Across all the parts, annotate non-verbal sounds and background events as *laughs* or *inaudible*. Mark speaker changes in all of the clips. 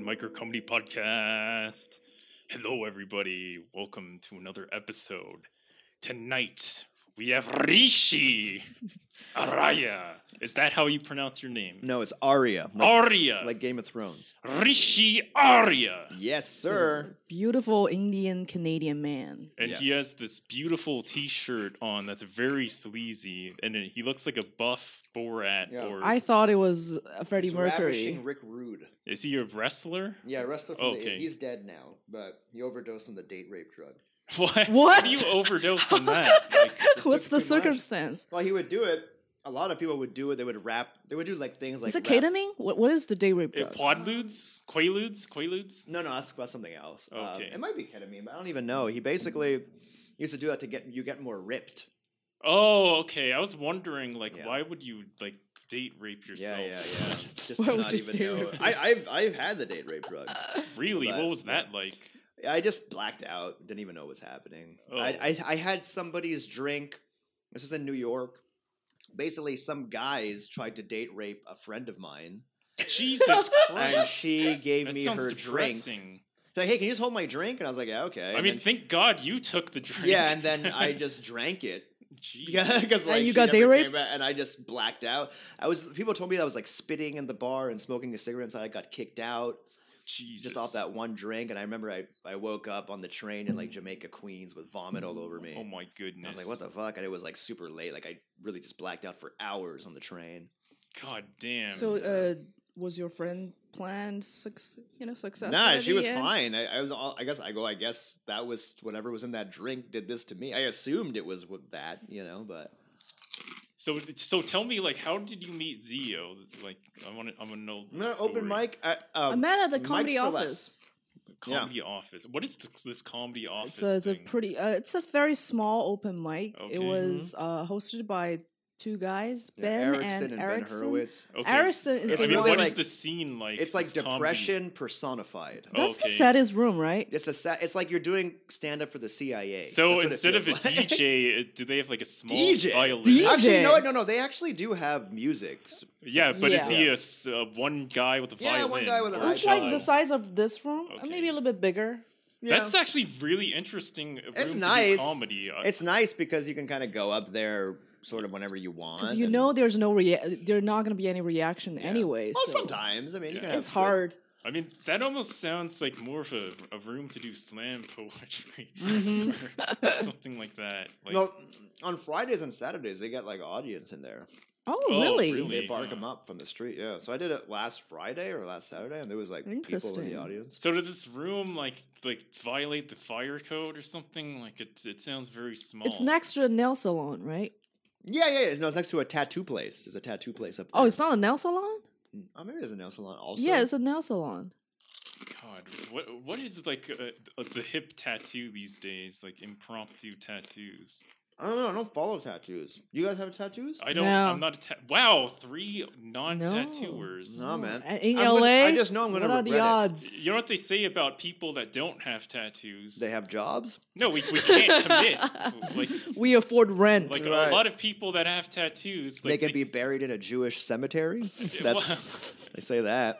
Speaker 1: Micro Comedy Podcast. Hello, everybody. Welcome to another episode. Tonight we have
Speaker 2: *laughs*
Speaker 1: Rishi Araya. Is that how you pronounce your name?
Speaker 2: No, it's Arya. Like,
Speaker 1: Arya.
Speaker 2: like Game of Thrones.
Speaker 1: Rishi Arya.
Speaker 2: Yes,
Speaker 3: So,
Speaker 2: sir.
Speaker 3: Beautiful Indian Canadian man.
Speaker 1: And he
Speaker 2: Yes.
Speaker 1: has this beautiful T-shirt on that's very sleazy, and it- he looks like a buff Borat.
Speaker 2: Yeah.
Speaker 1: Or
Speaker 3: I thought it was uh, Freddie
Speaker 2: Mm. He's
Speaker 3: Mercury.
Speaker 2: ravishing Rick Rude.
Speaker 1: is he a wrestler? *laughs*
Speaker 2: Yeah, wrestler from the
Speaker 1: Okay.
Speaker 2: he's dead now, but he overdosed on the date rape drug.
Speaker 3: *laughs*
Speaker 2: *laughs*
Speaker 1: What? Why
Speaker 3: What?
Speaker 1: do you overdose on that? Like,
Speaker 2: took
Speaker 3: What's
Speaker 2: too
Speaker 3: the
Speaker 2: much.
Speaker 3: circumstance?
Speaker 2: Well, he would do it. A lot of people would do it. They would rap. They would do like things like.
Speaker 3: is it
Speaker 2: rap-
Speaker 3: ketamine? What, what is the day rape
Speaker 1: it,
Speaker 3: drug?
Speaker 1: quadludes, quaaludes, quaaludes.
Speaker 2: No, no, that's about something else. Um,
Speaker 1: Okay.
Speaker 2: it might be ketamine, but I don't even know. He basically used to do that to get you get more ripped.
Speaker 1: Oh, okay. I was wondering, like,
Speaker 2: Yeah.
Speaker 1: why would you like date rape yourself?
Speaker 3: *laughs*
Speaker 2: Just
Speaker 3: Why
Speaker 2: to
Speaker 3: would
Speaker 2: not
Speaker 3: you
Speaker 2: even
Speaker 3: do
Speaker 2: know.
Speaker 3: it?
Speaker 2: I, I've I've had the date rape drug.
Speaker 1: *laughs*
Speaker 3: Uh,
Speaker 1: really?
Speaker 2: But-
Speaker 1: what was that
Speaker 2: *laughs*
Speaker 1: like?
Speaker 2: I just blacked out. Didn't even know what was happening. I,
Speaker 1: Oh.
Speaker 2: I I had somebody's drink. This was in New York. Basically, some guys tried to date rape a friend of mine,
Speaker 1: Jesus
Speaker 2: and
Speaker 1: Christ! *laughs*
Speaker 2: she gave
Speaker 1: That
Speaker 2: me
Speaker 1: sounds
Speaker 2: her drink.
Speaker 1: depressing.
Speaker 2: She's Like, hey, can you just hold my drink? And I was like, yeah, okay.
Speaker 1: I
Speaker 2: And
Speaker 1: mean,
Speaker 2: then-
Speaker 1: thank God you took the drink.
Speaker 2: *laughs* yeah, and then I
Speaker 1: *laughs*
Speaker 2: just drank it. *laughs* Yeah,
Speaker 1: Jesus.
Speaker 2: because
Speaker 3: And
Speaker 2: like
Speaker 3: you
Speaker 2: she
Speaker 3: got
Speaker 2: never
Speaker 3: date
Speaker 2: came back, and I just blacked out. I was people told me that I was like spitting in the bar and smoking a cigarette, so I got kicked out.
Speaker 1: Jesus. Mm.
Speaker 2: just off that one drink. And I remember I, I woke up on the train in like Jamaica, Queens with vomit all over me.
Speaker 1: Oh my
Speaker 2: And I
Speaker 1: goodness!
Speaker 2: was like, what the fuck? And it was like super late. Like I really just blacked out for hours on the train.
Speaker 1: God damn.
Speaker 3: So, uh, was your friend planned success? You know, success.
Speaker 2: nah, she was fine. I, I was all, I guess I go, I guess that was whatever was in that drink did this to me. I assumed it was with that, you know, but
Speaker 1: So so tell me like how did you meet Zio? Like I want to I want to know. the
Speaker 2: no, open
Speaker 1: story.
Speaker 2: mic. I,
Speaker 1: uh,
Speaker 2: um,
Speaker 3: I met at the
Speaker 2: Mike's
Speaker 3: comedy
Speaker 2: for less.
Speaker 3: office.
Speaker 2: yeah.
Speaker 1: Comedy office. What is this, this comedy office?
Speaker 3: It's a, it's a
Speaker 1: thing?
Speaker 3: pretty. Uh, it's a very small open mic.
Speaker 1: Okay.
Speaker 3: It was uh, hosted by two guys,
Speaker 2: mm-hmm. yeah,
Speaker 3: Ben
Speaker 2: Erickson
Speaker 3: and
Speaker 2: and Ben
Speaker 3: Erickson.
Speaker 2: Hurwitz.
Speaker 1: okay.
Speaker 3: Erickson is
Speaker 2: It's
Speaker 1: I
Speaker 3: the
Speaker 1: mean, what
Speaker 2: really
Speaker 1: is
Speaker 3: one-
Speaker 2: like-
Speaker 1: the scene like?
Speaker 2: It's like
Speaker 1: this comedy-
Speaker 2: depression personified.
Speaker 1: Oh.
Speaker 3: That's the
Speaker 1: okay.
Speaker 3: saddest room, right?
Speaker 2: It's a sa- it's like you're doing stand up for the CIA. That's
Speaker 1: So
Speaker 2: what it
Speaker 1: instead of a
Speaker 2: feels like.
Speaker 1: DJ, it- do they have like a small
Speaker 2: DJ?
Speaker 1: violin?
Speaker 2: *laughs*
Speaker 3: DJ?
Speaker 2: Actually, no, no, no. They actually do have music. S-
Speaker 1: Yeah, but is
Speaker 3: Yeah.
Speaker 1: he a s- uh, one guy with a
Speaker 2: Yeah,
Speaker 1: violin?
Speaker 2: one guy with a
Speaker 1: or
Speaker 2: violin.
Speaker 3: It's like
Speaker 1: cello?
Speaker 3: the size of this room, uh,
Speaker 1: Okay.
Speaker 3: maybe a little bit bigger.
Speaker 2: Yeah.
Speaker 1: That's actually really interesting. Room
Speaker 2: It's
Speaker 1: to do
Speaker 2: nice.
Speaker 1: comedy. I-
Speaker 2: it's nice because you can kind of go up there sort of whenever you want.
Speaker 3: Because you
Speaker 2: and-
Speaker 3: know there's no rea- there's not going to be any reaction
Speaker 2: Yeah.
Speaker 3: anyway.
Speaker 2: Well,
Speaker 3: so
Speaker 2: sometimes I mean, you
Speaker 1: Yeah.
Speaker 2: can have
Speaker 3: It's
Speaker 2: good-
Speaker 3: hard.
Speaker 1: I mean, that almost sounds like more of a, a room to do slam *laughs* poetry
Speaker 2: Mm-hmm.
Speaker 1: or something like that. Like,
Speaker 2: no, on Fridays and Saturdays they get like audience in there.
Speaker 3: Oh,
Speaker 1: Oh,
Speaker 3: really?
Speaker 1: really?
Speaker 2: They bark
Speaker 1: yeah.
Speaker 2: them up from the street. Yeah, so I did it last Friday or last Saturday, and there was like people in
Speaker 3: Interesting.
Speaker 2: the audience.
Speaker 1: So did this room like like violate the fire code or something? Like it it sounds very small.
Speaker 3: It's next to a nail salon, right?
Speaker 2: Yeah, yeah, yeah. No, it's next to a tattoo place. There's a tattoo place up there.
Speaker 3: Oh, it's not a nail salon.
Speaker 2: Oh, maybe there's a nail salon also.
Speaker 3: yeah, it's a nail salon.
Speaker 1: God, what what is like uh, the hip tattoo these days? Like impromptu tattoos.
Speaker 2: I don't know. I don't follow tattoos. You guys have tattoos?
Speaker 1: I don't.
Speaker 3: No.
Speaker 1: I'm not a ta- wow. Three non-tattooers.
Speaker 2: No, man.
Speaker 3: And in
Speaker 2: I'm
Speaker 3: LA,
Speaker 2: gonna- I just know I'm gonna
Speaker 3: what are the
Speaker 2: regret it.
Speaker 3: odds?
Speaker 1: You know what they say about people that don't have tattoos?
Speaker 2: They have jobs.
Speaker 1: no. We, we can't
Speaker 2: *laughs*
Speaker 1: commit. like
Speaker 3: We afford rent.
Speaker 1: like
Speaker 2: Right.
Speaker 1: a lot of people that have tattoos.
Speaker 2: they
Speaker 1: Like
Speaker 2: can be buried in a Jewish
Speaker 1: *laughs*
Speaker 2: cemetery. That's *laughs* they say that.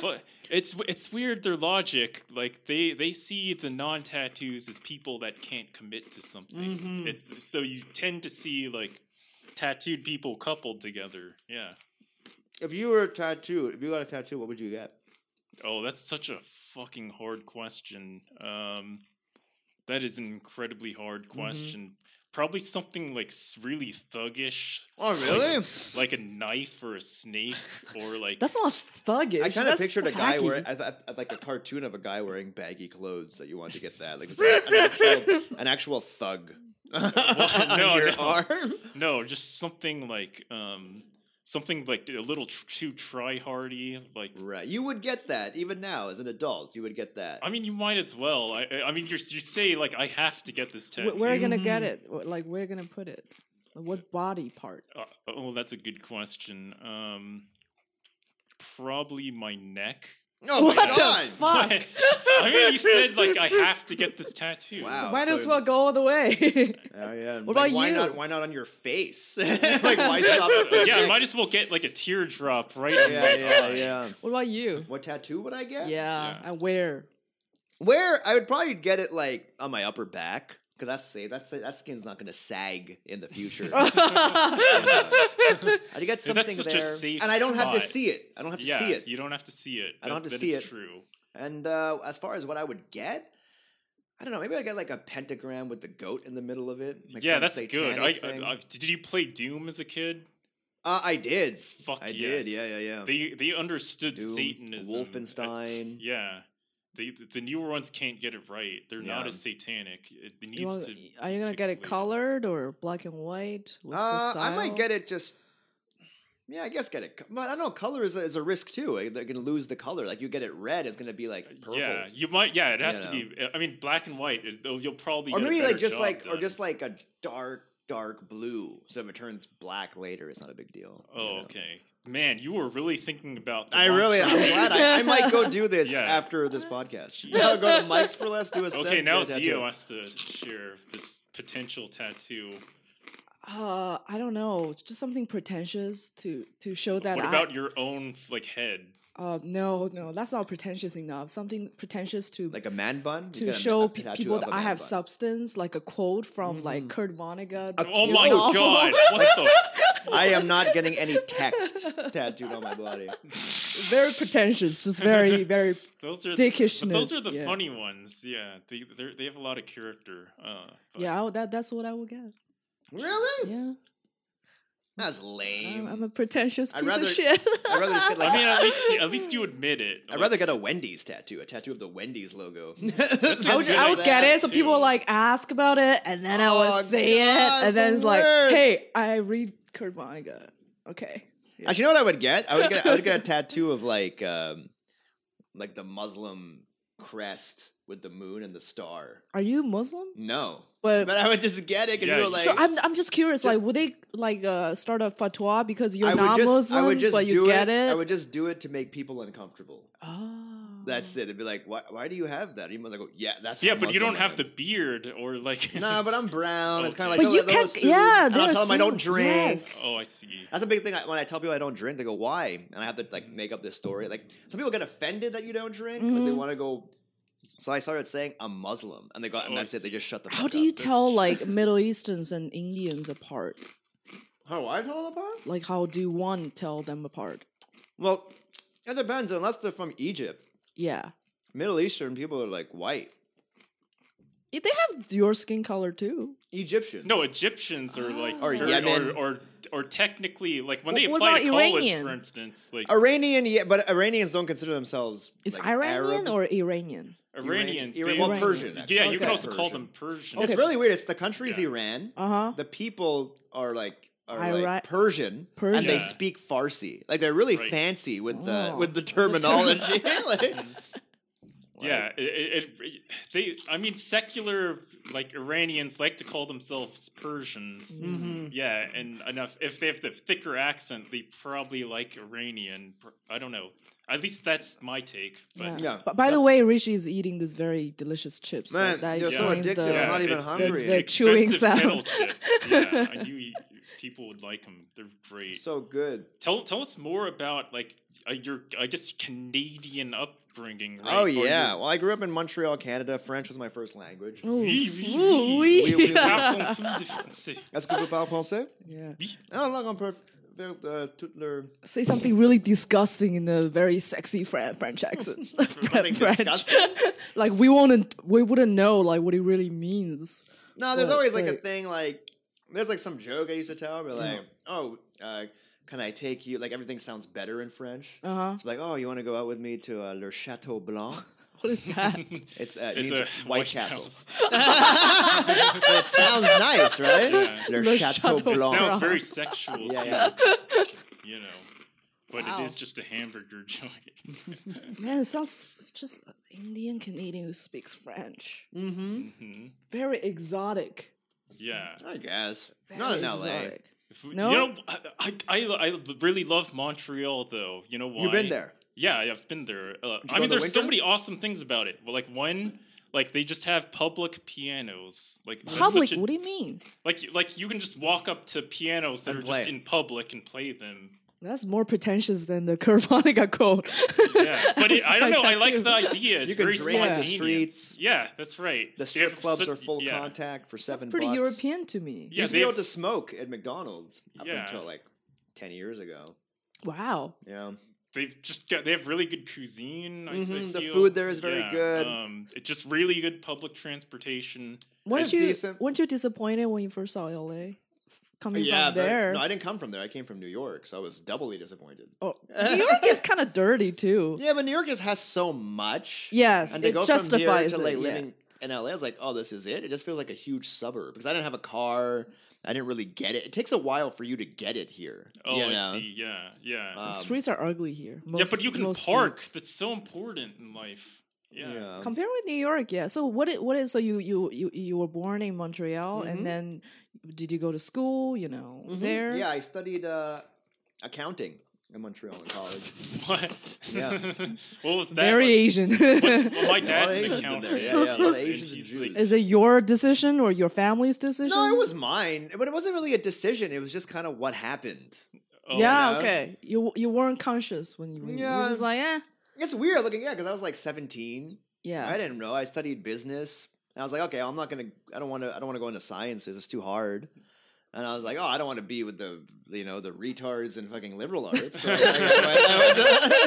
Speaker 1: but it's it's weird their logic. Like they they see the non-tattoos as people that can't commit to something.
Speaker 2: Mhm.
Speaker 1: It's so you tend to see like tattooed people coupled together. Yeah.
Speaker 2: If you were tattooed, if you got a tattoo, what would you get?
Speaker 1: Oh, that's such a fucking hard question. Um, that is an incredibly hard
Speaker 2: Mm-hmm.
Speaker 1: question. Probably something like s- really thuggish.
Speaker 2: Oh,
Speaker 1: like-
Speaker 2: *laughs* really?
Speaker 1: Like, a knife or a snake or like.
Speaker 3: That's not thuggish.
Speaker 2: I kind of
Speaker 3: that's
Speaker 2: pictured a guy
Speaker 3: hacky.
Speaker 2: wearing, I, I, I, like a cartoon of a guy wearing baggy clothes that you want to get that, like, just like
Speaker 1: *laughs*
Speaker 2: an, actual, an actual thug *laughs* on
Speaker 1: no,
Speaker 2: your
Speaker 1: no.
Speaker 2: arm.
Speaker 1: no, just something like um, something like a little tr- too try-hardy. Like,
Speaker 2: Right, you would get that even now as an adult. You would get that.
Speaker 1: I mean, you might as well. I, I- I mean, you you say like I have to get this tattoo.
Speaker 3: Wh- Where are you gonna get
Speaker 2: Mhm.
Speaker 3: it? Wh- Like, where are you gonna put it? What body part?
Speaker 1: Uh, oh, that's a good question. Um, probably my neck.
Speaker 2: Oh my
Speaker 3: What
Speaker 2: god!
Speaker 3: the fuck?
Speaker 1: *laughs* I mean, you said like I have to get this tattoo.
Speaker 2: Wow.
Speaker 3: Might
Speaker 2: so-
Speaker 3: as well go all the *laughs* way.
Speaker 2: Oh, yeah.
Speaker 3: What
Speaker 2: Like,
Speaker 3: about
Speaker 2: why
Speaker 3: you?
Speaker 2: Not, why not on
Speaker 1: *laughs*
Speaker 2: your face? *laughs* like why
Speaker 1: That's-
Speaker 2: stop? at the
Speaker 1: *laughs* yeah, I
Speaker 2: neck? *laughs*
Speaker 1: might as well get like a teardrop right. in
Speaker 2: yeah,
Speaker 1: my
Speaker 2: yeah,
Speaker 1: eye.
Speaker 2: yeah.
Speaker 3: what about you?
Speaker 2: What tattoo would I
Speaker 3: Yeah,
Speaker 2: get?
Speaker 1: Yeah.
Speaker 3: and *laughs* where?
Speaker 2: Where I would probably get it like on my upper back because that's safe. That's that skin's not gonna sag in the
Speaker 1: *laughs*
Speaker 2: future. I'd get
Speaker 1: Dude,
Speaker 2: something
Speaker 1: that's such a
Speaker 2: there,
Speaker 1: safe
Speaker 2: and I don't have to
Speaker 1: spot.
Speaker 2: see it. I don't have to
Speaker 1: Yeah,
Speaker 2: see it.
Speaker 1: you don't have to see it.
Speaker 2: I don't
Speaker 1: That-
Speaker 2: have to
Speaker 1: that is
Speaker 2: see it.
Speaker 1: True.
Speaker 2: And uh, as far as what I would get, I don't know. Maybe I get like a pentagram with the goat in the middle of it. Like
Speaker 1: yeah,
Speaker 2: some
Speaker 1: that's good. I,
Speaker 2: satanic
Speaker 1: I, uh,
Speaker 2: thing.
Speaker 1: I- did you play Doom as a kid?
Speaker 2: uh, I did.
Speaker 1: Fuck
Speaker 2: I
Speaker 1: yes.
Speaker 2: did. Yeah, yeah, yeah.
Speaker 1: They they understood
Speaker 2: Doom,
Speaker 1: Satanism. uh,
Speaker 2: Wolfenstein.
Speaker 1: *laughs* Yeah. The, the newer ones can't get it right. They're not
Speaker 2: Yeah.
Speaker 1: as satanic. It, it
Speaker 3: You
Speaker 1: needs
Speaker 3: want-
Speaker 1: to.
Speaker 3: are you gonna get it
Speaker 1: pixelated.
Speaker 3: colored or black and white? What's the
Speaker 2: Uh,
Speaker 3: style?
Speaker 2: I might get it just. Yeah, I guess get it. co- But I don't know. Color is a, is a risk too. eh, They're gonna lose the color. Like you get it red, it's gonna be like purple.
Speaker 1: Yeah, you might. Yeah, it has to
Speaker 2: You
Speaker 1: be. I mean, black and white. it- Though you'll probably.
Speaker 2: or
Speaker 1: get a
Speaker 2: maybe
Speaker 1: better
Speaker 2: like just
Speaker 1: job
Speaker 2: like or
Speaker 1: done.
Speaker 2: just like a dark dark blue. So if it turns black later, it's not a big deal. you
Speaker 1: Oh,
Speaker 2: know?
Speaker 1: okay. Man, you were really thinking about. the
Speaker 2: I
Speaker 1: long
Speaker 2: really,
Speaker 1: term.
Speaker 2: I'm
Speaker 1: *laughs*
Speaker 2: glad I, I might go do this
Speaker 1: Yeah.
Speaker 2: after this podcast.
Speaker 3: *laughs*
Speaker 2: I'll go to Mike's for less. Do a
Speaker 1: Okay,
Speaker 2: set,
Speaker 1: now
Speaker 2: get a
Speaker 1: Zio
Speaker 2: tattoo.
Speaker 1: wants to share this potential tattoo.
Speaker 3: Uh, I don't know. It's just something pretentious to to show that.
Speaker 1: what
Speaker 3: I-
Speaker 1: about your own like head?
Speaker 3: Uh, no, no, that's not pretentious enough. Something pretentious to
Speaker 2: Like a man bun You
Speaker 3: to
Speaker 2: get a-
Speaker 3: show
Speaker 2: a
Speaker 3: pe-
Speaker 2: tattoo
Speaker 3: people
Speaker 2: of
Speaker 3: that
Speaker 2: a
Speaker 3: I
Speaker 2: man Mm.
Speaker 3: have
Speaker 2: bun.
Speaker 3: substance, like a quote from like Kurt Vonnegut.
Speaker 2: A-
Speaker 1: Oh
Speaker 3: you
Speaker 1: my
Speaker 3: know?
Speaker 1: god!
Speaker 2: *laughs*
Speaker 1: What the? f-
Speaker 2: I
Speaker 3: *laughs*
Speaker 2: am not getting any text tattooed on my body.
Speaker 1: *laughs*
Speaker 3: very pretentious, just very, very.
Speaker 1: Those are *laughs*
Speaker 3: Dickishness,
Speaker 1: but those are the
Speaker 3: yeah.
Speaker 1: funny ones. Yeah, they they're- they have a lot of character. Uh, but-
Speaker 3: Yeah, I would- that that's what I would get.
Speaker 2: Really?
Speaker 3: Yeah,
Speaker 2: That's
Speaker 3: I'm,
Speaker 2: lame.
Speaker 3: I'm a pretentious
Speaker 2: I'd
Speaker 3: piece
Speaker 2: rather-
Speaker 3: of shit.
Speaker 2: I'd rather just get like
Speaker 1: I
Speaker 3: *laughs*
Speaker 1: mean, at least at least
Speaker 2: *laughs*
Speaker 1: you admit it.
Speaker 2: I'd rather get a Wendy's tattoo, a tattoo of the Wendy's logo. *laughs*
Speaker 1: That's a
Speaker 3: I would,
Speaker 1: good
Speaker 3: I would get
Speaker 1: idea,
Speaker 3: it, so people
Speaker 1: too.
Speaker 3: like ask about it, and then I
Speaker 2: Oh,
Speaker 3: would say
Speaker 2: God,
Speaker 3: it, and then
Speaker 2: the
Speaker 3: it's like,
Speaker 2: worst.
Speaker 3: "Hey, I read Kurt Vonnegut." Okay,
Speaker 2: Actually, you know what I would get? I would get I would
Speaker 1: *laughs*
Speaker 2: get a tattoo of like um like the Muslim crest with the moon and the star.
Speaker 3: are you Muslim?
Speaker 2: No.
Speaker 3: But
Speaker 1: Uh,
Speaker 2: But I would just get it because
Speaker 1: Yeah,
Speaker 2: you were
Speaker 1: you-
Speaker 2: like
Speaker 3: So I'm,
Speaker 1: s-
Speaker 3: I'm just curious, like, would they like uh, start a fatwa because you're
Speaker 2: I would
Speaker 3: not
Speaker 2: just
Speaker 3: Muslim,
Speaker 2: I would just
Speaker 3: but you
Speaker 2: do
Speaker 3: get it?
Speaker 2: I would just do it to make people uncomfortable.
Speaker 3: oh.
Speaker 2: That's it. They'd be like, why, why do you have that? And I go, "Oh, yeah, that's
Speaker 1: Mm. Yeah,
Speaker 2: how
Speaker 1: but you
Speaker 2: Muslim
Speaker 1: don't
Speaker 2: I
Speaker 1: have
Speaker 2: am."
Speaker 1: the beard or *laughs* like.
Speaker 2: *laughs* Nah, but I'm brown. It's kind of like,
Speaker 3: But
Speaker 2: they'll-
Speaker 3: you
Speaker 2: they'll
Speaker 3: can't-
Speaker 2: assume-
Speaker 3: yeah,
Speaker 2: And I'll
Speaker 3: they'll
Speaker 2: tell them I don't
Speaker 3: assume,
Speaker 2: drink.
Speaker 3: yes.
Speaker 1: Oh, I see.
Speaker 2: That's a big thing. I- When I tell people I don't drink, they go, "Why?" And I have to like make up this story. Like some people get offended that you don't drink. Like they
Speaker 3: Mhm.
Speaker 2: want to go. So I started saying I'm Muslim, and they go,
Speaker 1: Oh,
Speaker 2: and that's
Speaker 1: I
Speaker 2: it. They just shut the.
Speaker 3: How
Speaker 2: fuck
Speaker 3: do you
Speaker 2: up.
Speaker 3: tell
Speaker 1: true.
Speaker 3: like Middle Easterns and Indians apart?
Speaker 2: How do I tell them apart?
Speaker 3: Like, how do one tell them apart?
Speaker 2: Well, it depends. Unless they're from Egypt,
Speaker 3: Yeah,
Speaker 2: Middle Eastern people are like white
Speaker 3: Yeah, they have your skin color too.
Speaker 2: Egyptians.
Speaker 1: No, Egyptians are like
Speaker 3: Or
Speaker 1: very- or,
Speaker 2: Oh, Yemen.
Speaker 1: or or technically like when they
Speaker 3: Wh- what
Speaker 1: apply to
Speaker 3: about
Speaker 1: college,
Speaker 3: Iranian?
Speaker 1: for instance, like
Speaker 2: Iranian, yeah, but Iranians don't consider themselves.
Speaker 3: Is
Speaker 2: like,
Speaker 3: Iranian
Speaker 2: Arab.
Speaker 3: or Iranian?
Speaker 1: Iranians,
Speaker 2: Iran-
Speaker 1: they-
Speaker 2: well,
Speaker 3: Iranian.
Speaker 2: Persian. actually.
Speaker 1: yeah, you can
Speaker 3: Okay.
Speaker 1: also call
Speaker 2: Persian.
Speaker 1: them Persian.
Speaker 3: Okay.
Speaker 2: It's really weird. It's the country's
Speaker 1: Yeah.
Speaker 2: Iran.
Speaker 3: Uh huh.
Speaker 2: the people are like are
Speaker 3: Ira-
Speaker 2: like Persian, and
Speaker 3: Persian.
Speaker 2: they speak Farsi. Like they're really
Speaker 1: Right.
Speaker 2: fancy with
Speaker 3: Oh.
Speaker 2: the
Speaker 3: *laughs*
Speaker 2: with the
Speaker 3: The term-
Speaker 2: terminology. *laughs*
Speaker 1: *laughs*
Speaker 2: like,
Speaker 3: *laughs*
Speaker 1: Mm. Yeah, it, it, it- they. I mean, secular like Iranians like to call themselves Persians.
Speaker 3: Mm-hmm.
Speaker 2: Mhm.
Speaker 1: Yeah, and enough. If they have the thicker accent, they probably like Iranian. per- I don't know. At least that's my take. But
Speaker 2: Yeah.
Speaker 3: But by the way, Rishi is eating this very delicious chips.
Speaker 2: Man,
Speaker 3: like, that
Speaker 2: they're so
Speaker 3: explains
Speaker 2: addictive.
Speaker 3: the.
Speaker 2: I'm not even
Speaker 1: it's-
Speaker 2: hungry.
Speaker 1: It's
Speaker 3: They're chewing
Speaker 1: expensive kettle
Speaker 3: sound. *laughs*
Speaker 1: chips. Yeah, I knew you, people would like them. They're great.
Speaker 2: so good.
Speaker 1: tell tell us more about like uh, your I guess Canadian upbringing. Right?
Speaker 2: Oh
Speaker 1: Or your- *laughs*
Speaker 2: yeah. Well, I grew up in Montreal, Canada. French was my first language.
Speaker 3: *laughs* Ooh.
Speaker 1: Oui, oui, oui.
Speaker 3: Ooh, oui. *laughs*
Speaker 2: Oui, oui,
Speaker 1: Parlons plus de français.
Speaker 2: Est-ce que vous parlez français?
Speaker 3: Yeah.
Speaker 2: Ah, là, on peut faire euh, tout leur-
Speaker 3: say something really disgusting in a very sexy Fran- French
Speaker 2: *laughs*
Speaker 3: accent. *laughs* French.
Speaker 2: disgusting?
Speaker 3: like we wouldn't, we wouldn't know like what it really means.
Speaker 2: No, there's
Speaker 3: Wait,
Speaker 2: always like a
Speaker 3: wait.
Speaker 2: thing like there's like some joke I used to tell, but like, oh, uh, can I take you? Like everything sounds better in French.
Speaker 3: Uh huh.
Speaker 2: It's like, oh, you want to go out with me to uh, Le Chateau Blanc?
Speaker 3: *laughs* What is that? *laughs*
Speaker 2: It's, uh, it
Speaker 1: It's
Speaker 2: means
Speaker 1: a
Speaker 2: White, Castle. *laughs*
Speaker 1: House.
Speaker 3: *laughs*
Speaker 2: it sounds nice, right?
Speaker 1: Yeah.
Speaker 2: Le,
Speaker 3: Le
Speaker 2: Chateau,
Speaker 3: Chateau
Speaker 1: It
Speaker 2: Blanc.
Speaker 1: sounds
Speaker 3: *laughs*
Speaker 1: very sexual.
Speaker 2: Yeah,
Speaker 1: too,
Speaker 2: yeah.
Speaker 1: because, You know, but
Speaker 3: Wow.
Speaker 1: it is just a hamburger *laughs* joint.
Speaker 3: *laughs* Man, it sounds it's just an Indian Canadian who speaks French.
Speaker 2: Mm-hmm.
Speaker 1: Mhm.
Speaker 3: Very exotic.
Speaker 1: Yeah.
Speaker 2: I guess.
Speaker 3: Very
Speaker 2: Not in LA.
Speaker 3: exotic.
Speaker 1: If we-
Speaker 3: No?
Speaker 1: You know, I, I I I really love Montreal though. You know why?
Speaker 2: You've been there.
Speaker 1: Yeah, I've been there. Uh,
Speaker 2: you go
Speaker 1: I
Speaker 2: in
Speaker 1: mean,
Speaker 2: the
Speaker 1: there's so
Speaker 2: winter?
Speaker 1: many awesome things about it. Well, like one, like they just have public pianos. Like that's such
Speaker 3: Public?
Speaker 1: a-
Speaker 3: What do you mean?
Speaker 1: like like you can just walk up to pianos that
Speaker 2: And
Speaker 1: are
Speaker 2: play
Speaker 1: just
Speaker 2: it.
Speaker 1: in public and play them.
Speaker 3: *laughs* That's more pretentious than the *laughs* Carbonica code.
Speaker 1: Yeah,
Speaker 3: *laughs*
Speaker 1: but it,
Speaker 3: was
Speaker 1: I don't know.
Speaker 3: my
Speaker 1: I like the
Speaker 3: tattoo.
Speaker 1: idea. It's
Speaker 2: you can
Speaker 1: very
Speaker 2: drink on the
Speaker 1: spontaneous.
Speaker 2: streets.
Speaker 1: Yeah, that's right.
Speaker 2: The
Speaker 1: They
Speaker 2: strip
Speaker 1: have
Speaker 2: clubs
Speaker 1: so-
Speaker 2: are full
Speaker 1: yeah.
Speaker 2: contact for
Speaker 3: That's
Speaker 2: seven
Speaker 3: pretty
Speaker 2: bucks.
Speaker 3: European to me.
Speaker 2: You
Speaker 1: Yeah,
Speaker 2: used to be
Speaker 1: they've-
Speaker 2: able to smoke at McDonald's up
Speaker 1: Yeah.
Speaker 2: until like ten years ago.
Speaker 3: Wow.
Speaker 2: You know,
Speaker 1: They've just got. They have really good cuisine. I- I
Speaker 2: Mhm, the
Speaker 1: feel.
Speaker 2: food there is very
Speaker 1: Yeah,
Speaker 2: good.
Speaker 1: Um, it's just really good public transportation.
Speaker 3: Weren't
Speaker 2: It's
Speaker 3: you
Speaker 2: decent.
Speaker 3: weren't you disappointed when you first saw LA? Coming
Speaker 2: yeah,
Speaker 3: from
Speaker 2: but-
Speaker 3: there.
Speaker 2: No, I didn't come from there. I came from New York, so I was doubly disappointed. *laughs*
Speaker 3: Oh, New York is kind of dirty too.
Speaker 2: Yeah, but New York just has so much.
Speaker 3: Yes,
Speaker 2: and to
Speaker 3: it
Speaker 2: go
Speaker 3: justifies
Speaker 2: from here
Speaker 3: it.
Speaker 2: to like
Speaker 3: yeah.
Speaker 2: living in LA. I was like, oh, this is it. It just feels like a huge suburb because I didn't have a car. I didn't really get it. It takes a while for you to get it here.
Speaker 1: Oh,
Speaker 2: you
Speaker 1: I
Speaker 2: know?
Speaker 1: see. Yeah, yeah.
Speaker 2: Um,
Speaker 3: Streets are ugly here.
Speaker 1: yeah,
Speaker 3: Most-
Speaker 1: but you can
Speaker 3: most
Speaker 1: park.
Speaker 3: streets.
Speaker 1: That's so important in life. Yeah.
Speaker 3: Compare with New York, yeah. So what? It, what is? So you you you you were born in Montreal,
Speaker 2: Mhm.
Speaker 3: and then did you go to school? You know,
Speaker 2: Mhm.
Speaker 3: there.
Speaker 2: Yeah, I studied uh, accounting in Montreal in college.
Speaker 1: *laughs* What?
Speaker 2: Yeah.
Speaker 1: *laughs* what was that?
Speaker 3: very
Speaker 1: like? *laughs*
Speaker 3: Asian. *laughs*
Speaker 1: What's, well, my
Speaker 2: Yeah,
Speaker 1: dad's an
Speaker 2: Asians in there.
Speaker 1: accountant.
Speaker 2: Yeah, yeah, a lot
Speaker 1: *laughs*
Speaker 2: of
Speaker 1: and
Speaker 2: Asians and
Speaker 1: he's
Speaker 2: Jews.
Speaker 1: like-
Speaker 3: is it your decision or your family's decision?
Speaker 2: no, it was mine, but it wasn't really a decision. It was just kind of what happened.
Speaker 1: oh,
Speaker 3: yeah,
Speaker 2: yeah.
Speaker 3: okay. You you weren't conscious when you when you were
Speaker 2: Yeah.
Speaker 3: just like, eh.
Speaker 2: It's weird looking, yeah, because I was like 17.
Speaker 3: Yeah.
Speaker 2: I didn't know. I studied business. And I was like, okay, I'm not gonna. I don't want to. I don't want to go into sciences. It's too hard. And I was like, oh, I don't want to be with the, you know, the retards and fucking liberal arts. So, like, I went- I went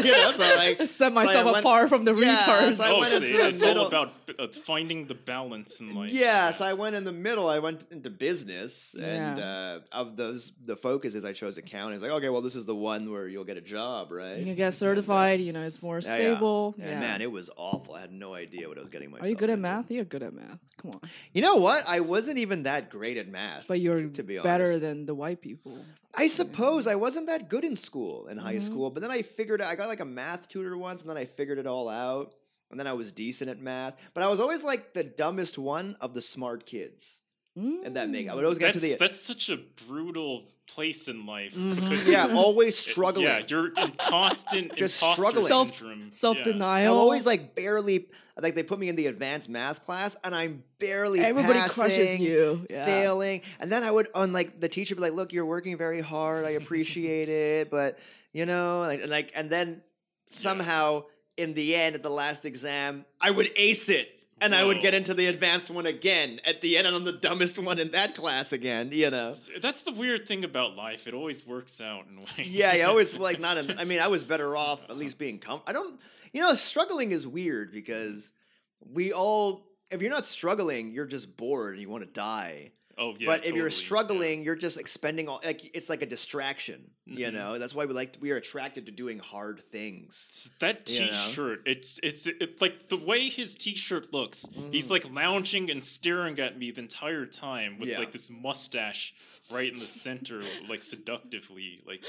Speaker 2: to- *laughs* you know,
Speaker 3: *laughs*
Speaker 2: so like,
Speaker 3: set
Speaker 2: I
Speaker 3: myself
Speaker 2: went-
Speaker 3: apart from the
Speaker 2: Yeah,
Speaker 3: retards.
Speaker 2: so I
Speaker 1: oh,
Speaker 2: went into
Speaker 1: see,
Speaker 2: the
Speaker 1: it's all
Speaker 2: middle-
Speaker 1: about uh, finding the balance in life.
Speaker 2: yeah, so I
Speaker 1: guess.
Speaker 2: went in the middle. I went into business, and
Speaker 3: Yeah.
Speaker 2: uh, of those, the focus is I chose accounting. It's like, okay, well, this is the one where you'll get a job, right?
Speaker 3: you can get certified. You know, it's more
Speaker 2: Yeah, yeah.
Speaker 3: stable. Yeah.
Speaker 2: And man, it was awful. I had no idea what I was getting myself.
Speaker 3: Are you good at
Speaker 2: into.
Speaker 3: math? You're good at math. Come on.
Speaker 2: You know what? I wasn't even that great at math.
Speaker 3: But you're
Speaker 2: *laughs* to be
Speaker 3: better
Speaker 2: honest.
Speaker 3: than the white people.
Speaker 2: I suppose I wasn't that good in school in
Speaker 1: Mm-hmm.
Speaker 2: high
Speaker 3: Mhm.
Speaker 2: school, but then I figured I got like a math tutor once, and then I figured it all out, and then I was decent at math. But I was always like the dumbest one of the smart kids, and that make I
Speaker 3: Mm.
Speaker 2: would always get
Speaker 1: That's,
Speaker 2: to the
Speaker 1: that's such a brutal place in life.
Speaker 2: Mhm. *laughs*
Speaker 1: because
Speaker 2: yeah,
Speaker 1: you're- *laughs*
Speaker 2: always struggling.
Speaker 1: Yeah, you're in constant
Speaker 2: *laughs* Just
Speaker 1: imposter
Speaker 2: struggling.
Speaker 3: Self-
Speaker 1: syndrome. Yeah.
Speaker 3: Self
Speaker 2: I'm
Speaker 3: denial.
Speaker 2: always like barely like they put me in the advanced math class, and I'm barely
Speaker 3: everybody crushes
Speaker 2: passing,
Speaker 3: you. Yeah.
Speaker 2: failing. And then I would on like the teacher would be like, "Look, you're working very hard. I appreciate it, but you know, like and, like and then somehow in the end at the last exam, I would ace it. And I would
Speaker 1: Whoa.
Speaker 2: get into the advanced one again at the end, and I'm the dumbest one in that class again. You know,
Speaker 1: That's the weird thing about life. It always works out in a way.
Speaker 2: yeah, I always like not. In, I mean, I was better off at least being com. I don't. You know, struggling is weird because we all. If you're not struggling, you're just bored and you want to die.
Speaker 1: *laughs* Oh yeah.
Speaker 2: but if you're
Speaker 1: totally, yeah.
Speaker 2: struggling, you're just expending all like it's like a distraction, you
Speaker 1: Mhm.
Speaker 2: know. That's why we like we are attracted to doing hard things.
Speaker 1: That
Speaker 2: You know?
Speaker 1: T-shirt, it's it's it's like the way his T-shirt looks. He's
Speaker 2: Mhm.
Speaker 1: like lounging and staring at me the entire time with
Speaker 2: Yeah.
Speaker 1: like this mustache right in the center, like seductively. Like,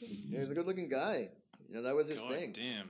Speaker 2: He was a good-looking guy. You know, that was his
Speaker 1: God
Speaker 2: thing.
Speaker 1: damn.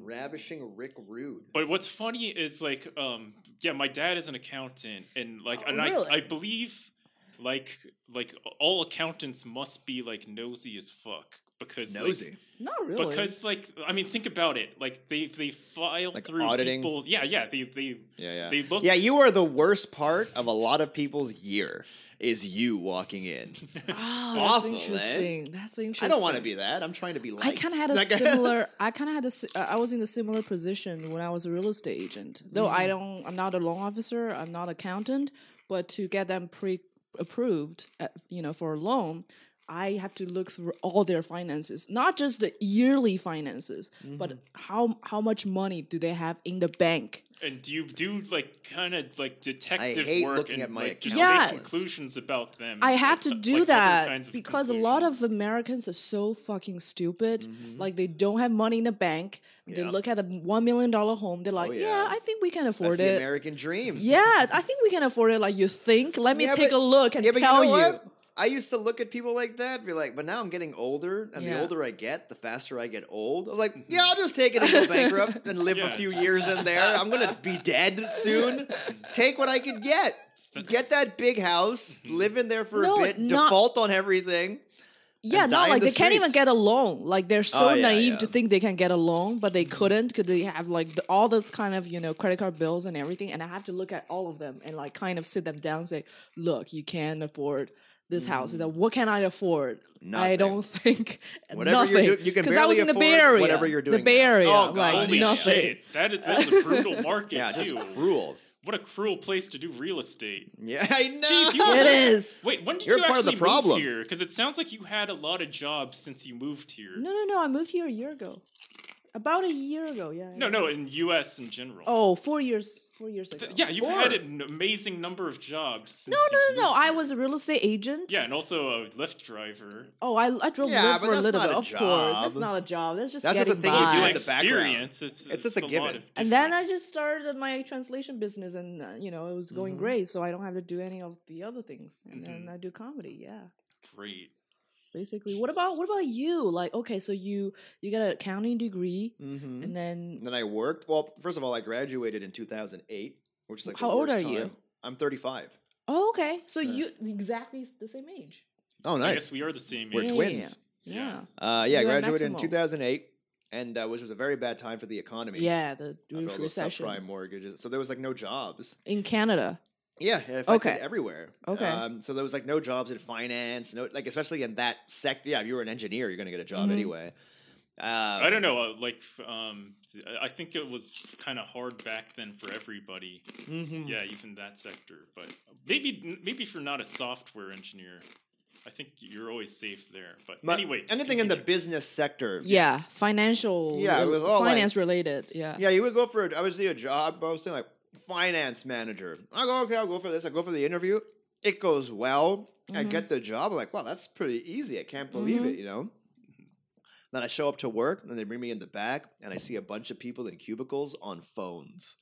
Speaker 2: Ravishing Rick Rude.
Speaker 1: But what's funny is like, um, yeah, my dad is an accountant, and like,
Speaker 3: Oh,
Speaker 1: and
Speaker 3: really?
Speaker 1: I I believe like like all accountants must be like nosy as fuck because like,
Speaker 2: Nosy.
Speaker 3: Not really.
Speaker 1: Because like I mean, think about it. Like they they file
Speaker 2: Like
Speaker 1: through
Speaker 2: auditing?
Speaker 1: people's yeah yeah they they
Speaker 2: yeah,
Speaker 1: they look
Speaker 2: Yeah, you are the worst part of a lot of people's year is you
Speaker 1: *laughs*
Speaker 2: walking in.
Speaker 3: Ah, that's
Speaker 2: Awful, eh?
Speaker 3: interesting. That's interesting.
Speaker 2: I don't want to be that. I'm trying to be
Speaker 3: I
Speaker 2: liked.
Speaker 3: kind of had a
Speaker 2: Like- *laughs*
Speaker 3: similar. I kind of had a. si- uh, I was in a similar position when I was a real estate agent. Though
Speaker 2: Mm.
Speaker 3: I don't. I'm not a loan officer. I'm not accountant. But to get them pre approved, uh you know, for a loan, I have to look through all their finances, not just the yearly finances,
Speaker 2: Mm-hmm.
Speaker 3: but how how much money do they have in the bank?
Speaker 1: and do you do like kind of like detective
Speaker 2: hate
Speaker 1: work
Speaker 2: looking
Speaker 1: and
Speaker 2: at my
Speaker 1: like just
Speaker 3: accountants.
Speaker 1: make conclusions about them.
Speaker 3: I have
Speaker 1: like,
Speaker 3: to
Speaker 1: uh,
Speaker 3: do
Speaker 1: like, other
Speaker 3: that
Speaker 1: kinds of
Speaker 3: because a lot
Speaker 1: conclusions.
Speaker 3: of Americans are so fucking stupid.
Speaker 1: Mm-hmm.
Speaker 3: Like they don't have money in the bank. They
Speaker 2: Yeah.
Speaker 3: look at a one million dollar home. They're like, yeah.
Speaker 2: Oh, yeah.
Speaker 3: I think we can
Speaker 2: That's
Speaker 3: afford
Speaker 2: the
Speaker 3: it.
Speaker 2: American dream.
Speaker 3: yeah, I think we can afford it. Like you think. Let me
Speaker 2: Yeah,
Speaker 3: take
Speaker 2: but-
Speaker 3: a look and
Speaker 2: Yeah, but
Speaker 3: tell
Speaker 2: you
Speaker 3: you.
Speaker 2: know what? I used to look at people like that, be like, but now I'm getting older, and
Speaker 3: Yeah.
Speaker 2: the older I get, the faster I get old. I was like, yeah, I'll just take it and go bankrupt
Speaker 1: *laughs*
Speaker 2: and live a
Speaker 1: Mm-hmm. Yeah,
Speaker 2: few
Speaker 1: just-
Speaker 2: years in there. I'm gonna
Speaker 1: *laughs*
Speaker 2: be dead soon. Take what I can get.
Speaker 1: That's- Mm-hmm.
Speaker 2: Get that big house, live in there for
Speaker 3: No,
Speaker 2: a bit,
Speaker 3: not-
Speaker 2: default on everything.
Speaker 3: yeah,
Speaker 2: and die
Speaker 3: not
Speaker 2: in
Speaker 3: like
Speaker 2: the
Speaker 3: they can't even
Speaker 2: streets.
Speaker 3: get a loan. Like they're so
Speaker 2: Oh, yeah,
Speaker 3: naive
Speaker 2: yeah.
Speaker 3: to think they can get a loan, but they couldn't because they have like the, all this kind of you know credit card bills and everything. And I have to look at all of them and like kind of sit them down and say, "Look, you can't afford this house." It's like, what can I afford? I
Speaker 2: Mm. Nothing.
Speaker 3: don't think *laughs*
Speaker 2: Whatever
Speaker 3: nothing.
Speaker 2: you're do- you can
Speaker 3: because I was in
Speaker 2: barely
Speaker 3: the Bay
Speaker 2: afford
Speaker 3: Area.
Speaker 2: whatever you're
Speaker 3: the
Speaker 2: doing
Speaker 3: Bay
Speaker 2: now.
Speaker 3: Area,
Speaker 2: Oh, God,
Speaker 3: like
Speaker 1: Holy
Speaker 3: nothing.
Speaker 1: shit! That is that's a
Speaker 2: *laughs*
Speaker 1: brutal market
Speaker 2: Yeah, just
Speaker 1: too.
Speaker 2: cruel.
Speaker 1: What a cruel place to do real estate.
Speaker 2: Yeah, *laughs* I know.
Speaker 1: Jeez, you
Speaker 3: It is.
Speaker 1: Wait, when did
Speaker 2: You're
Speaker 1: you
Speaker 2: part of the
Speaker 1: actually
Speaker 2: problem.
Speaker 1: move here? Because it sounds like you had a lot of jobs since you moved here.
Speaker 3: No, no, no. I moved here a year ago. About a year ago, yeah.
Speaker 1: no, no, in U.S. in general.
Speaker 3: Oh, four years. Four years ago.
Speaker 1: Th- yeah, you've
Speaker 2: Or-
Speaker 1: had an amazing number of jobs. Since
Speaker 3: No, no,
Speaker 1: you've
Speaker 3: no, no.
Speaker 1: moved
Speaker 3: I
Speaker 1: here.
Speaker 3: was a real estate agent.
Speaker 1: Yeah, and also a lift driver.
Speaker 3: Oh, I, I drove
Speaker 2: Yeah,
Speaker 3: Lyft
Speaker 2: but
Speaker 3: for a
Speaker 2: that's
Speaker 3: little
Speaker 2: not
Speaker 3: bit.
Speaker 2: a
Speaker 3: Of course, that's
Speaker 2: job.
Speaker 3: not a job. That's just
Speaker 2: That's just
Speaker 3: getting
Speaker 2: a thing you
Speaker 1: Well,
Speaker 2: do
Speaker 1: it's an
Speaker 2: in the
Speaker 3: by.
Speaker 2: background.
Speaker 1: experience. It's,
Speaker 2: It's just a
Speaker 1: lot
Speaker 2: given.
Speaker 1: of
Speaker 3: and then
Speaker 1: different-
Speaker 3: I just started my translation business, and uh, you know it was going
Speaker 2: Mhm.
Speaker 3: great, so I don't have to do any of the other things, and then
Speaker 2: Mm-hmm.
Speaker 1: Mhm.
Speaker 3: I do comedy. Yeah,
Speaker 1: great.
Speaker 3: basically. What about
Speaker 1: Jesus.
Speaker 3: what about you? Like, okay, so you you got an accounting degree,
Speaker 2: Mhm.
Speaker 3: and then
Speaker 2: And then I worked. Well, first of all, I graduated in 2008, which is like the
Speaker 3: How old
Speaker 2: worst
Speaker 3: are you?
Speaker 2: time. I'm 35.
Speaker 3: oh, okay, so
Speaker 2: Yeah.
Speaker 3: you exactly s- the same age.
Speaker 2: Oh,
Speaker 1: I
Speaker 2: nice.
Speaker 1: guess we are the same
Speaker 2: We're
Speaker 1: age.
Speaker 3: Yeah.
Speaker 2: twins.
Speaker 3: Yeah,
Speaker 1: Yeah.
Speaker 2: Uh, yeah, I
Speaker 3: You and
Speaker 2: graduated in
Speaker 3: Maximo.
Speaker 2: 2008, and uh, which was a very bad time for the economy.
Speaker 3: yeah. The
Speaker 2: after all those subprime
Speaker 3: recession
Speaker 2: mortgages, so there was like no jobs.
Speaker 3: in Canada.
Speaker 2: Yeah, it affected
Speaker 3: Okay.
Speaker 2: everywhere.
Speaker 3: Okay.
Speaker 2: Um, so there was like no jobs in finance, no like especially in that sector. Yeah, if you were an engineer, you're gonna get a job
Speaker 3: Mhm.
Speaker 2: anyway. Um,
Speaker 1: I don't know. uh, Like, um, I- I think it was kind of hard back then for everybody.
Speaker 2: mhm.
Speaker 1: Yeah, even that sector. But maybe, maybe if you're not a software engineer, I think you're always safe there. But,
Speaker 2: But
Speaker 1: anyway,
Speaker 2: anything in the
Speaker 1: continue.
Speaker 2: business sector.
Speaker 3: Yeah, financial.
Speaker 2: Yeah, it was all like-
Speaker 3: finance related. Yeah.
Speaker 2: Yeah, you would go for. A, I would see a job posting like finance manager. I go okay. I'll go for this. I go for the interview. It goes well. I
Speaker 3: Mhm.
Speaker 2: get the job. I'm like, wow, that's pretty easy. I can't believe
Speaker 3: Mhm.
Speaker 2: it. You know. Then I show up to work, and they bring me in the back, and I see a bunch of people in cubicles on phones.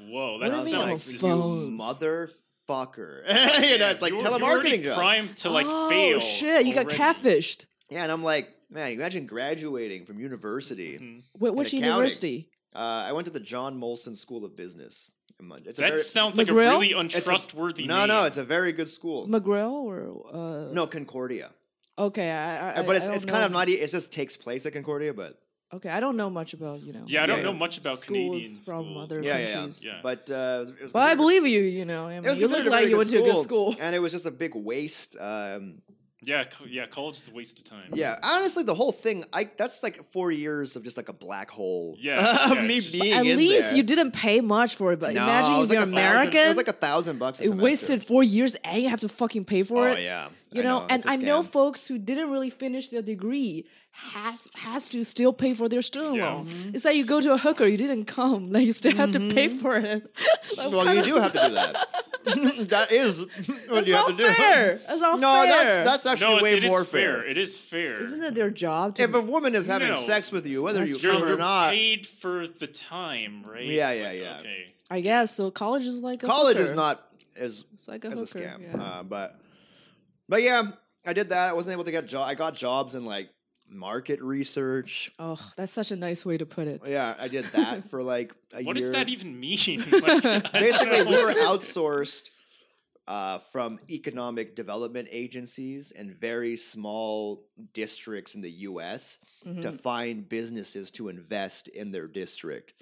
Speaker 1: Whoa,
Speaker 3: do
Speaker 1: that
Speaker 3: you mean
Speaker 1: sounds
Speaker 3: on
Speaker 1: dis-
Speaker 3: phone?
Speaker 2: you motherfucker. *laughs* you know, it's like
Speaker 1: you were- you were already
Speaker 2: telemarketing job.
Speaker 1: primed to like
Speaker 3: oh
Speaker 1: fail.
Speaker 3: shit! You got
Speaker 1: already.
Speaker 3: catfished.
Speaker 2: Yeah, and I'm like, man, imagine graduating from university.
Speaker 3: Mm-hmm.
Speaker 1: Mhm.
Speaker 3: Wait, which
Speaker 2: accounting.
Speaker 3: university?
Speaker 2: Uh, I went to the John Molson School of Business. in Mon- It's a
Speaker 1: That
Speaker 2: very-
Speaker 1: sounds like
Speaker 3: McGrill?
Speaker 1: a really
Speaker 2: a-
Speaker 1: untrustworthy.
Speaker 2: no, no,
Speaker 1: name.
Speaker 2: it's a very good school.
Speaker 3: McGrail or uh,
Speaker 2: no, Concordia.
Speaker 3: Okay, I, I
Speaker 2: Uh, but it's,
Speaker 3: I don't
Speaker 2: it's kind of
Speaker 3: know-
Speaker 2: not. e- It just takes place at Concordia, but
Speaker 3: Okay, I don't know much about you know.
Speaker 1: Yeah, I don't
Speaker 2: Yeah,
Speaker 1: know
Speaker 2: yeah.
Speaker 1: much about
Speaker 3: schools
Speaker 1: Canadian
Speaker 3: from
Speaker 1: schools.
Speaker 3: other
Speaker 2: Yeah, yeah, yeah.
Speaker 3: countries.
Speaker 1: Yeah.
Speaker 2: but uh, it was, it was
Speaker 3: But I
Speaker 2: considered-
Speaker 3: believe you. You know, I
Speaker 2: it
Speaker 3: mean,
Speaker 2: was
Speaker 3: you look
Speaker 2: considered a
Speaker 3: like
Speaker 2: very
Speaker 3: you went to a good school.
Speaker 2: and it was just a big waste. Um,
Speaker 1: Yeah, co- yeah, college is a waste of time.
Speaker 2: yeah, honestly, the whole thing. I that's like four years of just like a black hole.
Speaker 1: Yeah,
Speaker 2: *laughs* of
Speaker 1: yeah,
Speaker 2: me
Speaker 1: just-
Speaker 2: being
Speaker 3: At
Speaker 2: in
Speaker 3: least
Speaker 2: there.
Speaker 3: you didn't pay much for it. But
Speaker 2: No, it
Speaker 3: imagine
Speaker 2: was
Speaker 3: if you're
Speaker 2: like a thousand- It
Speaker 3: American,
Speaker 2: was like a thousand bucks. A
Speaker 3: it wasted
Speaker 2: semester.
Speaker 3: four years, and you have to fucking pay for
Speaker 2: Oh
Speaker 3: it.
Speaker 2: yeah,
Speaker 3: You know, and
Speaker 2: it's a
Speaker 3: I know
Speaker 2: scam.
Speaker 3: folks who didn't really finish their degree has has to still pay for their student
Speaker 1: Yeah.
Speaker 3: loan.
Speaker 2: Mm-hmm.
Speaker 3: It's like you go to a hooker, you didn't come, *laughs* like you still have to pay for it. *laughs* Like, what
Speaker 2: Well, you
Speaker 3: kind
Speaker 2: do
Speaker 3: of-
Speaker 2: have to do
Speaker 3: *laughs*
Speaker 2: that. *laughs* that is what
Speaker 3: That's
Speaker 2: you have to
Speaker 3: not
Speaker 2: do.
Speaker 3: fair. That's
Speaker 2: No,
Speaker 3: not fair.
Speaker 2: that's that's actually
Speaker 1: no, it's,
Speaker 2: way
Speaker 1: it is
Speaker 2: more
Speaker 1: fair.
Speaker 2: fair.
Speaker 1: It is fair.
Speaker 3: Isn't it their job? To
Speaker 2: If a woman is having
Speaker 1: No.
Speaker 2: sex with you, whether
Speaker 3: That's
Speaker 2: you
Speaker 1: you're,
Speaker 2: come or
Speaker 1: you're
Speaker 2: not,
Speaker 1: paid for the time, right?
Speaker 2: Yeah, yeah,
Speaker 1: Like,
Speaker 2: yeah.
Speaker 1: Okay.
Speaker 3: I guess so. College is like a
Speaker 2: college
Speaker 3: hooker.
Speaker 2: is not as
Speaker 3: It's like a
Speaker 2: as a
Speaker 3: hooker.
Speaker 2: scam.
Speaker 3: yeah.
Speaker 2: Uh, but but yeah, I did that. I wasn't able to get job. I got jobs in like market research.
Speaker 3: oh, that's such a nice way to put it.
Speaker 2: uh, Yeah, I did
Speaker 3: *laughs*
Speaker 2: that for like a
Speaker 1: What
Speaker 2: year.
Speaker 1: does that even mean? *laughs* Like, I don't
Speaker 2: *laughs* basically
Speaker 1: *laughs*
Speaker 2: we were
Speaker 1: know.
Speaker 2: outsourced uh, from economic development agencies and very small districts in the U.S. to
Speaker 3: Mhm.
Speaker 2: find businesses to invest in their district.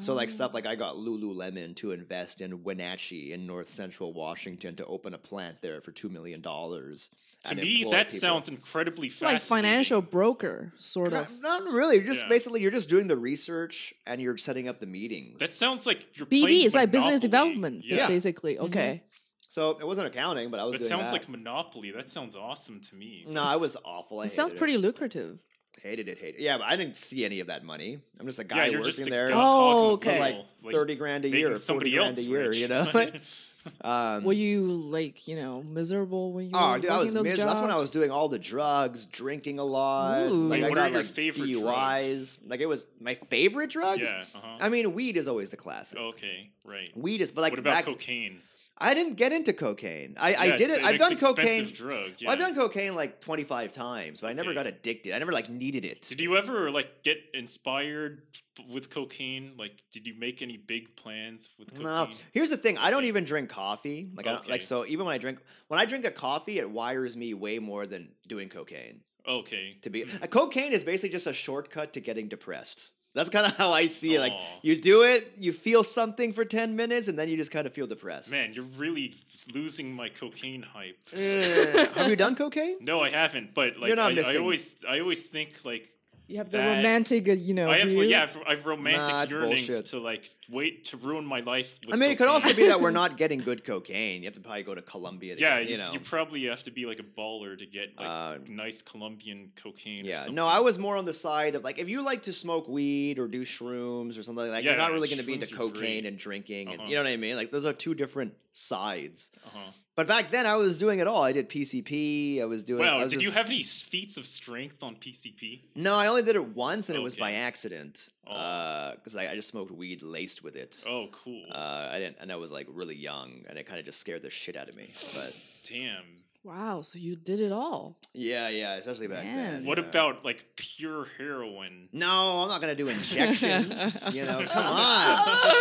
Speaker 2: So
Speaker 3: Mm.
Speaker 2: like stuff like I got Lululemon to invest in Wenatchee in North Central Washington to open a plant there for two million dollars.
Speaker 1: To me, that sounds incredibly
Speaker 3: It's like
Speaker 1: fascinating.
Speaker 3: financial broker, sort of.
Speaker 2: not really. You're just
Speaker 1: Yeah.
Speaker 2: basically you're just doing the research and you're setting up the meetings.
Speaker 1: That sounds like you're
Speaker 3: BD
Speaker 1: playing
Speaker 3: is like business
Speaker 1: Monopoly.
Speaker 3: development,
Speaker 1: Yeah.
Speaker 2: Yeah.
Speaker 3: basically.
Speaker 2: Mhm.
Speaker 3: Okay.
Speaker 2: so it wasn't accounting, but I was.
Speaker 1: That
Speaker 2: doing
Speaker 1: sounds
Speaker 2: that.
Speaker 1: like Monopoly. That sounds awesome to me.
Speaker 2: No, I was awful. I
Speaker 3: It sounds
Speaker 2: hated
Speaker 3: pretty lucrative.
Speaker 2: Hated it, hated it. Yeah, but I didn't see any of that money. I'm just a guy
Speaker 1: yeah, you're
Speaker 2: working
Speaker 1: just a
Speaker 2: there,
Speaker 1: cog in
Speaker 3: Oh,
Speaker 1: the wheel,
Speaker 3: okay.
Speaker 2: like, thirty grand a
Speaker 1: making
Speaker 2: year, forty
Speaker 1: somebody
Speaker 2: grand
Speaker 1: else
Speaker 2: a
Speaker 1: *laughs*
Speaker 2: year.
Speaker 1: rich.
Speaker 2: You know. *laughs* um,
Speaker 3: Were you like, you know, miserable when you
Speaker 2: oh,
Speaker 3: were
Speaker 2: dude, I was
Speaker 3: working those
Speaker 2: miserable. That's when I was
Speaker 3: jobs?
Speaker 2: doing all the drugs, drinking a lot.
Speaker 3: Ooh.
Speaker 2: Like
Speaker 3: Wait,
Speaker 2: I
Speaker 1: what
Speaker 2: got
Speaker 1: are your
Speaker 2: like
Speaker 1: favorite
Speaker 2: DUIs. Like it was my favorite drugs.
Speaker 1: yeah. Uh-huh.
Speaker 2: I mean, weed is always the classic.
Speaker 1: Okay. Right.
Speaker 2: Weed is, but like
Speaker 1: what about
Speaker 2: back,
Speaker 1: cocaine?
Speaker 2: I didn't get into cocaine. I, I
Speaker 1: Yeah,
Speaker 2: did
Speaker 1: it's-
Speaker 2: it. I've
Speaker 1: it's
Speaker 2: done
Speaker 1: expensive
Speaker 2: cocaine.
Speaker 1: Drug. Yeah.
Speaker 2: well, I've done cocaine like 25 times, but I never
Speaker 1: Okay.
Speaker 2: got addicted. I never like needed it.
Speaker 1: Did you ever like get inspired with cocaine? Like, did you make any big plans with cocaine?
Speaker 2: No. Here's the thing. I don't even drink coffee. Like I don't,
Speaker 1: Okay.
Speaker 2: like so even when I drink when I drink a coffee, it wires me way more than doing cocaine.
Speaker 1: Okay.
Speaker 2: to be
Speaker 1: Hmm.
Speaker 2: uh, cocaine is basically just a shortcut to getting depressed that's kind of how i see it like
Speaker 1: Aw.
Speaker 2: you do it you feel something for 10 minutes and then you just kind of feel depressed
Speaker 1: Man, you're really losing my cocaine hype.
Speaker 2: *laughs* Eh, have you done
Speaker 1: *laughs*
Speaker 2: cocaine
Speaker 1: No, I haven't. But like,
Speaker 2: You're not
Speaker 1: I, I
Speaker 2: missing.
Speaker 1: always, I always think like
Speaker 3: You have the
Speaker 1: That-
Speaker 3: romantic, uh, you know.
Speaker 1: I have,
Speaker 3: view.
Speaker 1: yeah, I've, I've romantic
Speaker 2: Nah, it's
Speaker 1: yearnings
Speaker 2: bullshit.
Speaker 1: to like wait to ruin my life. With
Speaker 2: i mean it could also
Speaker 1: cocaine. *laughs*
Speaker 2: be that we're not getting good cocaine you have to probably go to colombia to
Speaker 1: yeah,
Speaker 2: get,
Speaker 1: you,
Speaker 2: you know
Speaker 1: you probably have to be like a baller to get like
Speaker 2: uh,
Speaker 1: nice Colombian cocaine. or
Speaker 2: yeah
Speaker 1: something.
Speaker 2: no i was more on the side of like if you like to smoke weed or do shrooms or something like that you're
Speaker 1: Yeah,
Speaker 2: not really going to be into
Speaker 1: shrooms are great.
Speaker 2: cocaine and drinking and
Speaker 1: Uh-huh.
Speaker 2: you know what i mean like those are two different sides
Speaker 1: Uh-huh.
Speaker 2: but back then i was doing it all i did pcp i was doing I
Speaker 1: Wow,
Speaker 2: was
Speaker 1: did you
Speaker 2: just-
Speaker 1: have any s- feats of strength on PCP?
Speaker 2: No, I only did it once, and it was by
Speaker 1: Okay.
Speaker 2: accident.
Speaker 1: Oh.
Speaker 2: Because I, I just smoked weed laced with it.
Speaker 1: Oh, cool.
Speaker 2: Uh, I didn't, and I was like really young, and it kind of just scared the shit out of me. But
Speaker 1: Damn.
Speaker 3: Wow, so you did it all.
Speaker 2: yeah, yeah, especially back then.
Speaker 3: Man.
Speaker 1: What
Speaker 2: yeah.
Speaker 1: about like pure heroin?
Speaker 2: No, I'm not gonna do injections. you know,
Speaker 3: *laughs*
Speaker 2: come on,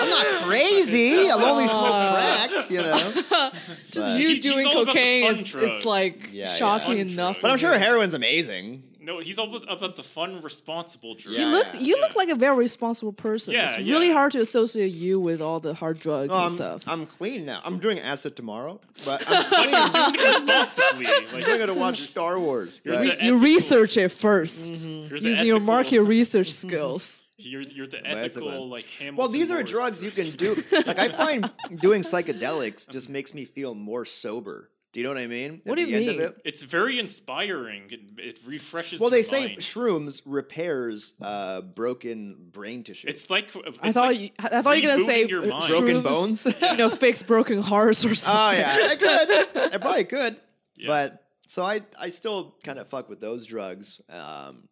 Speaker 2: I'm not crazy. I've only smoked crack. You know, *laughs*
Speaker 3: Just
Speaker 2: But-
Speaker 3: you
Speaker 1: He- he's
Speaker 3: doing
Speaker 1: all about the
Speaker 3: cocaine
Speaker 1: fun
Speaker 3: is
Speaker 1: drugs.
Speaker 3: it's like
Speaker 2: Yeah, yeah.
Speaker 3: shocking
Speaker 1: Fun
Speaker 3: enough.
Speaker 2: but I'm
Speaker 1: drugs.
Speaker 2: sure heroin's amazing.
Speaker 1: No, he's all about, about the fun, responsible drug.
Speaker 2: Yeah,
Speaker 3: you look
Speaker 2: yeah.
Speaker 3: you look like a very responsible person.
Speaker 1: Yeah,
Speaker 3: it's
Speaker 1: yeah.
Speaker 3: really hard to associate you with all the hard drugs
Speaker 2: Um,
Speaker 3: and stuff.
Speaker 2: I'm clean now. I'm doing acid tomorrow, but
Speaker 1: *laughs*
Speaker 2: I'm clean.
Speaker 1: doing it
Speaker 2: *laughs*
Speaker 1: responsibly.
Speaker 2: I'm
Speaker 1: Like,
Speaker 2: doing it to watch Star Wars.
Speaker 1: You're
Speaker 2: right?
Speaker 1: the
Speaker 3: Re- you
Speaker 1: ethical-
Speaker 3: research it 1st
Speaker 2: Mm-hmm.
Speaker 1: you're the
Speaker 3: using your
Speaker 1: ethical-
Speaker 3: market research skills.
Speaker 1: You're, you're the
Speaker 2: Basically.
Speaker 1: ethical like Hamilton.
Speaker 2: Well, these are
Speaker 1: Morris
Speaker 2: drugs you can
Speaker 1: person.
Speaker 3: *laughs*
Speaker 2: do. Like I find doing psychedelics just makes me feel more sober. Do you know what I mean? At
Speaker 3: What do
Speaker 2: the
Speaker 3: you
Speaker 2: end of
Speaker 3: mean?
Speaker 2: it.
Speaker 1: *laughs* It's very inspiring. It, it refreshes.
Speaker 2: Well,
Speaker 1: the
Speaker 2: they say
Speaker 1: mind.
Speaker 2: shrooms repairs uh, broken brain tissue.
Speaker 1: It's like it's
Speaker 3: I thought
Speaker 1: like,
Speaker 3: you, I thought you were gonna say
Speaker 1: rebooting your
Speaker 3: uh,
Speaker 1: mind.
Speaker 2: broken
Speaker 3: shrooms,
Speaker 2: bones. *laughs*
Speaker 3: you know, fix broken hearts or
Speaker 2: oh
Speaker 3: something.
Speaker 2: yeah, I could. I probably could.
Speaker 1: Yeah.
Speaker 2: But so I, I still kind of fuck with those drugs. Um,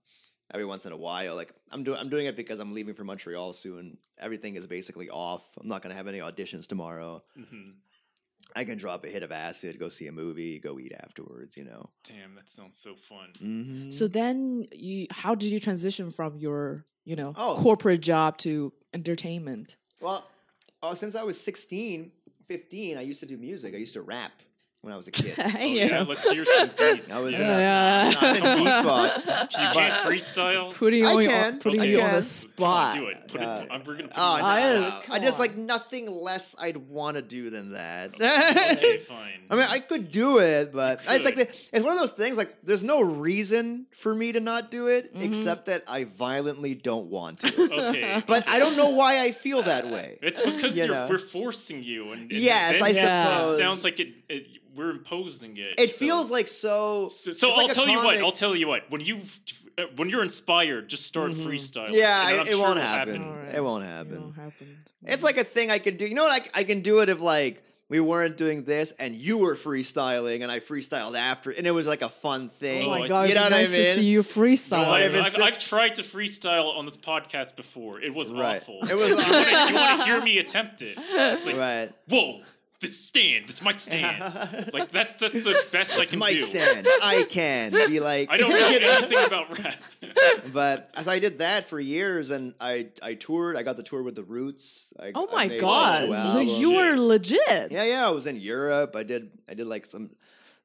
Speaker 2: every once in a while, like I'm doing, I'm doing it because I'm leaving for Montreal soon. Everything is basically off. I'm not gonna have any auditions tomorrow.
Speaker 1: Mhm.
Speaker 2: I can drop a hit of acid, go see a movie, go eat afterwards. You know.
Speaker 1: Damn, that sounds so fun.
Speaker 2: Mm-hmm.
Speaker 3: *laughs* So then, you how did you transition from your you know
Speaker 2: Oh.
Speaker 3: corporate job to entertainment?
Speaker 2: Well, oh, since I was 16, 15, I used to do music. I used to rap when I was
Speaker 1: *laughs*
Speaker 2: a kid.
Speaker 1: Oh,
Speaker 3: *laughs*
Speaker 1: yeah. let's hear some beats.
Speaker 2: I was,
Speaker 1: yeah.
Speaker 2: I'm not a beatbox.
Speaker 1: you can't freestyle.
Speaker 3: putting
Speaker 2: I
Speaker 3: you
Speaker 2: can,
Speaker 3: on, putting
Speaker 2: I
Speaker 3: you on
Speaker 2: can.
Speaker 3: the
Speaker 1: Come on,
Speaker 3: spot.
Speaker 1: do it. Put
Speaker 2: Yeah.
Speaker 1: it. I'm, we're gonna put
Speaker 2: Oh,
Speaker 1: it on the
Speaker 2: no,
Speaker 3: I-
Speaker 1: spot.
Speaker 2: no.
Speaker 3: come
Speaker 2: I just
Speaker 3: on.
Speaker 2: like nothing less I'd want to do than that.
Speaker 3: *laughs*
Speaker 1: Okay, fine.
Speaker 2: *laughs* I mean, I could do it, but
Speaker 1: You
Speaker 2: it's like
Speaker 1: could.
Speaker 2: the, it's one of those things. Like, there's no reason for me to not do it,
Speaker 3: Mhm.
Speaker 2: except that I violently don't
Speaker 1: *laughs*
Speaker 2: want to.
Speaker 3: *laughs*
Speaker 1: okay.
Speaker 2: but I don't know why I feel that
Speaker 1: *laughs*
Speaker 2: way.
Speaker 1: It's because
Speaker 2: You
Speaker 1: you
Speaker 2: know.
Speaker 1: are we're forcing you, and, and
Speaker 2: Yes,
Speaker 1: then
Speaker 2: I
Speaker 3: Yeah.
Speaker 1: It
Speaker 2: suppose.
Speaker 1: sounds like it, it. We're imposing it.
Speaker 2: It
Speaker 1: so-
Speaker 2: feels like so.
Speaker 1: So, so
Speaker 2: it's
Speaker 1: I'll
Speaker 2: like a
Speaker 1: tell you what.
Speaker 2: comic-
Speaker 1: I'll tell you what. When you uh, when you're inspired, just start
Speaker 2: Mhm.
Speaker 1: freestyling.
Speaker 2: Yeah,
Speaker 1: and
Speaker 2: I-
Speaker 1: I'm
Speaker 2: it
Speaker 1: sure
Speaker 2: won't
Speaker 1: it'll
Speaker 2: happen.
Speaker 3: Alright.
Speaker 2: It won't
Speaker 3: You know,
Speaker 2: happen.
Speaker 3: happened.
Speaker 2: It's like a thing I can do. You know what? I, I can do it if like we weren't doing this and you were freestyling and I freestyled after and it was like a fun thing.
Speaker 3: oh
Speaker 1: Oh, I
Speaker 3: my
Speaker 1: see.
Speaker 3: god,
Speaker 2: You
Speaker 3: it'd
Speaker 2: know what
Speaker 3: be
Speaker 2: I
Speaker 3: nice to
Speaker 2: mean?
Speaker 3: see you
Speaker 1: No,
Speaker 3: freestyle.
Speaker 2: What
Speaker 1: I,
Speaker 2: if
Speaker 1: have
Speaker 2: it's just-
Speaker 1: I've tried to freestyle on this podcast before. It was
Speaker 2: Right.
Speaker 1: awful.
Speaker 2: It
Speaker 1: *laughs*
Speaker 2: was
Speaker 1: You wanna- you want to hear
Speaker 2: *laughs*
Speaker 1: me attempt it? It's like, *laughs*
Speaker 2: right.
Speaker 1: whoa, this stand, this mic
Speaker 2: *laughs*
Speaker 1: stand. like that's that's the best I can
Speaker 2: Mic
Speaker 1: do.
Speaker 2: stand. I
Speaker 1: *laughs*
Speaker 2: can be like.
Speaker 1: I don't
Speaker 2: *laughs*
Speaker 1: know anything about rap.
Speaker 2: But so I did that for years, and I I toured. I got the tour with the Roots. I,
Speaker 3: oh
Speaker 2: I
Speaker 3: my
Speaker 2: made, like,
Speaker 3: god,
Speaker 2: two
Speaker 1: wow.
Speaker 3: so
Speaker 2: albums.
Speaker 3: you were legit.
Speaker 2: Yeah, yeah. I was in Europe. I did I did like some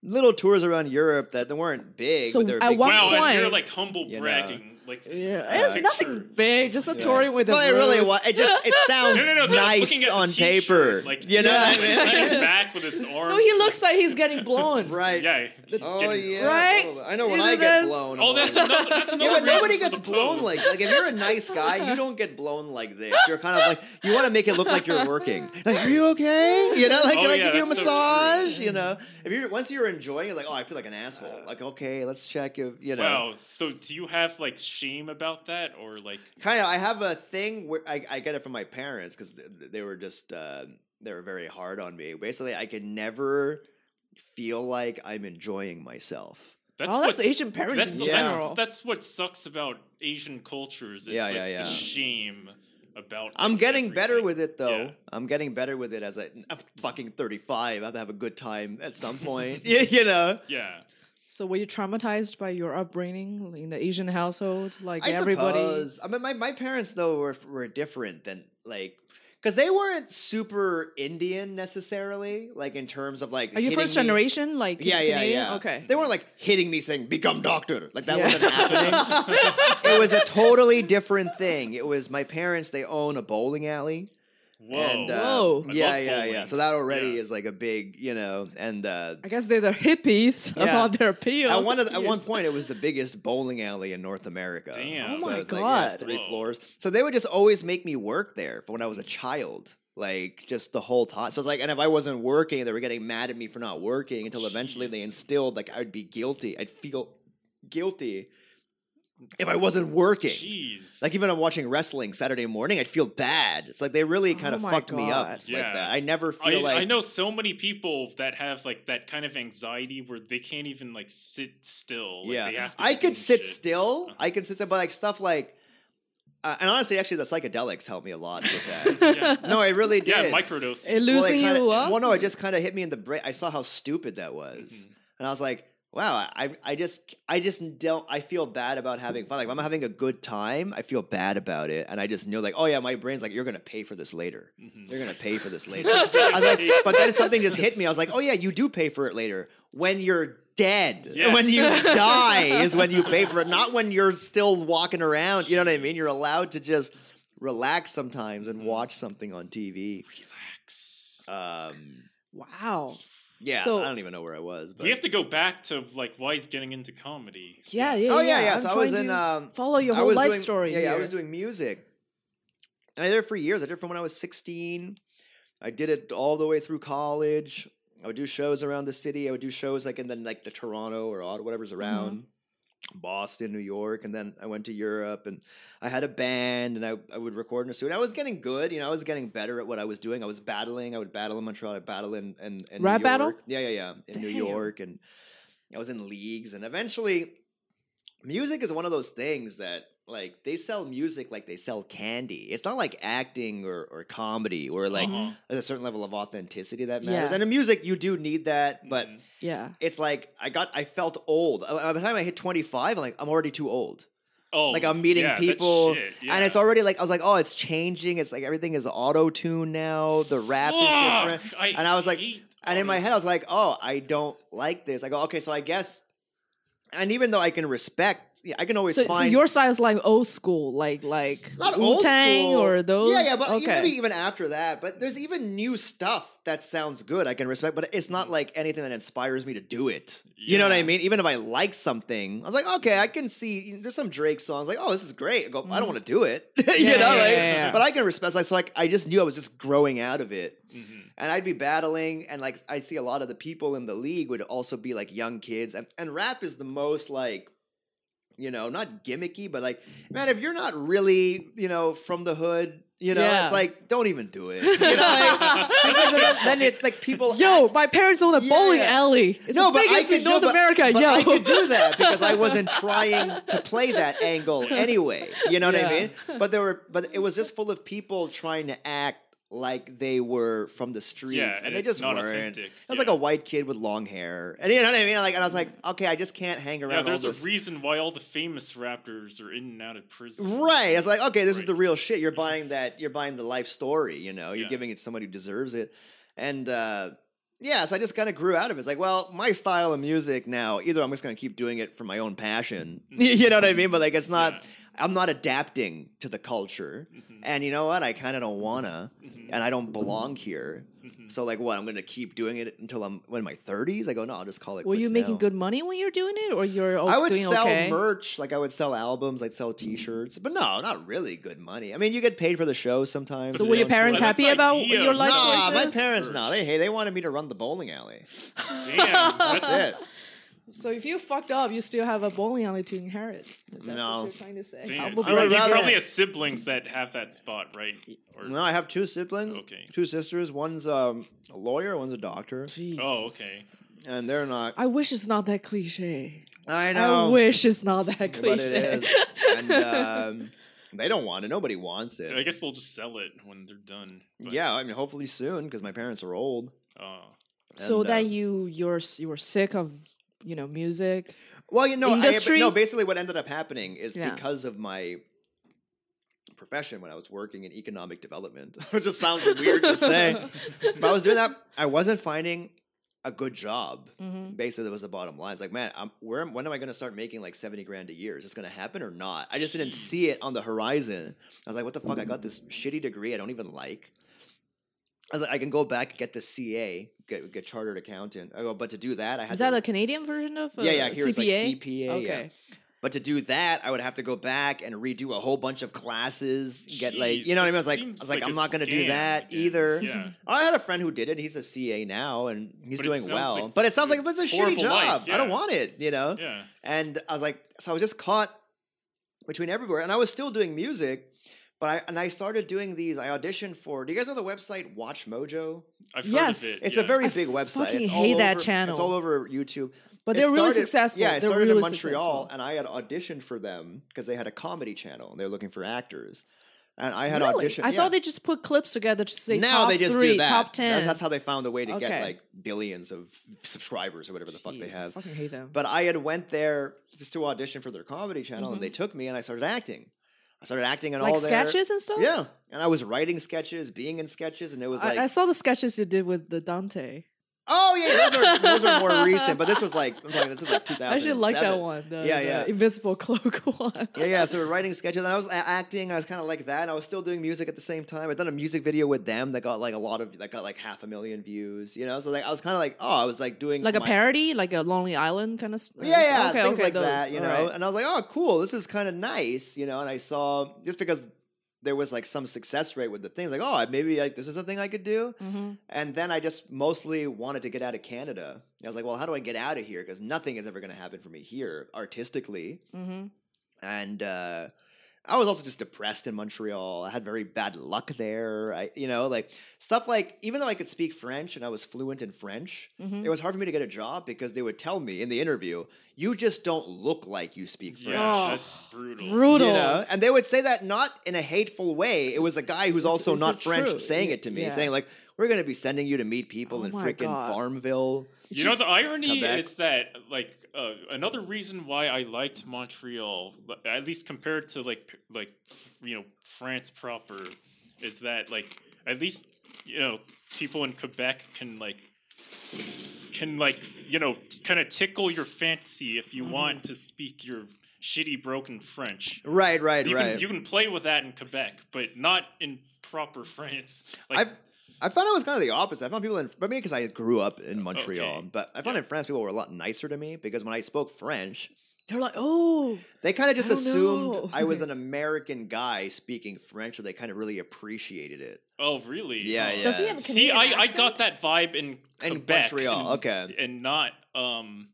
Speaker 2: little tours around Europe that they weren't big.
Speaker 3: So
Speaker 2: but they were
Speaker 3: at
Speaker 2: big
Speaker 3: one
Speaker 2: tours.
Speaker 1: wow, as you're
Speaker 3: point-
Speaker 1: like humble
Speaker 2: You know.
Speaker 1: bragging, like this is
Speaker 3: Yeah,
Speaker 1: a
Speaker 3: it's
Speaker 1: picture.
Speaker 3: nothing
Speaker 2: *laughs*
Speaker 3: big, just a
Speaker 2: Yeah.
Speaker 3: touring with a.
Speaker 2: Well, it really
Speaker 3: roots.
Speaker 2: was. It just it
Speaker 1: *laughs*
Speaker 2: sounds
Speaker 1: No, no, no. they're looking
Speaker 2: nice
Speaker 1: at the
Speaker 2: on
Speaker 1: t-shirt,
Speaker 2: paper.
Speaker 1: Like, *laughs*
Speaker 2: you know
Speaker 1: yeah,
Speaker 2: what I
Speaker 1: like,
Speaker 2: mean?
Speaker 1: leaning back with
Speaker 2: *laughs*
Speaker 1: his arms.
Speaker 3: No, he looks like he's getting blown.
Speaker 2: right.
Speaker 1: Yeah. he's
Speaker 2: Oh
Speaker 1: getting-
Speaker 2: yeah.
Speaker 3: Right?
Speaker 2: totally. I know when
Speaker 3: You
Speaker 2: I
Speaker 3: do
Speaker 2: get
Speaker 3: this?
Speaker 2: blown.
Speaker 1: Oh,
Speaker 2: I'm
Speaker 1: that's
Speaker 2: like-
Speaker 1: another.
Speaker 2: *laughs*
Speaker 1: That's another
Speaker 2: Yeah, but
Speaker 1: reason
Speaker 2: nobody
Speaker 1: for
Speaker 2: gets
Speaker 1: the
Speaker 2: blown
Speaker 1: pose.
Speaker 2: like like if you're a
Speaker 1: *laughs*
Speaker 2: nice guy, you don't get blown like this. You're kind of like you want to make it look like you're working.
Speaker 1: *laughs*
Speaker 2: Like, are you okay? You know, like
Speaker 1: Oh,
Speaker 2: can I
Speaker 1: yeah,
Speaker 2: give you a
Speaker 1: that's so true.
Speaker 2: massage? you know, if you're once you're enjoying it, like oh, I feel like an asshole. Like okay, let's check if you know.
Speaker 1: Wow. So do you have like shame about that, or like?
Speaker 2: kind of i have a thing where i, I get it from my parents because they were just uh, they were very hard on me basically i can never feel like i'm enjoying myself
Speaker 1: That's
Speaker 3: Oh, that's
Speaker 1: what's-
Speaker 3: Asian parents
Speaker 1: that's,
Speaker 2: in
Speaker 1: that's-
Speaker 3: general.
Speaker 1: That's, what sucks about Asian cultures. Is
Speaker 2: Yeah,
Speaker 1: like
Speaker 2: yeah, yeah.
Speaker 1: The shame about.
Speaker 2: i'm
Speaker 1: like,
Speaker 2: getting better
Speaker 1: everything.
Speaker 2: with it though
Speaker 1: Yeah.
Speaker 2: i'm getting better with it as I, i'm fucking 35 i have to have a good time at some
Speaker 3: *laughs*
Speaker 2: point you, you know
Speaker 1: Yeah.
Speaker 3: So were you traumatized by your upbringing in the Asian household, like
Speaker 2: I
Speaker 3: everybody?
Speaker 2: suppose. I mean, my, my parents though were were different than like because they weren't super Indian necessarily, like in terms of like.
Speaker 3: Are you
Speaker 2: hitting
Speaker 3: first
Speaker 2: me-
Speaker 3: generation? Like
Speaker 2: Yeah, yeah,
Speaker 3: Canadian?
Speaker 2: yeah.
Speaker 3: Okay.
Speaker 2: They weren't like hitting me saying "become doctor." Like that
Speaker 3: Yeah.
Speaker 2: wasn't happening.
Speaker 3: *laughs*
Speaker 2: it was a totally different thing. It was my parents. They own a bowling alley.
Speaker 1: Whoa.
Speaker 2: And, uh,
Speaker 3: Whoa.
Speaker 1: I
Speaker 2: Yeah,
Speaker 1: love
Speaker 2: yeah, yeah.
Speaker 1: bowling.
Speaker 2: So that already
Speaker 1: Yeah.
Speaker 2: is like a big, you know, and uh,
Speaker 3: I guess they're the hippies
Speaker 2: Yeah.
Speaker 3: about their appeal.
Speaker 2: *laughs* at one of the- at one
Speaker 3: *laughs* Yes.
Speaker 2: point it was the biggest bowling alley in North America.
Speaker 1: Damn. Oh
Speaker 2: So
Speaker 3: my
Speaker 2: it's like, yeah, it's
Speaker 3: God.
Speaker 2: three
Speaker 1: Whoa.
Speaker 2: floors. So they would just always make me work there for when I was a child. Like just the whole time. So it's like, and if I wasn't working, they were getting mad at me for not working until eventually they
Speaker 1: Oh, Jeez.
Speaker 2: instilled like I'd be guilty. I'd feel guilty if I wasn't working.
Speaker 1: Jeez.
Speaker 2: Like even I'm watching wrestling Saturday morning, I'd feel bad. It's like they really kind
Speaker 3: Oh
Speaker 2: of
Speaker 3: my
Speaker 2: fucked me up
Speaker 3: God.
Speaker 2: like
Speaker 1: Yeah.
Speaker 2: that. I never
Speaker 1: I,
Speaker 2: feel like
Speaker 1: I know so many people that have like that kind of anxiety where they can't even like sit still. Like, they have to
Speaker 2: I
Speaker 1: be
Speaker 2: could
Speaker 1: doing
Speaker 2: sit
Speaker 1: shit.
Speaker 2: still.
Speaker 1: Uh-huh.
Speaker 2: I could sit still, but like stuff like, uh, and honestly, actually, the psychedelics helped me a lot
Speaker 1: *laughs*
Speaker 2: with that.
Speaker 1: Yeah.
Speaker 2: no, it really did.
Speaker 1: Yeah, microdose.
Speaker 3: It
Speaker 2: Well, it
Speaker 3: losing
Speaker 2: kinda-
Speaker 3: you up.
Speaker 2: Well, no, it just kind of hit me in the brain. I saw how stupid that
Speaker 1: Mm-hmm.
Speaker 2: was, and I was like, wow, I, I just, I just don't. I feel bad about having fun. Like, if I'm having a good time, I feel bad about it, and I just know, like, oh yeah, my brain's like, you're gonna pay for this later.
Speaker 1: Mm-hmm.
Speaker 2: You're gonna pay for this later. I was like, but then something just hit me. I was like, oh yeah, you do pay for it later when you're dead.
Speaker 1: Yes. *laughs*
Speaker 2: When you die is when you pay for it, not when you're still walking around. You know what I mean? You're allowed to just relax sometimes
Speaker 1: Mm-hmm.
Speaker 2: and watch something on TV.
Speaker 1: Relax.
Speaker 2: Um,
Speaker 3: wow.
Speaker 2: yeah,
Speaker 3: So-
Speaker 2: I don't even know where I was. But
Speaker 1: we have to go back to like why he's getting into comedy.
Speaker 3: Yeah, yeah.
Speaker 2: oh yeah, yeah.
Speaker 3: I'm
Speaker 2: So I
Speaker 3: trying
Speaker 2: was in.
Speaker 3: to
Speaker 2: Um,
Speaker 3: follow your
Speaker 2: I
Speaker 3: whole
Speaker 2: was
Speaker 3: life
Speaker 2: doing-
Speaker 3: story.
Speaker 2: Yeah, yeah, I
Speaker 3: here.
Speaker 2: was doing music, and I did it for years. I did it from when I was sixteen. I did it all the way through college. I would do shows around the city. I would do shows like in the like the Toronto or Ottawa, whatever's
Speaker 3: Mm-hmm.
Speaker 2: around. Boston, New York, and then I went to Europe and I had a band and I, I would record in a studio. I was getting good, you know, I was getting better at what I was doing. I was battling. I would battle in Montreal, I'd battle in, in, in
Speaker 3: Rap
Speaker 2: New
Speaker 3: battle?
Speaker 2: York. Yeah, yeah, yeah. In New
Speaker 3: Damn.
Speaker 2: York and I was in leagues and eventually music is one of those things that like they sell music like they sell candy. It's not like acting or, or comedy or like
Speaker 1: Uh-huh.
Speaker 2: there's a certain level of authenticity that
Speaker 3: Mm-hmm. Yeah.
Speaker 2: matters. And in music you do need that, but
Speaker 1: Mhm.
Speaker 3: Yeah.
Speaker 2: it's like I got I felt old. Uh, By the time I hit 25, I'm like I'm already too old.
Speaker 1: oh,
Speaker 2: like, I'm meeting
Speaker 1: yeah, that's
Speaker 2: people,
Speaker 1: shit,
Speaker 2: And
Speaker 1: yeah.
Speaker 2: it's already like I was like, "Oh, it's changing. It's like everything is auto-tune now. oh, The rap
Speaker 1: Fuck,
Speaker 2: is different." And I was like-
Speaker 1: hate
Speaker 2: And in my
Speaker 1: auto-tune.
Speaker 2: head I was like, "Oh, I don't like this." I go, "Okay, so I guess and even though I can respect, yeah, I can always
Speaker 3: So,
Speaker 2: find
Speaker 3: so your style is like old school, like like
Speaker 2: Not old
Speaker 3: Wu Tang
Speaker 2: school.
Speaker 3: or those.
Speaker 2: Yeah, yeah, but
Speaker 3: okay.
Speaker 2: maybe even after that. But there's even new stuff that sounds good. I can respect, but it's not like anything that inspires me to do it. You know what I
Speaker 1: Yeah.
Speaker 2: mean? Even if I like something, I was like, okay, I can see. There's some Drake songs like, oh, this is great. I go, I don't want to do it. *laughs* you
Speaker 3: Mm. Yeah,
Speaker 2: know,
Speaker 3: yeah,
Speaker 2: like,
Speaker 3: yeah, yeah.
Speaker 2: but I can respect. Like, so like, I just knew I was just growing out of it
Speaker 1: Mhm.
Speaker 2: and I'd be battling, and like I see a lot of the people in the league would also be like young kids, and, and rap is the most like, you know, not gimmicky, but like, man, if you're not really, you know, from the hood, you know,
Speaker 3: Yeah.
Speaker 2: it's like don't even do it, you know,
Speaker 3: *laughs*
Speaker 2: like, because then- then it's like people.
Speaker 3: Yo, my parents own a
Speaker 2: Yeah,
Speaker 3: bowling
Speaker 2: yeah.
Speaker 3: alley. It's
Speaker 2: No,
Speaker 3: the
Speaker 2: but I
Speaker 3: biggest
Speaker 2: could-
Speaker 3: in
Speaker 2: no,
Speaker 3: North
Speaker 2: but-
Speaker 3: America.
Speaker 2: But
Speaker 3: yo,
Speaker 2: I could do that because I wasn't trying to play that angle anyway. You know what I
Speaker 3: Yeah.
Speaker 2: mean? But there were, but it was just full of people trying to act like they were from the streets,
Speaker 1: Yeah,
Speaker 2: and,
Speaker 1: and
Speaker 2: they
Speaker 1: it's
Speaker 2: just
Speaker 1: not
Speaker 2: weren't.
Speaker 1: authentic.
Speaker 2: It
Speaker 1: Yeah.
Speaker 2: was like a white kid with long hair, and you know what I mean. Like, and I was like, okay, I just can't hang around.
Speaker 1: Mm-hmm. Yeah, there's
Speaker 2: all
Speaker 1: a
Speaker 2: this.
Speaker 1: reason why all the famous rappers are in and out of prison.
Speaker 2: Right. It's like, okay, this is
Speaker 1: Right.
Speaker 2: the real shit. You're buying that. You're buying the life story. You know, you're
Speaker 1: Yeah.
Speaker 2: giving it to somebody who deserves it. And uh, yeah, so I just kind of grew out of it. It's like, well, my style of music now. Either I'm just gonna keep doing it for my own passion. *laughs* you know what I mean? But like, it's not.
Speaker 1: Mm-hmm. Yeah.
Speaker 2: I'm not adapting to the culture. *laughs*
Speaker 1: Mhm.
Speaker 2: And you know what? I kind of don't wanna,
Speaker 1: Mhm.
Speaker 2: and I don't belong here.
Speaker 1: Mhm.
Speaker 2: So like, what? I'm gonna keep doing it until I'm in my 30s. I go, no, I'll just call it.
Speaker 3: *laughs* Were you
Speaker 2: quits
Speaker 3: making
Speaker 2: now."
Speaker 3: good money when you're doing it, or you're o-
Speaker 2: I would
Speaker 3: doing
Speaker 2: sell
Speaker 3: okay?
Speaker 2: merch, like I would sell albums, I'd sell T-shirts, but no, not really good money. I mean, you get paid for the show sometimes.
Speaker 3: so
Speaker 2: you
Speaker 3: were your
Speaker 2: know, it's
Speaker 3: parents
Speaker 2: like-
Speaker 1: I like
Speaker 3: happy
Speaker 1: the
Speaker 3: about
Speaker 1: idea
Speaker 3: your
Speaker 1: of
Speaker 3: life
Speaker 1: selling
Speaker 2: Nah,
Speaker 3: choices?
Speaker 2: my
Speaker 1: choices?
Speaker 2: parents not. They hey, they wanted me to run the bowling alley.
Speaker 1: Damn,
Speaker 2: That's
Speaker 1: that's
Speaker 2: it.
Speaker 3: So if you fucked up, you still have a bowling alley to inherit. Is that
Speaker 2: No.
Speaker 3: what you're trying to say?
Speaker 1: Damn.
Speaker 3: How
Speaker 1: So
Speaker 2: I
Speaker 1: you
Speaker 2: would rather-
Speaker 1: probably have siblings that have that spot, right? Or,
Speaker 2: No, I have two siblings,
Speaker 1: Okay.
Speaker 2: two sisters. One's um, a lawyer, one's a doctor,
Speaker 1: Oh, okay.
Speaker 2: and they're not.
Speaker 3: I wish it's not that cliche.
Speaker 2: I
Speaker 3: I wish it's not that cliche.
Speaker 2: but it
Speaker 3: *laughs*
Speaker 2: is, and um, they don't want it. Nobody wants it.
Speaker 1: I guess they'll just sell it when they're done. but,
Speaker 2: yeah, I mean, hopefully soon because my parents are old.
Speaker 1: Uh,
Speaker 3: so
Speaker 2: And, uh,
Speaker 3: that you you're s- you were sick of you know music.
Speaker 2: Well, you know, I, but
Speaker 3: Industry?
Speaker 2: no. Basically, what ended up happening is
Speaker 3: Yeah.
Speaker 2: because of my profession when I was working in economic development, *laughs* which just sounds weird to say.
Speaker 3: *laughs*
Speaker 2: But I was doing that. I wasn't finding a good job.
Speaker 3: Mhm.
Speaker 2: Basically, that was the bottom line. It's like, man, I'm, where, am- when am I going to start making like seventy grand a year? Is this going to happen or not? I just didn't see it
Speaker 1: Jeez.
Speaker 2: on the horizon. I was like, what the fuck? I got this shitty degree I don't even like. I was like, I can go back and get the CA, get, get chartered accountant. I go, but to do that, I had
Speaker 3: Is that
Speaker 2: to,
Speaker 3: a Canadian version of uh,
Speaker 2: yeah, yeah, here
Speaker 3: CPA?
Speaker 2: it's like CPA. yeah.
Speaker 3: okay.
Speaker 2: But to do that, I would have to go back and redo a whole bunch of classes. Get like,
Speaker 1: Jeez,
Speaker 2: you know what I mean? I
Speaker 1: that
Speaker 2: was like, I
Speaker 1: seems
Speaker 2: was like,
Speaker 1: like
Speaker 2: I'm
Speaker 1: a
Speaker 2: not going to do
Speaker 1: scam
Speaker 2: that
Speaker 1: again.
Speaker 2: either. Oh,
Speaker 1: Yeah.
Speaker 2: I had a friend who did it. He's a CA now, and he's
Speaker 1: But it
Speaker 2: doing
Speaker 1: sounds
Speaker 2: well.
Speaker 1: like
Speaker 2: but it sounds like it was a shitty
Speaker 1: horrible
Speaker 2: job.
Speaker 1: life,
Speaker 2: I don't
Speaker 1: yeah.
Speaker 2: want it, you know. *laughs*
Speaker 1: Yeah.
Speaker 2: And I was like, so I was just caught between everywhere, and I was still doing music. But I and I started doing these. I auditioned for. Do you guys know the website Watch Mojo?
Speaker 1: I've
Speaker 3: Yes.
Speaker 1: heard of it.
Speaker 2: It's
Speaker 1: yeah.
Speaker 2: a very
Speaker 3: I
Speaker 2: big website.
Speaker 3: fucking
Speaker 2: it's all
Speaker 3: hate that
Speaker 2: over- It's
Speaker 3: channel.
Speaker 2: all over YouTube.
Speaker 3: But
Speaker 2: It
Speaker 3: they're really
Speaker 2: started-
Speaker 3: successful.
Speaker 2: Yeah, it
Speaker 3: they're
Speaker 2: started
Speaker 3: really
Speaker 2: in Montreal,
Speaker 3: successful.
Speaker 2: and I had auditioned for them because they had a comedy channel and they were looking for actors. And I had
Speaker 3: Really?
Speaker 2: auditioned.
Speaker 3: I
Speaker 2: yeah.
Speaker 3: thought they just put clips together to say
Speaker 2: now
Speaker 3: top
Speaker 2: they just
Speaker 3: three,
Speaker 2: do that.
Speaker 3: top
Speaker 2: That's-
Speaker 3: ten.
Speaker 2: That's, how they found a way to get
Speaker 3: Okay.
Speaker 2: like billions of subscribers or whatever the fuck they
Speaker 3: Jeez, I
Speaker 2: have.
Speaker 3: fucking hate them.
Speaker 2: But I had went there just to audition for their comedy channel, and
Speaker 3: Mhm.
Speaker 2: they took me, and I started acting. I started acting in
Speaker 3: like
Speaker 2: all their
Speaker 3: sketches and stuff.
Speaker 2: Yeah, and I was writing sketches, being in sketches, and it was like
Speaker 3: I, I saw the sketches you did with the Dante. *laughs*
Speaker 2: Oh yeah, those are, those are more recent, but this was like I'm talking, this is like 2000.
Speaker 3: I actually like that one. The,
Speaker 2: Yeah,
Speaker 3: the
Speaker 2: yeah.
Speaker 3: Invisible *laughs* cloak one.
Speaker 2: Yeah, yeah. So we're writing sketches, and I was a- acting. I was kind of like that. And I was still doing music at the same time. I'd done a music video with them that got like a lot of that got like half a million views. You know, so like I was kind of like, oh, I was like doing
Speaker 3: Like a
Speaker 2: my-
Speaker 3: parody, like a Lonely Island kind of. St-
Speaker 2: Yeah, yeah,
Speaker 3: Okay,
Speaker 2: things
Speaker 3: okay,
Speaker 2: like
Speaker 3: those.
Speaker 2: that. You
Speaker 3: All
Speaker 2: know,
Speaker 3: right.
Speaker 2: and I was like, oh, cool. This is kind of nice. You know, and I saw just because there was like some success rate with the things, like oh, maybe like this is something I could do.
Speaker 3: Mhm.
Speaker 2: And then I just mostly wanted to get out of Canada. And I was like, well, how do I get out of here? Because nothing is ever going to happen for me here artistically.
Speaker 3: Mhm.
Speaker 2: And uh, I was also just depressed in Montreal. I had very bad luck there. I, you know, like stuff like even though I could speak French and I was fluent in French,
Speaker 3: Mhm.
Speaker 2: it was hard for me to get a job because they would tell me in the interview, "You just don't look like you speak French."
Speaker 1: Yeah,
Speaker 3: Oh.
Speaker 1: that's brutal.
Speaker 2: You
Speaker 3: Brutal.
Speaker 2: know? And they would say that not in a hateful way. It was a guy who's
Speaker 3: Is-
Speaker 2: also
Speaker 3: is
Speaker 2: not
Speaker 3: it
Speaker 2: French
Speaker 3: true?
Speaker 2: saying
Speaker 3: Y-
Speaker 2: it to me,
Speaker 3: yeah.
Speaker 2: saying like, "We're going to be sending you to meet people
Speaker 3: Oh
Speaker 2: in
Speaker 3: my
Speaker 2: freaking
Speaker 3: God.
Speaker 2: Farmville."
Speaker 1: You know, the irony
Speaker 2: Quebec.
Speaker 1: is that, like, uh, another reason why I liked Montreal, li- at least compared to, like, p- like f- you know, France proper, is that, like, at least, you know, people in Quebec can, like, can, like, you know, kind of tickle your fancy if
Speaker 2: Mm-hmm.
Speaker 1: you want to speak your shitty, broken French.
Speaker 2: Right, right,
Speaker 1: You,
Speaker 2: right.
Speaker 1: can, you can play with that in Quebec, but not in proper *laughs* France. Like,
Speaker 2: I've- I found it was kind of the opposite. I found people in, but maybe because I grew up in Montreal,
Speaker 1: okay.
Speaker 2: but I found
Speaker 1: Yeah.
Speaker 2: in France people were a lot nicer to me because when I spoke French,
Speaker 3: They're like, oh,
Speaker 2: they kind of just
Speaker 3: don't
Speaker 2: assumed
Speaker 3: know.
Speaker 2: I
Speaker 3: *laughs*
Speaker 2: was an American guy speaking French, so they kind of really appreciated it.
Speaker 1: oh, really?
Speaker 2: Yeah,
Speaker 1: Huh.
Speaker 2: yeah.
Speaker 4: Does he have a Canadian
Speaker 1: See, I, I got
Speaker 4: accent?
Speaker 1: that vibe in
Speaker 2: In
Speaker 1: Quebec, *laughs*
Speaker 2: Montreal,
Speaker 1: and-
Speaker 2: okay.
Speaker 1: and not um,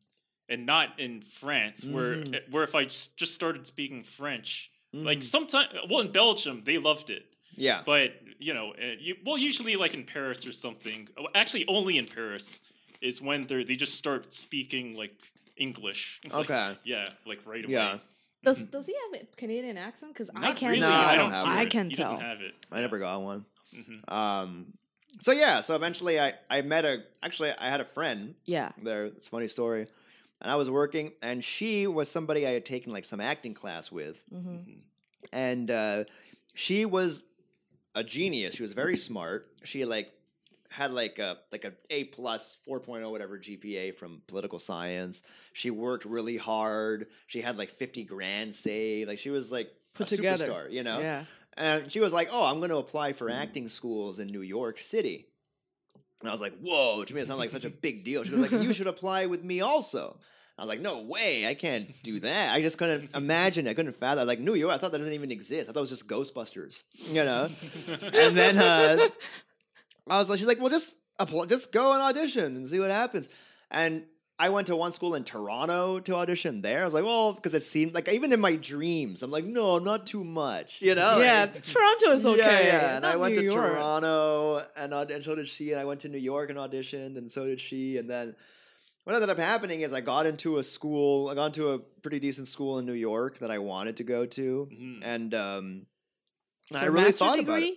Speaker 1: and not in France, where eh,
Speaker 2: Mm.
Speaker 1: where if I s- just started speaking French, like
Speaker 2: Mhm.
Speaker 1: sometimes, well, in Belgium they loved it,
Speaker 2: yeah,
Speaker 1: but you know, uh, you, well, usually like in Paris or something. oh, Actually, only in Paris is when they they just start speaking like English. *laughs* Like,
Speaker 2: okay,
Speaker 1: yeah, like right away.
Speaker 2: Yeah.
Speaker 3: does does he have a Canadian accent? Because I
Speaker 1: Not
Speaker 3: can't.
Speaker 1: really.
Speaker 2: No,
Speaker 3: tell.
Speaker 2: I
Speaker 1: I
Speaker 2: don't
Speaker 1: don't.
Speaker 2: have
Speaker 1: hear
Speaker 3: I
Speaker 1: it.
Speaker 3: can
Speaker 1: He
Speaker 3: tell.
Speaker 1: Doesn't have it.
Speaker 2: I never got one.
Speaker 3: Mm-hmm.
Speaker 1: Mhm.
Speaker 2: Um, so yeah, so eventually I I met a actually I had a friend
Speaker 3: Yeah.
Speaker 2: there. It's a funny story, and I was working, and she was somebody I had taken like some acting class with,
Speaker 3: Mm-hmm.
Speaker 1: Mhm.
Speaker 2: and uh, she was a genius. She was very smart. She like had like a like a A plus 4.0 whatever GPA from political science. She worked really hard. She had like 50 grand saved. Like she was like
Speaker 3: Put
Speaker 2: a
Speaker 3: together.
Speaker 2: superstar, you know.
Speaker 3: Yeah.
Speaker 2: And she was like, "Oh, I'm going to apply for acting schools in New York City." And I was like, "Whoa!" To me, it sounded like such a big deal. She was like, "You should apply with me also." I was like, "No way! I can't do that. I just couldn't imagine. I couldn't fathom. Like New York, I thought that doesn't even exist. I thought it was just Ghostbusters, you know."
Speaker 1: Mm-hmm.
Speaker 2: And then uh, I was like, "She's like, well, just apply, just go and audition and see what happens." And I went to one school in Toronto to audition there. I was like, "Well," because it seemed like even in my dreams, I'm like, "No, not too much," you know?
Speaker 3: yeah.
Speaker 2: like-
Speaker 3: Toronto is okay.
Speaker 2: Oh, yeah, yeah. And
Speaker 3: Not
Speaker 2: I went
Speaker 3: New
Speaker 2: to
Speaker 3: York.
Speaker 2: Toronto and, aud- and so did she. And I went to New York and auditioned, and so did she. And then what ended up happening is I got into a school, I got into a pretty decent school in New York that I wanted to go to.
Speaker 3: Mm-hmm.
Speaker 1: Mhm.
Speaker 2: And um,
Speaker 3: For
Speaker 2: I
Speaker 3: a
Speaker 2: really
Speaker 3: master
Speaker 2: thought
Speaker 3: degree?
Speaker 2: about it.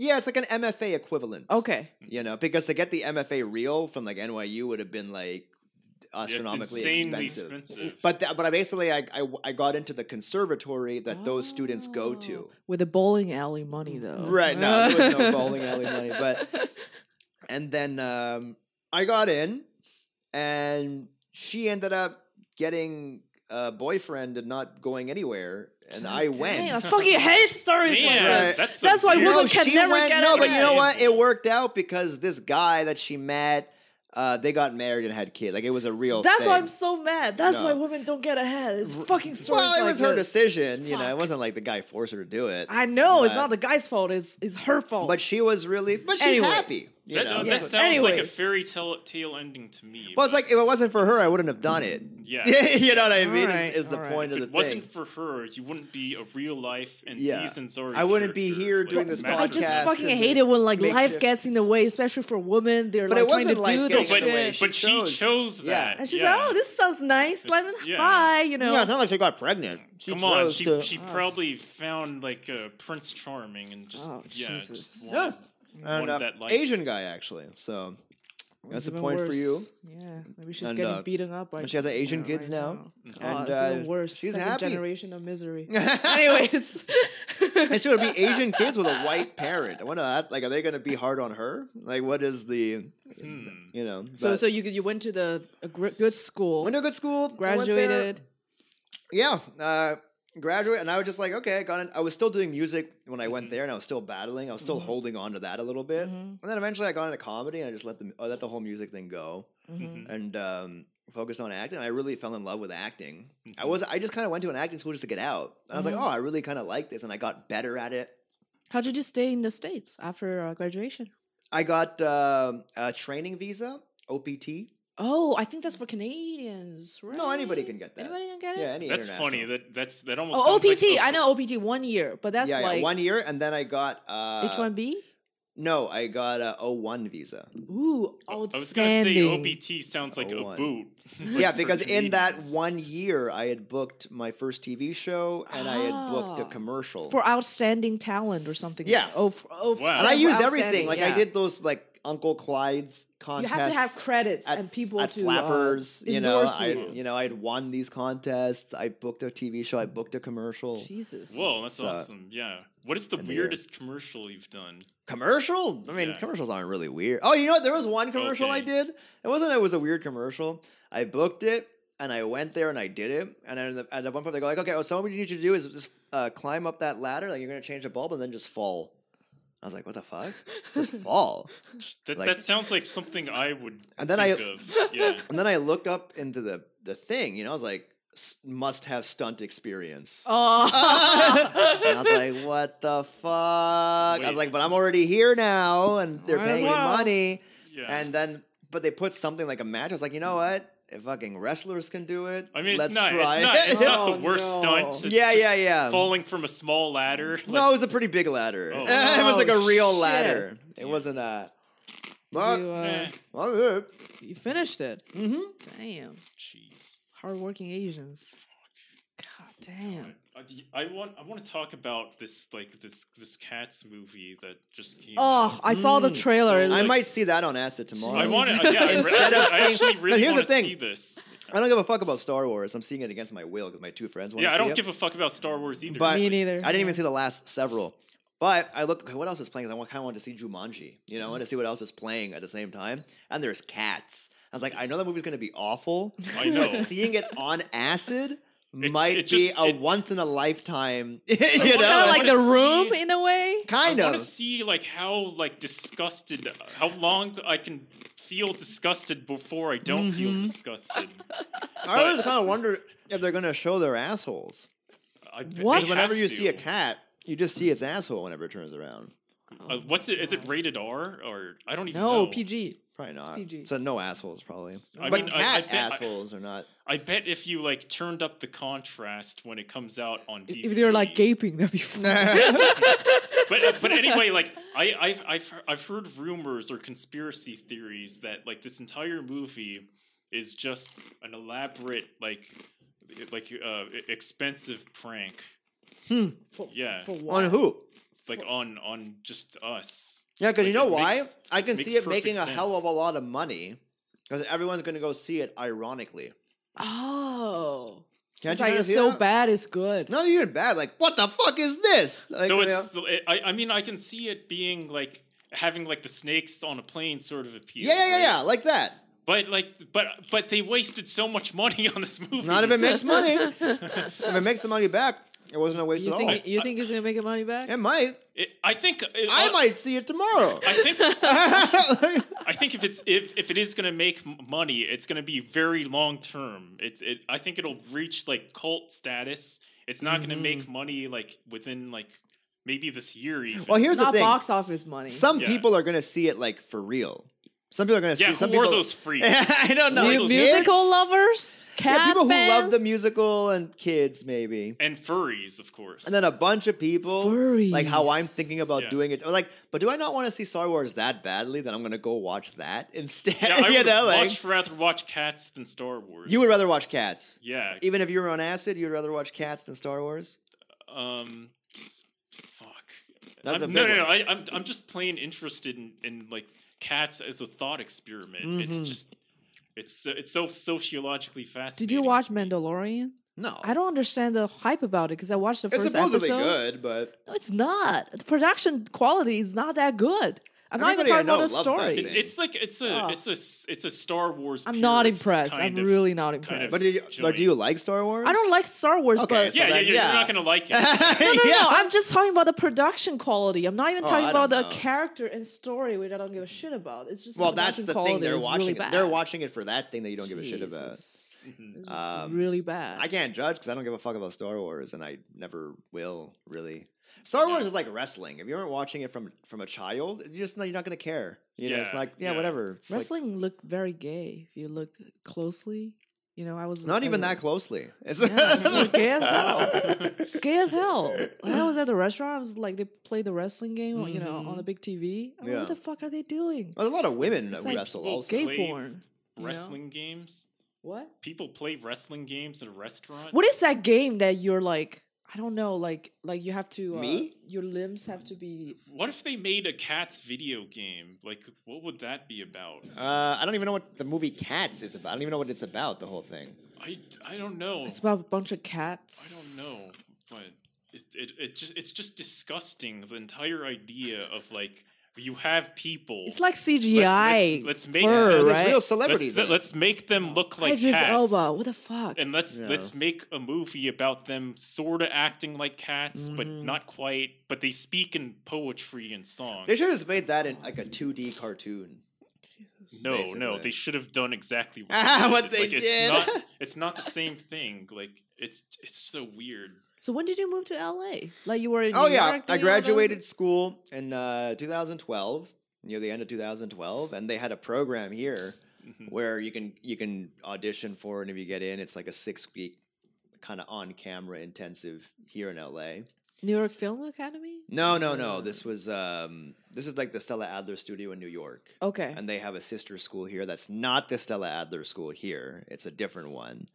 Speaker 2: Yeah, it's like an MFA equivalent.
Speaker 3: Okay.
Speaker 2: You know, because to get the MFA real from like NYU would have been like astronomically
Speaker 1: insanely
Speaker 2: expensive.
Speaker 1: expensive.
Speaker 2: But that, but I basically I, I I got into the conservatory that those students go
Speaker 3: Oh.
Speaker 2: to.
Speaker 3: with the bowling alley money though.
Speaker 2: Mm. Right, no, there was
Speaker 3: *laughs*
Speaker 2: no bowling alley money, but- And then um, I got in, and she ended up getting a boyfriend and not going anywhere, and I
Speaker 3: Dang,
Speaker 2: went.
Speaker 3: I fucking hate stories like
Speaker 1: Damn,
Speaker 3: that.
Speaker 2: Right.
Speaker 1: that's,
Speaker 3: That's why
Speaker 1: we're
Speaker 3: women can
Speaker 2: she
Speaker 3: never
Speaker 2: went,
Speaker 3: get
Speaker 2: No,
Speaker 3: out
Speaker 2: but
Speaker 3: of
Speaker 2: you
Speaker 3: it.
Speaker 2: know what? It worked out because this guy that she met, uh, they got married and had kids. Like it was a real.
Speaker 3: That's
Speaker 2: thing.
Speaker 3: why I'm so mad. That's
Speaker 2: No.
Speaker 3: why women don't get ahead. It's
Speaker 2: R-
Speaker 3: fucking stories
Speaker 2: Well, it
Speaker 3: like
Speaker 2: was her
Speaker 3: this.
Speaker 2: decision. You know, it
Speaker 3: Fuck.
Speaker 2: wasn't like the guy forced her to do it.
Speaker 3: I know it's
Speaker 2: But-
Speaker 3: not the guy's fault. It's it's her fault.
Speaker 2: But she was really. But she's
Speaker 3: Anyways.
Speaker 2: happy. You
Speaker 1: That, uh,
Speaker 2: know?
Speaker 1: that
Speaker 3: Yes.
Speaker 1: sounds like a
Speaker 3: Anyways.
Speaker 1: fairy tale, tale ending to me.
Speaker 2: Well, it's like if it wasn't for her, I wouldn't have done it.
Speaker 1: yeah.
Speaker 2: *laughs* you know what I
Speaker 3: All
Speaker 2: mean?
Speaker 3: right,
Speaker 2: is, is the
Speaker 3: all right.
Speaker 2: point
Speaker 1: If
Speaker 2: of
Speaker 1: it
Speaker 2: the
Speaker 1: wasn't
Speaker 2: thing.
Speaker 1: for her, you wouldn't be a real life and
Speaker 2: Yeah.
Speaker 1: and Zori
Speaker 2: I wouldn't be
Speaker 1: character,
Speaker 2: here
Speaker 1: like,
Speaker 2: doing this
Speaker 1: master
Speaker 3: I just
Speaker 2: podcast.
Speaker 1: class.
Speaker 3: fucking
Speaker 2: and
Speaker 3: hate it when like
Speaker 2: makes
Speaker 3: life
Speaker 2: you-
Speaker 3: gets in the way, especially for women. They're
Speaker 2: But it
Speaker 3: like trying to
Speaker 2: wasn't life
Speaker 1: No,
Speaker 3: do this
Speaker 2: gets in the way.
Speaker 1: but,
Speaker 3: shit.
Speaker 1: but she
Speaker 2: chose.
Speaker 1: chose
Speaker 2: Yeah.
Speaker 1: that.
Speaker 3: And she's
Speaker 1: yeah.
Speaker 3: like, "Oh, this sounds nice. Let me
Speaker 1: It's- yeah.
Speaker 3: bye." You know,
Speaker 2: Yeah, it's not like she got pregnant. She
Speaker 1: Come on,
Speaker 2: chose
Speaker 1: she,
Speaker 2: to-
Speaker 1: she
Speaker 3: Oh.
Speaker 1: probably found like a Prince Charming and just
Speaker 3: Oh,
Speaker 1: yeah,
Speaker 3: Jesus.
Speaker 1: just
Speaker 2: Yeah.
Speaker 1: wanted-
Speaker 2: and,
Speaker 1: wanted
Speaker 2: uh,
Speaker 1: that life.
Speaker 2: Asian guy actually. So
Speaker 3: It's
Speaker 2: that's a
Speaker 3: even
Speaker 2: point for you.
Speaker 3: worse. Yeah, maybe she's
Speaker 2: And,
Speaker 3: getting
Speaker 2: uh,
Speaker 3: beaten up. By
Speaker 2: and she has Asian
Speaker 3: people
Speaker 2: kids
Speaker 3: right
Speaker 2: now.
Speaker 3: God,
Speaker 2: And,
Speaker 3: it's even
Speaker 2: uh,
Speaker 3: worse.
Speaker 2: she's
Speaker 3: Second
Speaker 2: happy.
Speaker 3: generation of misery.
Speaker 2: *laughs* anyway,
Speaker 3: Anyways,
Speaker 2: and she would be Asian kids with a white parent. I wonder that. Like, are they going to be hard on her? Like, what is the
Speaker 1: Hmm.
Speaker 2: you know?
Speaker 3: *laughs* So
Speaker 2: but-
Speaker 3: so you you went to the a gr- good school,
Speaker 2: went to a good school, I went there.
Speaker 3: graduated.
Speaker 2: yeah, uh, graduate, and I was just like, okay, I got in. I was still doing music when I
Speaker 1: Mhm.
Speaker 2: went there, and I was still battling. I was still
Speaker 3: Mhm.
Speaker 2: holding on to that a little bit,
Speaker 3: Mhm,
Speaker 2: and then eventually I got into comedy, and I just let the I let the whole music thing go,
Speaker 3: mhm.
Speaker 1: Mhm.
Speaker 2: and um, focused on acting. I really fell in love with acting. I
Speaker 3: Mm-hmm.
Speaker 1: Mhm.
Speaker 2: was I just kind of went to an acting school just to get out. And I was
Speaker 3: Mhm.
Speaker 2: like, oh, I really kind of like this, and I got better at it.
Speaker 3: How did you stay in the states after uh, graduation?
Speaker 2: I got um a training visa, OPT.
Speaker 3: Oh, I think that's for Canadians. Right?
Speaker 2: No, anybody can get that.
Speaker 3: Anybody can get it.
Speaker 2: Yeah, any
Speaker 1: That's funny.
Speaker 2: international.
Speaker 1: That that's that almost.
Speaker 3: oh,
Speaker 1: sounds like
Speaker 3: OPT.
Speaker 1: a-
Speaker 3: I know OPT one year, but that's
Speaker 2: yeah,
Speaker 3: like
Speaker 2: yeah, one year, and then I got uh,
Speaker 3: H1B.
Speaker 2: No, I got a O1 visa.
Speaker 3: Ooh,
Speaker 1: I
Speaker 3: outstanding.
Speaker 1: was gonna say OPT sounds like
Speaker 2: Oh,
Speaker 1: a
Speaker 2: one.
Speaker 1: boot. *laughs*
Speaker 2: yeah, because in that
Speaker 1: one.
Speaker 2: one year, I had booked my first TV show and I had booked a
Speaker 3: Ah.
Speaker 2: commercial.
Speaker 3: for outstanding talent or something.
Speaker 2: Yeah.
Speaker 3: Oh, f- oh
Speaker 1: Wow.
Speaker 2: and I
Speaker 3: for
Speaker 2: used
Speaker 3: outstanding,
Speaker 2: everything. Like I
Speaker 3: yeah.
Speaker 2: did those like Uncle Clyde's
Speaker 3: You
Speaker 2: contests.
Speaker 3: have to have credits
Speaker 2: at-
Speaker 3: and people
Speaker 2: at
Speaker 3: to uh,
Speaker 2: Flappers, you know,
Speaker 3: endorse
Speaker 2: I,
Speaker 3: you.
Speaker 2: you know, I had won these contests. I booked a TV show. I booked a commercial.
Speaker 3: Jesus.
Speaker 1: Whoa, that's
Speaker 2: So-
Speaker 1: awesome. Yeah. What is the
Speaker 2: And the uh, year.
Speaker 1: weirdest commercial you've done?
Speaker 2: Commercial? I mean,
Speaker 1: Yeah.
Speaker 2: commercials aren't really weird. Oh, you know what? There was one commercial I
Speaker 1: Okay.
Speaker 2: did. It wasn't. It was a weird commercial. I booked it and I went there and I did it. And then at the one point they go like, "Okay, well, so what you need you to do is just uh, climb up that ladder. Like you're gonna change the bulb and then just fall." I was like, "What the fuck?
Speaker 3: *laughs*
Speaker 2: Just fall."
Speaker 1: Just- That,
Speaker 2: Like-
Speaker 1: that sounds like something I would
Speaker 2: And then I-
Speaker 1: think
Speaker 3: *laughs*
Speaker 1: of. Yeah.
Speaker 2: and then I looked up into the the thing. You know, I was like, S- "Must have stunt experience."
Speaker 3: Oh. *laughs*
Speaker 2: And I was like, "What the fuck?" I
Speaker 1: Wait.
Speaker 2: was like, "But I'm already here now, and they're
Speaker 3: Might as
Speaker 2: paying me
Speaker 3: well.
Speaker 2: money."
Speaker 1: Yeah.
Speaker 2: And then, but they put something like a match. I was like, you know what? If fucking wrestlers can do it,
Speaker 1: I mean, it's
Speaker 2: let's
Speaker 1: not,
Speaker 2: try.
Speaker 1: it's not. It's
Speaker 2: *laughs*
Speaker 1: not
Speaker 3: *laughs* Oh,
Speaker 1: the worst
Speaker 3: no.
Speaker 1: stunt. It's
Speaker 2: yeah,
Speaker 1: just
Speaker 2: yeah, yeah.
Speaker 1: Falling from a small ladder.
Speaker 2: no, it
Speaker 1: like-
Speaker 2: was a pretty big ladder.
Speaker 1: Oh.
Speaker 2: *laughs* it was like a
Speaker 3: Oh,
Speaker 2: real
Speaker 3: shit.
Speaker 2: ladder. It
Speaker 1: Damn.
Speaker 2: wasn't a.
Speaker 3: you, uh,
Speaker 1: eh,
Speaker 3: you finished it.
Speaker 2: mm-hmm.
Speaker 3: Damn.
Speaker 1: Jeez.
Speaker 3: Hardworking Asians. God damn.
Speaker 1: I, Uh, I want. I want to talk about this, like this, this Cats movie that just came. out.
Speaker 3: Oh, I saw the
Speaker 2: Mm,
Speaker 3: trailer.
Speaker 1: so
Speaker 2: I
Speaker 3: It
Speaker 1: like-
Speaker 3: looked-
Speaker 2: might see that on acid tomorrow.
Speaker 1: I *laughs* want
Speaker 3: it-
Speaker 1: to. Yeah, I, re-
Speaker 2: Instead of
Speaker 1: I actually
Speaker 2: seeing-
Speaker 1: really
Speaker 2: here's the
Speaker 1: want to
Speaker 2: thing.
Speaker 1: see this.
Speaker 2: I don't give a fuck about Star Wars. I'm seeing it against my will because my two friends want
Speaker 1: Yeah,
Speaker 2: to
Speaker 1: I
Speaker 2: see
Speaker 1: don't
Speaker 2: it.
Speaker 1: give a fuck about Star Wars either.
Speaker 2: But-
Speaker 3: me
Speaker 1: like,
Speaker 3: neither.
Speaker 2: I didn't even see the last several. But I look, okay, what else is playing? 'Cause I kind of want to see Jumanji. You know,
Speaker 1: Mm-hmm.
Speaker 2: I want to see what else is playing at the same time. And there's cats. I was like, I know that movie's going to be
Speaker 1: *laughs*
Speaker 2: awful,
Speaker 1: I
Speaker 2: *laughs*
Speaker 1: know.
Speaker 2: but seeing it on acid
Speaker 1: It's-
Speaker 2: might
Speaker 1: it
Speaker 2: be
Speaker 1: just-
Speaker 2: a
Speaker 1: it-
Speaker 2: once in a *laughs* lifetime.
Speaker 3: So
Speaker 2: you
Speaker 3: it's
Speaker 2: know,
Speaker 3: kind
Speaker 1: I
Speaker 3: of like the
Speaker 1: wanna
Speaker 3: room
Speaker 1: see-
Speaker 3: in a way.
Speaker 1: I
Speaker 2: *laughs* kind
Speaker 1: want to
Speaker 2: of.
Speaker 1: see like how like disgusted, how long I can feel disgusted before I don't feel
Speaker 2: Mhm.
Speaker 1: disgusted.
Speaker 2: I always kind of wonder if they're going to show their assholes.
Speaker 1: I, bet
Speaker 3: What?
Speaker 1: they
Speaker 2: Because whenever
Speaker 1: have
Speaker 2: you
Speaker 1: to.
Speaker 2: see a cat, you just see its asshole whenever it turns around.
Speaker 1: Uh, what's it? Is it rated R or I don't even know.
Speaker 3: No, PG.
Speaker 2: Probably not.
Speaker 3: PG.
Speaker 2: So no assholes, probably.
Speaker 1: I
Speaker 2: but
Speaker 1: mean, I- I
Speaker 2: cat
Speaker 1: bet- I-
Speaker 2: assholes are not.
Speaker 1: I bet if you like turned up the contrast when it comes out on TV.
Speaker 3: If they're like gaping, that'd be fun.
Speaker 1: *laughs* but uh,
Speaker 3: *laughs*
Speaker 1: but anyway, like I I've, I've he- I've heard rumors or conspiracy theories that like this entire movie is just an elaborate like like uh expensive prank
Speaker 3: For-
Speaker 1: Yeah.
Speaker 3: For what?
Speaker 2: on who?
Speaker 1: like on on just us.
Speaker 2: Yeah, because
Speaker 1: Like,
Speaker 2: you know
Speaker 1: it
Speaker 2: why?
Speaker 1: makes-
Speaker 2: I can
Speaker 1: makes
Speaker 2: see it
Speaker 1: perfect
Speaker 2: making a hell of
Speaker 1: sense.
Speaker 2: a lot of money, because everyone's going to go see it. Ironically,
Speaker 3: Oh. It's
Speaker 2: you
Speaker 3: like
Speaker 2: guys
Speaker 3: it's
Speaker 2: see
Speaker 3: so
Speaker 2: that?
Speaker 3: bad it's good.
Speaker 2: Not even bad. Like, what the fuck is this? Like,
Speaker 1: so
Speaker 2: you
Speaker 1: it's. eh,
Speaker 2: know?
Speaker 1: I, I mean, I can see it being like having like the snakes on a plane sort of appeal.
Speaker 2: yeah, yeah, yeah,
Speaker 1: right?
Speaker 2: yeah, like that.
Speaker 1: But like, but but they wasted so much money on this movie.
Speaker 2: Not if it makes
Speaker 3: *laughs*
Speaker 2: money. if it makes the money back, it wasn't a waste
Speaker 3: You
Speaker 2: at
Speaker 3: think
Speaker 2: all.
Speaker 3: you think it's gonna make it money back?
Speaker 2: It might.
Speaker 1: It, I think. It,
Speaker 2: I
Speaker 1: uh,
Speaker 2: might see it tomorrow.
Speaker 1: I think.
Speaker 2: Like,
Speaker 1: I think if it's if, if it is going to make m- money, it's going to be very long term. It's it. I think it'll reach like cult status. It's not
Speaker 2: Mm-hmm.
Speaker 1: going to make money like within like maybe this year. Even.
Speaker 2: well, here's
Speaker 3: Not
Speaker 2: the thing.
Speaker 3: box office
Speaker 2: *laughs*
Speaker 3: money.
Speaker 2: Some
Speaker 1: Yeah.
Speaker 2: people are gonna see it like for real. Some people are gonna
Speaker 1: yeah,
Speaker 2: see. Some
Speaker 1: who are
Speaker 2: people, *laughs*
Speaker 1: those freaks?
Speaker 2: I don't know.
Speaker 1: Mu-
Speaker 2: Kids?
Speaker 3: musical lovers, cat
Speaker 2: Yeah, people
Speaker 3: fans,
Speaker 2: who love the musical and kids maybe,
Speaker 1: and furries, of course.
Speaker 2: and then a bunch of people like how I'm
Speaker 3: Furries.
Speaker 2: thinking about
Speaker 1: Yeah.
Speaker 2: doing it. Or like, but do I not want to see Star Wars that badly that I'm gonna go watch that *laughs* instead?
Speaker 1: yeah, I
Speaker 2: you
Speaker 1: would
Speaker 2: know, like,
Speaker 1: much rather watch Cats than Star Wars.
Speaker 2: you would rather watch Cats,
Speaker 1: yeah.
Speaker 2: even if you were on acid. You'd rather watch Cats than Star Wars.
Speaker 1: Um, fuck. I'm-
Speaker 2: That's a big
Speaker 1: no, no, no.
Speaker 2: one.
Speaker 1: I, I'm I'm just plain interested in, in like cats as a thought experiment. It's
Speaker 2: Mhm.
Speaker 1: just it's so, it's so sociologically fascinating.
Speaker 3: Did you watch Mandalorian?
Speaker 2: No,
Speaker 3: I don't understand the hype about it because I watched the
Speaker 2: It's
Speaker 3: first
Speaker 2: supposedly
Speaker 3: episode.
Speaker 2: good, but
Speaker 3: No, it's not. The production quality is not that good. I'm not even
Speaker 2: Everybody I
Speaker 3: talking about
Speaker 2: know
Speaker 3: the
Speaker 2: loves that
Speaker 3: story.
Speaker 1: It's it's like it's a
Speaker 3: Ah.
Speaker 1: it's a s- it's a Star Wars.
Speaker 3: I'm not
Speaker 1: purist
Speaker 3: impressed.
Speaker 1: kind
Speaker 3: I'm
Speaker 1: of-
Speaker 3: really not
Speaker 1: kind
Speaker 3: impressed.
Speaker 1: of-
Speaker 2: but do you, but do you like Star Wars? *laughs*
Speaker 3: I don't like Star Wars,
Speaker 2: Okay,
Speaker 3: but
Speaker 2: so
Speaker 1: Yeah, yeah,
Speaker 2: then-
Speaker 1: you're,
Speaker 2: yeah.
Speaker 1: you're not gonna
Speaker 2: *laughs*
Speaker 1: like it.
Speaker 3: *laughs* no, no,
Speaker 2: Yeah.
Speaker 3: no. I'm just talking about the production quality. I'm not even
Speaker 2: Oh,
Speaker 3: talking
Speaker 2: I
Speaker 3: about the
Speaker 2: don't know.
Speaker 3: character and story, which I don't give a shit about. It's just
Speaker 2: Well,
Speaker 3: the
Speaker 2: that's
Speaker 3: production
Speaker 2: the
Speaker 3: quality
Speaker 2: thing they're
Speaker 3: is
Speaker 2: watching.
Speaker 3: Really
Speaker 2: it.
Speaker 3: bad.
Speaker 2: They're watching it for that thing that you don't give a shit about.
Speaker 3: Jesus.
Speaker 1: Mhm.
Speaker 3: It's just
Speaker 2: Um,
Speaker 3: really bad.
Speaker 2: I can't judge because I don't give a fuck about Star Wars, and I never will really. Star Wars
Speaker 1: Yeah.
Speaker 2: is like wrestling. If you weren't watching it from from a child, you just know you're not gonna care. You know, it's
Speaker 1: Yeah,
Speaker 2: like yeah,
Speaker 1: yeah.
Speaker 2: whatever. It's like-
Speaker 3: Wrestling looked very gay if you look closely. You know, I was
Speaker 2: not
Speaker 3: I
Speaker 2: even
Speaker 3: was-
Speaker 2: that closely. It's, *laughs*
Speaker 3: Yeah, it's like gay as hell.
Speaker 1: It's
Speaker 3: It's *laughs* gay as hell. When I was at the restaurant, I was like, they play the wrestling game, you know, on
Speaker 2: Mhm.
Speaker 3: the big TV. I'm like,
Speaker 2: Yeah.
Speaker 3: what the fuck are they doing?
Speaker 2: Well, there's a lot of women
Speaker 3: It's
Speaker 2: that
Speaker 3: like
Speaker 2: wrestle
Speaker 1: people
Speaker 2: also.
Speaker 1: gay- play
Speaker 3: Gay porn. *laughs* you know?
Speaker 1: Wrestling games.
Speaker 3: What?
Speaker 1: People play wrestling games at a restaurant.
Speaker 3: What is that game that you're like? I don't know. Like, like you have to. Uh,
Speaker 2: Me?
Speaker 3: Your limbs have to be.
Speaker 1: What if they made a cats video game? Like, what would that be about?
Speaker 2: Uh, I don't even know what the movie Cats is about. I don't even know what it's about. The whole thing.
Speaker 1: I, I don't know.
Speaker 3: It's about a bunch of
Speaker 1: Oh. I don't
Speaker 3: cats.
Speaker 1: know, but it, it, it just it's just disgusting. The entire idea of like you have people.
Speaker 3: It's like CGI.
Speaker 1: let's- let's make
Speaker 3: fur,
Speaker 1: them-
Speaker 2: And
Speaker 3: right?
Speaker 2: There's real
Speaker 1: let's,
Speaker 2: celebrities. in it.
Speaker 1: let's make them look like
Speaker 3: eh? Idris
Speaker 1: cats,
Speaker 3: Elba. What the fuck?
Speaker 1: and let's
Speaker 2: Yeah.
Speaker 1: let's make a movie about them sort of acting like cats, but
Speaker 2: Mhm.
Speaker 1: not quite. But they speak in poetry and songs.
Speaker 2: They should have just made that in like a 2D cartoon.
Speaker 3: Jesus.
Speaker 1: No, no,
Speaker 2: basically.
Speaker 1: they should have done exactly *laughs*
Speaker 2: *laughs*
Speaker 1: what
Speaker 2: Ah,
Speaker 1: they,
Speaker 2: what they
Speaker 1: Like,
Speaker 2: did.
Speaker 1: It's
Speaker 2: *laughs*
Speaker 1: not, it's not the same thing. Like it's it's so weird.
Speaker 3: So when did you move to LA? Like you were in.
Speaker 2: oh
Speaker 3: New
Speaker 2: yeah
Speaker 3: York
Speaker 2: i
Speaker 3: doing all those-
Speaker 2: graduated school in uh, 2012 near the end of 2012 and they had a program here
Speaker 1: Mhm.
Speaker 2: where you can you can audition for and if you get in it's like a six week kind of on camera intensive here in la
Speaker 3: New York Film Academy.
Speaker 2: no no no
Speaker 3: Mm.
Speaker 2: this was um this is like the stella adler studio in new york
Speaker 3: Okay.
Speaker 2: and they have a sister school here that's not the stella adler school here it's a different one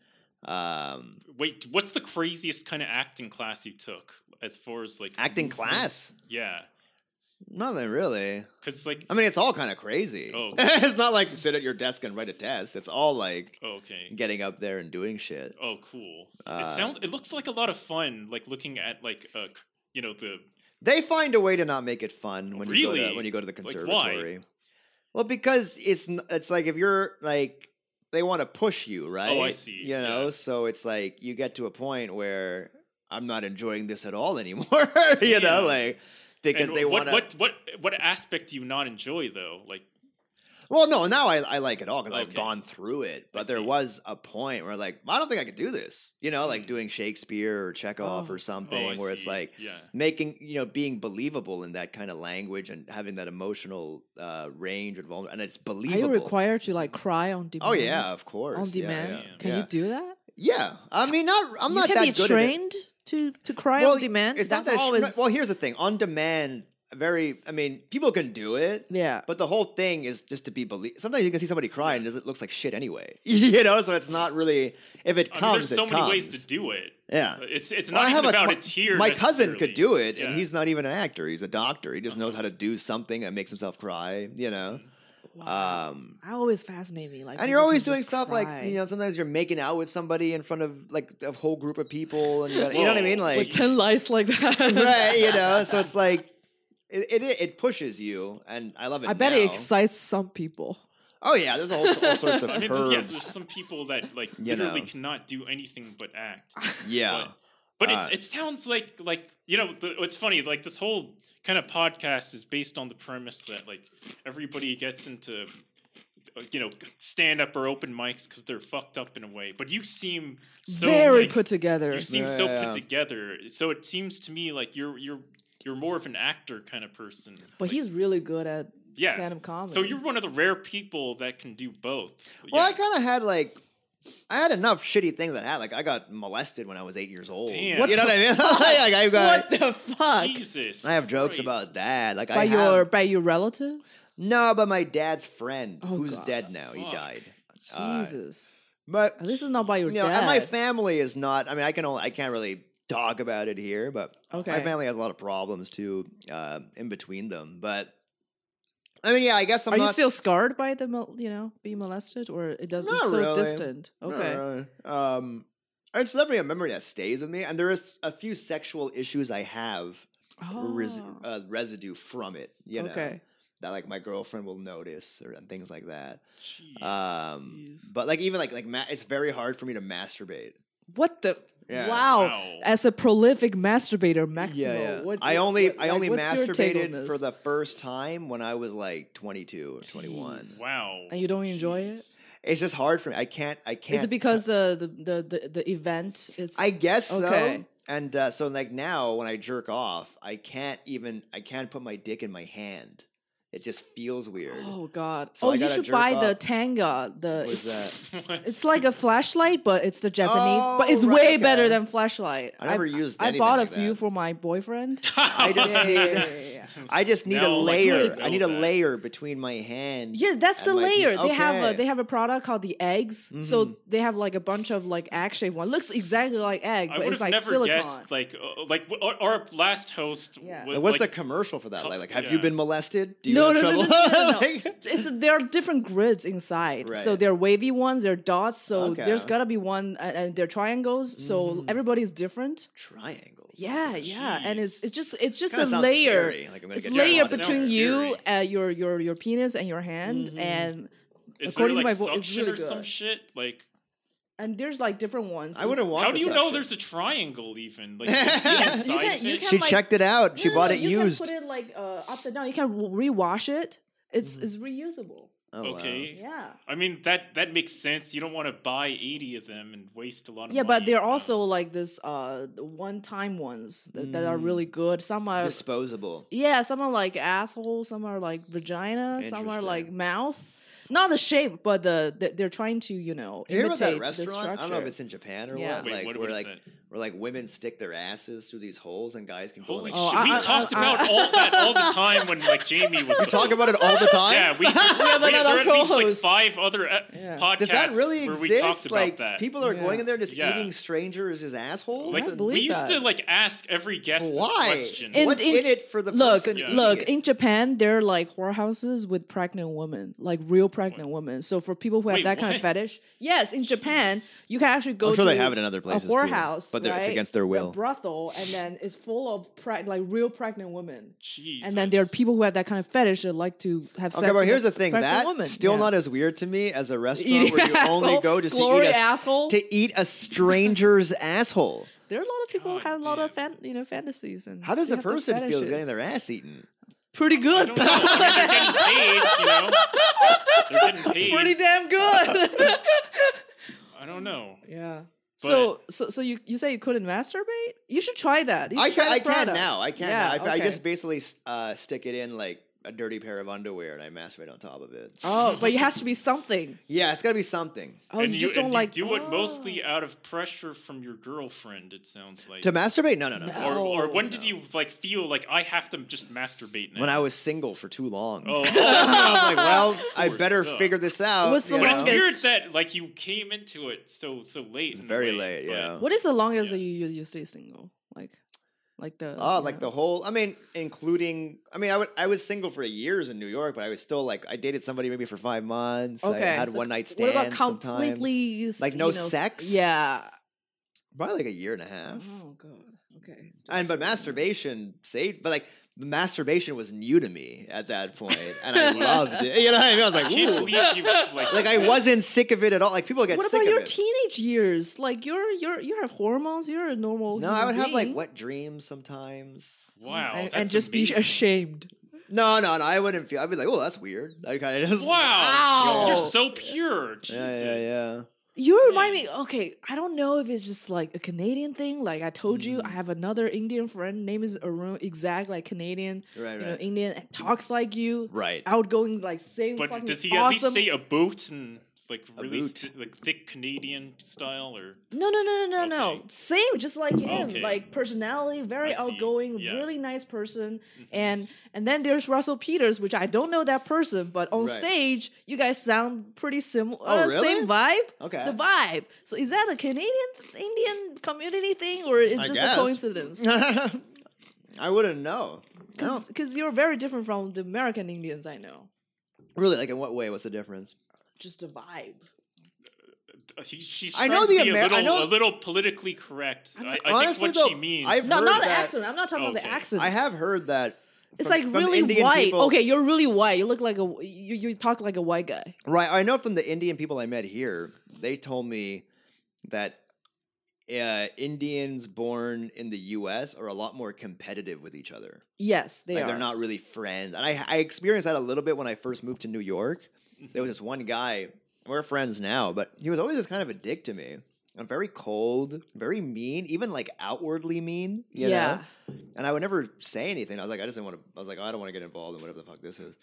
Speaker 2: um
Speaker 1: Wait, what's the craziest kind of acting class you took as far as like
Speaker 2: acting
Speaker 1: movement?
Speaker 2: class
Speaker 1: Yeah,
Speaker 2: nothing really
Speaker 1: because like
Speaker 2: I mean, it's all kind of crazy.
Speaker 1: Oh.
Speaker 2: *laughs* it's not like sit at your desk and write a test. It's all like
Speaker 1: oh, okay,
Speaker 2: getting up there and doing shit.
Speaker 1: oh cool.
Speaker 2: Uh,
Speaker 1: it sound it looks like a lot of fun. Like looking at like uh c- you know the
Speaker 2: They find a way to not make it fun when you go
Speaker 1: Really?
Speaker 2: to, when you go to the
Speaker 1: Like, why?
Speaker 2: conservatory. well, because it's n- it's like if you're like they want to push you, right?
Speaker 1: Oh, I see,
Speaker 2: You know,
Speaker 1: yeah.
Speaker 2: so it's like you get to a point where I'm not enjoying this at all *laughs* anymore. you know,
Speaker 1: Damn.
Speaker 2: like because
Speaker 1: and
Speaker 2: they
Speaker 1: what,
Speaker 2: want to.
Speaker 1: what what what aspect do you not enjoy though? Like
Speaker 2: Well, no, now I, I like it all because I've
Speaker 1: Okay.
Speaker 2: gone through it. But there
Speaker 1: see.
Speaker 2: was a point where like I don't think I could do this. You know, like doing Shakespeare or Chekhov
Speaker 3: Oh.
Speaker 1: Mm. oh,
Speaker 2: or
Speaker 1: I
Speaker 2: something, where it's
Speaker 1: see,
Speaker 2: like
Speaker 1: yeah.
Speaker 2: making you know being believable in that kind of language and having that emotional uh, range and vulner- and it's
Speaker 3: Are you
Speaker 2: believable.
Speaker 3: required to like cry on demand?
Speaker 2: oh yeah, of course.
Speaker 3: on
Speaker 2: yeah,
Speaker 3: demand.
Speaker 2: Yeah,
Speaker 3: Can
Speaker 2: yeah.
Speaker 3: you do that?
Speaker 2: Yeah, I mean, not I'm
Speaker 3: you
Speaker 2: not
Speaker 3: can
Speaker 2: that
Speaker 3: be
Speaker 2: good at it.
Speaker 3: trained to to cry
Speaker 2: Well,
Speaker 3: on demand.
Speaker 2: It's
Speaker 3: That's
Speaker 2: not that it's-
Speaker 3: always
Speaker 2: well. Here's the thing: on demand, very. I mean, people can do it.
Speaker 3: yeah.
Speaker 2: But the whole thing is just to be believed. Sometimes you can see somebody cry and it doesn't- looks like shit anyway. *laughs* you know, so it's not really if it
Speaker 1: I
Speaker 2: comes.
Speaker 1: mean, there's so
Speaker 2: it
Speaker 1: many ways
Speaker 2: comes.
Speaker 1: to do it.
Speaker 2: Yeah.
Speaker 1: It's it's
Speaker 2: Well,
Speaker 1: not
Speaker 2: I have
Speaker 1: even
Speaker 2: a-
Speaker 1: about
Speaker 2: my-
Speaker 1: it here.
Speaker 2: My cousin could
Speaker 1: necessarily.
Speaker 2: do it, and
Speaker 1: Yeah. Uh-huh. Mm-hmm.
Speaker 2: he's not even an actor. He's a doctor. He just knows how to do something that makes himself cry. You know,
Speaker 3: Wow.
Speaker 2: Um,
Speaker 3: Oh, I always fascinate me. Like,
Speaker 2: and you're always doing stuff like you know sometimes you're making out with somebody in front of like a whole group of people and you, gotta, you know what I mean
Speaker 1: Whoa.
Speaker 2: like
Speaker 3: with ten lights like
Speaker 2: *laughs*
Speaker 3: that,
Speaker 2: right
Speaker 3: *laughs*
Speaker 2: you
Speaker 1: *laughs*
Speaker 2: know so it's like it, it it pushes you and I love it.
Speaker 3: I bet it
Speaker 2: now.
Speaker 3: excites some people.
Speaker 2: Oh yeah, there's all, all sorts
Speaker 1: *laughs*
Speaker 2: of
Speaker 1: I mean,
Speaker 2: curves.
Speaker 1: yes, there's some people that like
Speaker 2: *laughs* You
Speaker 1: literally
Speaker 2: know.
Speaker 1: cannot do anything but act.
Speaker 2: yeah,
Speaker 1: But, but it's
Speaker 2: Uh,
Speaker 1: it sounds like like you know the, it's funny like this whole kind of podcast is based on the premise that like everybody gets into uh, you know stand up or open mics because they're fucked up in a way. But you seem so
Speaker 3: Very
Speaker 1: like,
Speaker 3: put together.
Speaker 1: You seem so
Speaker 2: Yeah.
Speaker 1: put together. So it seems to me like you're you're you're more of an actor kind of person.
Speaker 3: But
Speaker 1: Like,
Speaker 3: he's really good at
Speaker 1: yeah.
Speaker 3: stand-up comedy.
Speaker 1: So you're one of the rare people that can do both.
Speaker 2: Well,
Speaker 1: Yeah.
Speaker 2: I kind of had like. I had enough shitty things that happened. Like I got molested when I was eight years old.
Speaker 1: Damn.
Speaker 2: You
Speaker 1: What
Speaker 2: know what I mean? *laughs* like I've got,
Speaker 3: what the fuck?
Speaker 1: Jesus.
Speaker 2: I have jokes
Speaker 1: Christ.
Speaker 2: about that. Like
Speaker 3: By
Speaker 2: I have,
Speaker 3: your by your relative?
Speaker 2: no, but my dad's friend,
Speaker 3: Oh,
Speaker 2: who's
Speaker 3: God.
Speaker 2: dead now, he
Speaker 1: Fuck.
Speaker 2: died. Uh,
Speaker 3: Jesus.
Speaker 2: But
Speaker 3: This is not by your
Speaker 2: you know,
Speaker 3: dad.
Speaker 2: and my family is not. I mean, I can only, I can't really talk about it here, but my
Speaker 3: Okay.
Speaker 2: family has a lot of problems too, uh, in between them. But I mean, yeah, I guess I'm
Speaker 3: Are
Speaker 2: not.
Speaker 3: you still scarred by the mol- you know being molested or it does
Speaker 2: Not
Speaker 3: it's so
Speaker 2: really.
Speaker 3: distant?
Speaker 2: Not
Speaker 3: Okay.
Speaker 2: really. Um, it's definitely a memory that stays with me, and there is a few sexual issues I have res-
Speaker 3: Oh,
Speaker 2: uh, residue from it. You know,
Speaker 3: okay.
Speaker 2: that like my girlfriend will notice or and things like that.
Speaker 1: Jeez.
Speaker 2: Um,
Speaker 3: Jeez.
Speaker 2: but like even like like ma- it's very hard for me to masturbate.
Speaker 3: What the
Speaker 2: Yeah.
Speaker 3: wow.
Speaker 1: Wow.
Speaker 3: As a prolific masturbator, Maximo.
Speaker 2: yeah, yeah.
Speaker 3: What,
Speaker 2: I
Speaker 3: what-
Speaker 2: only
Speaker 3: what-
Speaker 2: I
Speaker 3: like,
Speaker 2: only
Speaker 3: what's your take on
Speaker 2: masturbated for
Speaker 3: this?
Speaker 2: the first time when I was like 22 or 21.
Speaker 3: Jeez.
Speaker 1: Wow.
Speaker 3: And you don't enjoy it?
Speaker 1: Jeez.
Speaker 2: It's just hard for me. I can't I can't
Speaker 3: Is it because uh, the the, the, the, the event is
Speaker 2: I guess
Speaker 3: Okay.
Speaker 2: so. And uh, so like now when I jerk off, I can't even I can't put my dick in my hand. It just feels weird.
Speaker 3: Oh god.
Speaker 2: So
Speaker 3: oh,
Speaker 2: I
Speaker 3: you
Speaker 2: gotta
Speaker 3: should
Speaker 2: jerk
Speaker 3: buy the
Speaker 2: off.
Speaker 3: Tanga. The
Speaker 2: What's that?
Speaker 1: What?
Speaker 3: *laughs*
Speaker 1: *laughs*
Speaker 3: It's like a flashlight, but it's the Japanese. but
Speaker 2: Oh,
Speaker 3: it's
Speaker 2: right,
Speaker 3: way
Speaker 2: okay.
Speaker 3: better than flashlight.
Speaker 2: I never used
Speaker 3: I
Speaker 2: anything
Speaker 3: bought a
Speaker 2: like
Speaker 3: few
Speaker 2: that.
Speaker 3: for my boyfriend.
Speaker 2: I just
Speaker 3: Yeah,
Speaker 2: need
Speaker 3: yeah, yeah, yeah,
Speaker 1: *laughs*
Speaker 2: I just need
Speaker 1: Now,
Speaker 2: a
Speaker 1: like,
Speaker 2: layer.
Speaker 1: like,
Speaker 2: I need a
Speaker 1: build that.
Speaker 2: layer between my hand.
Speaker 3: Yeah, that's the
Speaker 2: And, like, you-
Speaker 3: layer. They have
Speaker 2: okay.
Speaker 3: a, they have a product called the eggs.
Speaker 2: Mhm.
Speaker 3: So they have like a bunch of like egg shaped one. Looks exactly like egg,
Speaker 1: I
Speaker 3: but
Speaker 1: would
Speaker 3: it's
Speaker 1: have
Speaker 3: like
Speaker 1: never
Speaker 3: silicone.
Speaker 1: guessed. Like, uh, like w- our, our last host.
Speaker 3: Yeah.
Speaker 1: wa-
Speaker 2: Like, what's
Speaker 1: like,
Speaker 2: the commercial for that?
Speaker 1: co-
Speaker 2: Like, like have you
Speaker 1: yeah.
Speaker 2: been molested? Do you
Speaker 3: No,
Speaker 2: have
Speaker 3: no, no,
Speaker 2: trouble?
Speaker 3: no, no, no, no.
Speaker 2: *laughs* Like-
Speaker 3: it's there are different grids inside. So
Speaker 2: Right.
Speaker 3: there are wavy ones, there are dots. So
Speaker 2: Okay.
Speaker 3: there's gotta be one, and, and they're triangles. So
Speaker 2: Mhm.
Speaker 3: everybody's different.
Speaker 2: Triangles.
Speaker 3: Yeah, yeah, and it's
Speaker 1: Jeez.
Speaker 3: it's just it's just
Speaker 2: Oh, Kinda
Speaker 3: a
Speaker 2: sounds
Speaker 3: layer.
Speaker 2: scary, Like I'm gonna
Speaker 3: It's
Speaker 2: get
Speaker 3: layer
Speaker 1: it sounds
Speaker 2: molested.
Speaker 3: between you,
Speaker 1: scary.
Speaker 3: uh, your your your penis and your hand,
Speaker 2: Mhm.
Speaker 3: and
Speaker 1: Is
Speaker 3: according
Speaker 1: there,
Speaker 3: to
Speaker 1: like,
Speaker 3: my vo- it's
Speaker 1: suction
Speaker 3: really
Speaker 1: or some
Speaker 3: good.
Speaker 1: shit? Like,
Speaker 3: and there's like different ones.
Speaker 2: I wouldn't want.
Speaker 1: how
Speaker 2: the
Speaker 1: do you know
Speaker 2: suction.
Speaker 1: there's a triangle even?
Speaker 2: *laughs*
Speaker 1: Like, you can see
Speaker 2: Yeah,
Speaker 1: inside
Speaker 3: you can- you
Speaker 1: it?
Speaker 3: can-
Speaker 2: She
Speaker 3: like-
Speaker 2: checked it out. She
Speaker 3: No, no,
Speaker 2: bought
Speaker 3: no,
Speaker 2: it
Speaker 3: you can
Speaker 2: used.
Speaker 3: put it like uh, upside down. You can w- rewash it. It's
Speaker 2: Mhm.
Speaker 3: it's reusable.
Speaker 2: Oh, wow.
Speaker 1: okay.
Speaker 3: Yeah.
Speaker 1: I mean that that makes sense. You don't want to buy eighty of them and waste a lot of
Speaker 3: Yeah,
Speaker 1: money.
Speaker 3: but they're
Speaker 1: on them.
Speaker 3: also like this uh one-time ones that, that
Speaker 2: Mm.
Speaker 3: are really good. Some are
Speaker 2: Disposable.
Speaker 3: yeah, some are like asshole, some are like vagina, some are like
Speaker 2: Interesting.
Speaker 3: mouth. Not the shape, but the, the they're trying to you know
Speaker 2: You hear about
Speaker 3: imitate
Speaker 2: that
Speaker 3: the
Speaker 2: restaurant?
Speaker 3: structure.
Speaker 2: I don't know if it's in Japan or
Speaker 3: Yeah.
Speaker 2: what.
Speaker 1: Wait,
Speaker 2: like,
Speaker 1: what
Speaker 2: where
Speaker 1: was
Speaker 2: like
Speaker 1: that?
Speaker 2: where like women stick their asses through these holes and guys can
Speaker 1: Holy
Speaker 2: go.
Speaker 3: Oh,
Speaker 1: shit! we
Speaker 3: I- I-
Speaker 1: talked
Speaker 3: I-
Speaker 1: about
Speaker 3: I-
Speaker 1: all that all the time when like Jamie was.
Speaker 2: We
Speaker 1: the
Speaker 2: talk
Speaker 1: host.
Speaker 2: about it all the time.
Speaker 1: Yeah,
Speaker 3: *laughs*
Speaker 1: we just
Speaker 3: We have
Speaker 1: we, there
Speaker 3: another
Speaker 1: are at least like
Speaker 3: co-host.
Speaker 1: five other uh,
Speaker 3: Yeah.
Speaker 1: podcasts
Speaker 2: Does that really
Speaker 1: where
Speaker 2: exist?
Speaker 1: we talked about
Speaker 2: like
Speaker 1: that.
Speaker 2: people are
Speaker 3: Yeah.
Speaker 2: going in there just
Speaker 1: Yeah.
Speaker 2: eating strangers as assholes.
Speaker 1: like
Speaker 3: I don't
Speaker 2: And
Speaker 3: believe
Speaker 1: we used to
Speaker 3: that.
Speaker 1: like ask every guest
Speaker 2: why?
Speaker 1: this question.
Speaker 3: In-
Speaker 2: What's in,
Speaker 3: in-
Speaker 2: it for the
Speaker 3: look,
Speaker 2: person? eating
Speaker 3: look.
Speaker 2: it?
Speaker 3: In Japan, there are like whorehouses with pregnant women, like real pregnant women. So for people who have
Speaker 1: Wait,
Speaker 3: that kind of
Speaker 1: what?
Speaker 3: fetish, yes, in Japan,
Speaker 1: Jeez.
Speaker 3: you can actually go.
Speaker 2: I'm sure
Speaker 3: to
Speaker 2: they have it in other places
Speaker 3: a
Speaker 2: too,
Speaker 3: whorehouse,
Speaker 2: but they're- it's
Speaker 3: right?
Speaker 2: against their
Speaker 3: A
Speaker 2: will.
Speaker 3: brothel, and then it's full of preg- like real pregnant women.
Speaker 1: Jesus.
Speaker 3: And then there are people who have that kind of fetish that like to have sex.
Speaker 2: Okay, but
Speaker 3: with
Speaker 2: here's
Speaker 3: a
Speaker 2: the thing.
Speaker 3: pregnant
Speaker 2: That
Speaker 3: woman.
Speaker 2: still
Speaker 3: Yeah.
Speaker 2: not as weird to me as a
Speaker 3: *laughs*
Speaker 2: restaurant
Speaker 3: Eating
Speaker 2: where you only
Speaker 3: asshole,
Speaker 2: go just
Speaker 3: glory
Speaker 2: to eat a,
Speaker 3: asshole.
Speaker 2: to eat a
Speaker 3: *laughs*
Speaker 2: stranger's asshole.
Speaker 3: There are a lot of people who
Speaker 1: God
Speaker 3: have a lot of
Speaker 1: damn.
Speaker 3: fan, you know fantasies and
Speaker 2: How does the
Speaker 3: they have those
Speaker 2: person feel who's getting
Speaker 3: fetishes.
Speaker 2: their ass eaten?
Speaker 3: Pretty
Speaker 1: I
Speaker 3: good.
Speaker 1: don't know.
Speaker 3: *laughs*
Speaker 1: I mean, they're getting paid, you know. They're getting paid.
Speaker 3: Pretty
Speaker 1: *laughs*
Speaker 3: damn good. *laughs*
Speaker 1: I don't know.
Speaker 3: yeah.
Speaker 1: But-
Speaker 3: so so so you you say you couldn't masturbate? You should try that. You
Speaker 2: I
Speaker 3: should
Speaker 2: can,
Speaker 3: try
Speaker 2: I
Speaker 3: the
Speaker 2: can
Speaker 3: product.
Speaker 2: now. I can
Speaker 3: Yeah,
Speaker 2: now. I, I
Speaker 3: okay.
Speaker 2: just basically uh, stick it in like a dirty pair of underwear and I masturbate on top of it.
Speaker 3: Oh, but it has to be something.
Speaker 2: Yeah, it's got to be something.
Speaker 3: Oh,
Speaker 1: and
Speaker 3: you just don't
Speaker 1: and
Speaker 3: like
Speaker 1: do it
Speaker 3: oh. *gasps*
Speaker 1: mostly out of pressure from your girlfriend. It sounds like.
Speaker 2: To masturbate? No, no, no.
Speaker 3: No.
Speaker 1: or, or when
Speaker 3: No.
Speaker 1: did you like feel like I have to just masturbate now?
Speaker 2: When I was single for too long. *laughs*
Speaker 1: oh,
Speaker 2: I
Speaker 1: oh.
Speaker 2: was like, well, I
Speaker 1: Poor
Speaker 2: better
Speaker 1: stuff.
Speaker 2: figure this out.
Speaker 3: What's the
Speaker 2: you
Speaker 1: but it's
Speaker 2: know?
Speaker 3: longest-
Speaker 1: weird that like you came into it so so late.
Speaker 2: It's
Speaker 1: in a
Speaker 2: very
Speaker 1: way,
Speaker 2: late,
Speaker 1: but-
Speaker 2: yeah.
Speaker 3: What is the longest
Speaker 1: Yeah.
Speaker 3: that you you you stay single? Like Like the
Speaker 2: Oh,
Speaker 3: yeah.
Speaker 2: like the whole. I mean, including. I mean, I would. I was single for years in New York, but I was still like, I dated somebody maybe for five months. I had
Speaker 3: so
Speaker 2: one night
Speaker 3: What
Speaker 2: stands.
Speaker 3: about
Speaker 2: sometimes.
Speaker 3: completely s-
Speaker 2: Like,
Speaker 3: you
Speaker 2: no
Speaker 3: know, s-
Speaker 2: sex?
Speaker 3: Yeah.
Speaker 2: Probably like a year and a half.
Speaker 3: Oh god. Okay.
Speaker 2: And but masturbation saved. But like masturbation was new to me at that point, and
Speaker 3: *laughs*
Speaker 2: I loved it. You know what I mean? I was
Speaker 1: I
Speaker 2: like,
Speaker 1: can't
Speaker 2: ooh.
Speaker 1: believe you like.
Speaker 2: *laughs* Like I wasn't sick of it at all. Like people get
Speaker 3: What
Speaker 2: sick
Speaker 3: about
Speaker 2: of
Speaker 3: your
Speaker 2: it.
Speaker 3: teenage years? Like you're you're you have hormones. You're a normal.
Speaker 2: No, I
Speaker 3: human
Speaker 2: would have like
Speaker 3: being.
Speaker 2: wet dreams sometimes.
Speaker 1: Wow,
Speaker 3: and, and
Speaker 1: that's
Speaker 3: just be
Speaker 1: amazing.
Speaker 3: ashamed.
Speaker 2: No, no, no. I wouldn't feel. I'd be like, oh, that's weird. I kind of *laughs* just.
Speaker 1: Wow,
Speaker 3: Wow.
Speaker 1: you're so pure. Jesus.
Speaker 2: Yeah, yeah, yeah.
Speaker 3: You remind
Speaker 1: Yeah.
Speaker 3: me. Okay, I don't know if it's just like a Canadian thing. Like I told you, I
Speaker 2: Mm.
Speaker 3: have another Indian friend. Name is Arun. Exact like Canadian.
Speaker 2: Right,
Speaker 3: You know,
Speaker 2: right,
Speaker 3: Indian and talks like you.
Speaker 2: right.
Speaker 3: Outgoing, like same.
Speaker 1: But
Speaker 3: fucking
Speaker 1: does he
Speaker 3: awesome.
Speaker 1: at least say a boot and like
Speaker 2: A
Speaker 1: really
Speaker 2: boot.
Speaker 1: thi- like thick Canadian style or?
Speaker 3: No, no, no, no, no, no.
Speaker 1: Okay.
Speaker 3: Same, just like him.
Speaker 1: Okay.
Speaker 3: Like personality, very
Speaker 1: I see.
Speaker 3: outgoing,
Speaker 1: Yeah.
Speaker 3: really nice person.
Speaker 1: Mm-hmm.
Speaker 3: And and then there's Russell Peters, which I don't know that person, but on
Speaker 2: Right.
Speaker 3: stage, you guys sound pretty similar.
Speaker 2: Oh, really?
Speaker 3: Same vibe.
Speaker 2: Okay. *laughs*
Speaker 3: The vibe. So is that a Canadian Indian community thing, or is
Speaker 2: I
Speaker 3: just
Speaker 2: guess.
Speaker 3: a coincidence?
Speaker 2: I wouldn't know. I don't-
Speaker 3: Because you're very different from the American Indians I know.
Speaker 2: Really, like in what way? What's the difference?
Speaker 3: Just a vibe.
Speaker 1: Uh, he- she's
Speaker 2: I
Speaker 1: trying
Speaker 2: know
Speaker 1: to
Speaker 2: the
Speaker 1: be
Speaker 2: Amer-
Speaker 1: a
Speaker 2: I
Speaker 1: little,
Speaker 2: know-
Speaker 1: a little politically correct. I, I
Speaker 2: Honestly,
Speaker 1: think what
Speaker 2: though,
Speaker 1: she means.
Speaker 2: I've
Speaker 3: No,
Speaker 2: Heard
Speaker 3: not the
Speaker 2: that-
Speaker 3: accent. I'm not talking about the
Speaker 1: Okay.
Speaker 3: accent.
Speaker 2: I have heard that.
Speaker 3: It's
Speaker 2: from-
Speaker 3: like
Speaker 2: from
Speaker 3: really
Speaker 2: Indian
Speaker 3: white.
Speaker 2: people-
Speaker 3: Okay, you're really white. You look like a you. You talk like a white guy.
Speaker 2: Right. I know from the Indian people I met here, they told me that uh, Indians born in the U.S. are a lot more competitive with each other.
Speaker 3: Yes, they
Speaker 2: like
Speaker 3: are.
Speaker 2: they're not really friends. And I, I experienced that a little bit when I first moved to New York. There was this one guy. We're friends now, but he was always just kind of a dick to me. I'm very cold, very mean, even like outwardly mean. You know?
Speaker 3: yeah.
Speaker 2: And I would never say anything. I was like, I just didn't want to. I was like, "Oh, I don't want to get involved in whatever the fuck this is.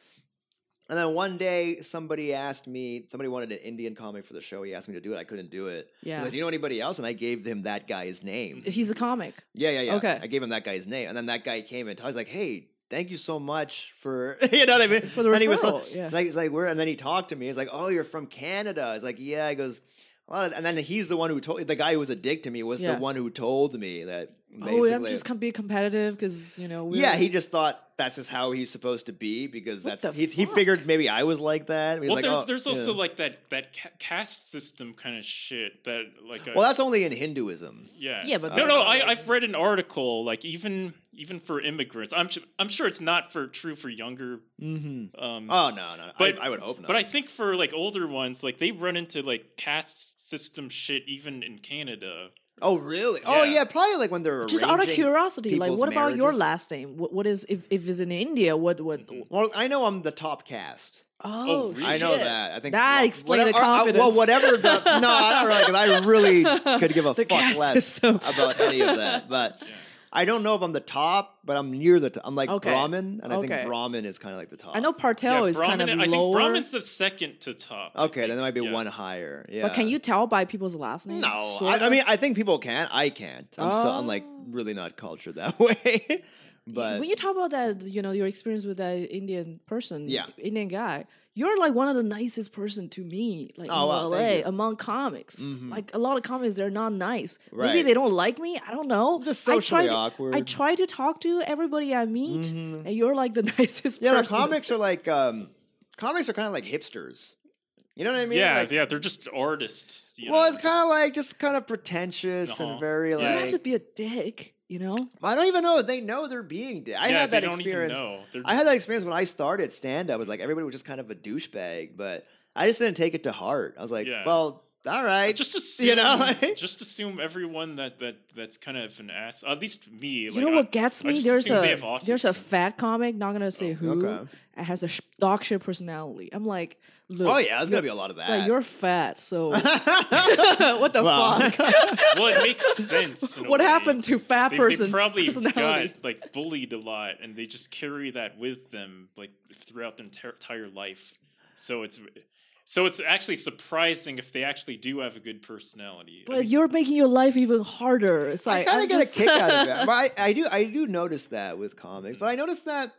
Speaker 2: And then one day, somebody asked me. Somebody wanted an Indian comic for the show. He asked me to do it. I couldn't do it. He's
Speaker 3: Yeah.
Speaker 2: like, Do you know anybody else? And I gave him that guy's name.
Speaker 3: He's a comic.
Speaker 2: Yeah, yeah, yeah.
Speaker 3: Okay.
Speaker 2: I gave him that guy's name, and then that guy came and talked. He's like, "Hey, thank you so much for *laughs* you know what I mean."
Speaker 3: For the
Speaker 2: and he was so-
Speaker 3: referral, yeah.
Speaker 2: It's like it's like where, and then he talked to me. He's like, "Oh, you're from Canada." He's like, "Yeah." He goes, "A lot of," and then he's the one who told the guy who was a dick to me was
Speaker 3: Yeah.
Speaker 2: the one who told me that.
Speaker 3: Oh, I'm
Speaker 2: Basically,
Speaker 3: just com- be competitive because you know. We're,
Speaker 2: yeah, he just thought that's just how he's supposed to be because
Speaker 3: What
Speaker 2: that's he,
Speaker 3: the
Speaker 2: he
Speaker 3: fuck?
Speaker 2: figured maybe I was like that. He was
Speaker 1: well,
Speaker 2: like,
Speaker 1: there's,
Speaker 2: "Oh,"
Speaker 1: there's
Speaker 2: yeah.
Speaker 1: also like that that ca- caste system kind of shit that like. a-
Speaker 2: well, that's only in Hinduism.
Speaker 1: Yeah.
Speaker 3: Yeah, but
Speaker 1: no, no.
Speaker 3: they're-
Speaker 1: I, I've read an article like even even for immigrants. I'm su- I'm sure it's not for true for younger.
Speaker 2: Mm-hmm.
Speaker 1: Um,
Speaker 2: Oh no, no,
Speaker 1: But-
Speaker 2: I, I would hope not.
Speaker 1: but I think for like older ones, like they run into like caste system shit even in Canada.
Speaker 2: oh really? Oh
Speaker 1: Yeah.
Speaker 2: yeah, probably like when they're
Speaker 3: Just out of
Speaker 2: arranging-
Speaker 3: curiosity, like,
Speaker 2: people's
Speaker 3: what about your
Speaker 2: marriages.
Speaker 3: last name? What, what is if if it's in India? What what?
Speaker 1: Mhm.
Speaker 2: Well, I know I'm the top cast.
Speaker 3: Oh,
Speaker 1: really?
Speaker 2: I know
Speaker 3: shit.
Speaker 2: that. I think
Speaker 3: That
Speaker 2: wha-
Speaker 3: explained the
Speaker 2: whatever- or, uh,
Speaker 3: confidence.
Speaker 2: well, whatever.
Speaker 3: *laughs*
Speaker 2: The, no, I don't really. 'cause I really could give a
Speaker 3: The
Speaker 2: fuck
Speaker 3: caste
Speaker 2: less
Speaker 3: system.
Speaker 2: about any of
Speaker 3: *laughs*
Speaker 2: that. But I don't know if I'm the top, but I'm near the. top. I'm like
Speaker 3: Okay.
Speaker 2: Brahmin, and I
Speaker 3: Okay.
Speaker 2: think Brahmin is kind of like the top.
Speaker 3: I know Partel is kind of
Speaker 1: Brahmin- I think
Speaker 3: lower.
Speaker 1: Brahmin's the second to top. I
Speaker 2: Okay, then
Speaker 1: think,
Speaker 2: there might be
Speaker 1: yeah.
Speaker 2: one higher. Yeah.
Speaker 3: But can you tell by people's last name?
Speaker 2: No,
Speaker 3: Sort
Speaker 2: I, I
Speaker 3: of?
Speaker 2: mean I think people can. I can't. I'm so I'm like
Speaker 3: Oh.
Speaker 2: really not cultured that *laughs* way. but
Speaker 3: when you talk about that, you know, your experience with that Indian person,
Speaker 2: Yeah.
Speaker 3: Indian guy, you're like one of the nicest person to me, like
Speaker 2: Oh, wow,
Speaker 3: in
Speaker 2: thank
Speaker 3: LA
Speaker 2: you.
Speaker 3: among comics.
Speaker 2: Mhm.
Speaker 3: Like a lot of comics, they're not nice. Maybe
Speaker 2: Right.
Speaker 3: they don't like me. I don't know.
Speaker 2: *laughs* I'm just
Speaker 3: I
Speaker 2: socially
Speaker 3: try
Speaker 2: awkward.
Speaker 3: To, I try to talk to everybody I meet,
Speaker 2: Mhm.
Speaker 3: and you're like the *laughs* nicest.
Speaker 2: yeah, no,
Speaker 3: person.
Speaker 2: comics are like um, comics are kind of like hipsters. You know what I mean?
Speaker 1: yeah,
Speaker 2: Like,
Speaker 1: yeah, they're just artists. you
Speaker 2: well,
Speaker 1: know,
Speaker 2: it's
Speaker 1: just-
Speaker 2: kind of like just kind of pretentious
Speaker 1: Uh-huh.
Speaker 2: and very
Speaker 3: You
Speaker 2: like.
Speaker 3: don't have to be a dick, you know.
Speaker 2: I don't even know if they know they're being. Di- I
Speaker 1: yeah,
Speaker 2: had
Speaker 1: they
Speaker 2: that
Speaker 1: don't
Speaker 2: experience.
Speaker 1: Even know. They're
Speaker 2: I
Speaker 1: just-
Speaker 2: had that experience when I started stand up. Was like everybody was just kind of a douchebag, but I just didn't take it to heart. I was like,
Speaker 1: Yeah.
Speaker 2: well, all right.
Speaker 1: just assume,
Speaker 2: you know, like-
Speaker 1: just assume everyone that that that's kind of an ass. At least me.
Speaker 3: You
Speaker 1: like,
Speaker 3: know
Speaker 1: I-
Speaker 3: what gets
Speaker 1: I
Speaker 3: me?
Speaker 1: just
Speaker 3: There's
Speaker 1: assume they
Speaker 3: a
Speaker 1: have
Speaker 3: there's a
Speaker 1: autism.
Speaker 3: fat comic, not gonna say who,
Speaker 2: Oh, okay.
Speaker 3: and has a sh- dog shit personality. I'm like, look,
Speaker 2: oh yeah, there's gonna be a lot of that.
Speaker 3: it's
Speaker 2: *laughs*
Speaker 3: like you're *laughs* fat, so *laughs* what the
Speaker 2: Wow.
Speaker 3: fuck?
Speaker 1: Well, it makes sense. in a
Speaker 3: *laughs* what
Speaker 1: way.
Speaker 3: happened to fat
Speaker 1: They,
Speaker 3: person
Speaker 1: they probably
Speaker 3: *laughs* personality?
Speaker 1: got like bullied a lot, and they just carry that with them like throughout their enti- entire life. So it's so it's actually surprising if they actually do have a good personality. At
Speaker 3: but
Speaker 1: least-
Speaker 3: you're making your life even harder. It's
Speaker 2: I
Speaker 3: like
Speaker 2: kind
Speaker 3: I'm
Speaker 2: of get
Speaker 3: just-
Speaker 2: a kick out of that. But I, I do, I do notice that with comics. But I noticed that,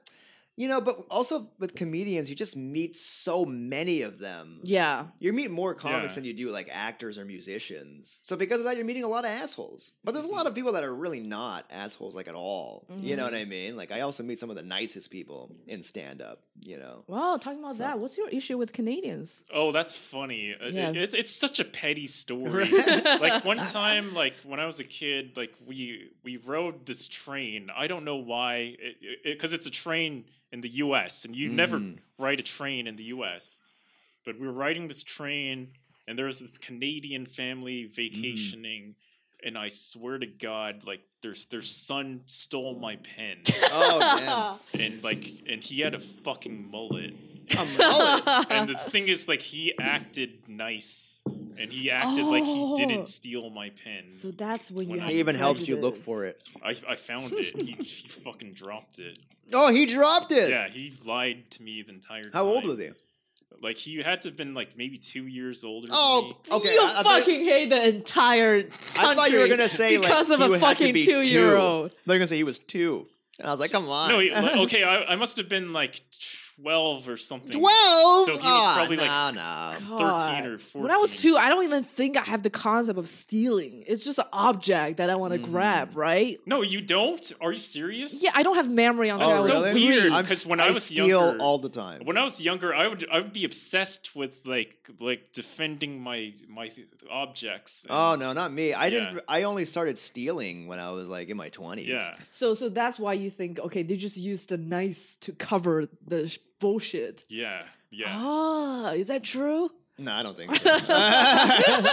Speaker 2: You know, but also with comedians, you just meet so many of them.
Speaker 3: *laughs* Yeah.
Speaker 2: You meet more comics
Speaker 1: Yeah.
Speaker 2: than you do like actors or musicians. So because of that, you're meeting a lot of assholes. But
Speaker 3: Mm-hmm.
Speaker 2: there's a lot of people that are really not assholes like at all. You know what I mean? Like I also meet some of the nicest people in stand up. You know?
Speaker 3: Wow, talking about that, what's your issue with
Speaker 2: *laughs*
Speaker 3: Canadians?
Speaker 1: Oh, that's funny. Uh, it-
Speaker 3: Yeah.
Speaker 1: It's, it's such a petty story. *laughs*
Speaker 3: *laughs*
Speaker 1: like one time, like when I was a kid, like we we rode this train. I don't know why, because it, it, 'cause it's a train in the U.S. and you never
Speaker 2: Mm.
Speaker 1: ride a train in the U.S. But we were riding this train, and there was this Canadian
Speaker 2: Mm.
Speaker 1: family vacationing, and I swear to God, like their their son stole my pen,
Speaker 2: *laughs* Oh
Speaker 3: *laughs*
Speaker 2: man.
Speaker 1: and like and he had a fucking
Speaker 2: *laughs*
Speaker 1: mullet.
Speaker 2: A mullet.
Speaker 3: *laughs*
Speaker 1: and the thing is, like, he acted nice, and he acted like he
Speaker 3: Oh.
Speaker 1: didn't steal my pen.
Speaker 3: so that's when you
Speaker 1: When
Speaker 3: have
Speaker 1: I-
Speaker 2: He even helped you look
Speaker 3: prejudice.
Speaker 2: for it.
Speaker 1: I, I found it.
Speaker 2: *laughs*
Speaker 1: He, he fucking dropped it.
Speaker 2: Oh, he dropped it.
Speaker 1: Yeah, he lied to me the entire time.
Speaker 2: How old was he?
Speaker 1: Like, he had to have been like maybe two years older.
Speaker 2: Oh,
Speaker 1: than me.
Speaker 2: Okay,
Speaker 3: you
Speaker 2: I- I thought-
Speaker 3: fucking hate the entire country.
Speaker 2: I thought you were gonna say like,
Speaker 3: because
Speaker 2: you
Speaker 3: of a
Speaker 2: had to
Speaker 3: fucking
Speaker 2: be
Speaker 3: two-year-old.
Speaker 2: Two. They're gonna say he was two, and I was like, come on.
Speaker 1: no, he- like, okay, I, I must have been like twelve or something.
Speaker 2: *laughs* twelve.
Speaker 1: So he was
Speaker 2: Aw,
Speaker 1: probably,
Speaker 2: no,
Speaker 1: like, Oh,
Speaker 2: no.
Speaker 1: thirteen or
Speaker 3: God.
Speaker 1: fourteen.
Speaker 3: When I was two, I don't even think I have the concept of stealing. It's just an object that I want to
Speaker 2: Hmm.
Speaker 3: grab, right?
Speaker 1: No, you don't. Are you serious?
Speaker 3: Yeah, I don't have memory on
Speaker 1: That's
Speaker 3: that.
Speaker 2: Oh,
Speaker 1: so
Speaker 2: really?
Speaker 1: weird.
Speaker 2: I'm-
Speaker 1: Because when I,
Speaker 2: I
Speaker 1: was
Speaker 2: steal
Speaker 1: younger,
Speaker 2: all the time.
Speaker 1: When I was younger, I would I would be obsessed with like like defending my my objects. and-
Speaker 2: Oh no, not me. I
Speaker 1: Yeah.
Speaker 2: didn't. I only started stealing when I was like in my twenties.
Speaker 1: yeah.
Speaker 3: So, so that's why you think okay, they just used the nice to cover the sh- bullshit.
Speaker 1: Yeah.
Speaker 2: Oh.
Speaker 1: Yeah.
Speaker 3: Ah, is that true?
Speaker 2: No, I don't
Speaker 1: *laughs*
Speaker 2: think. so. *laughs*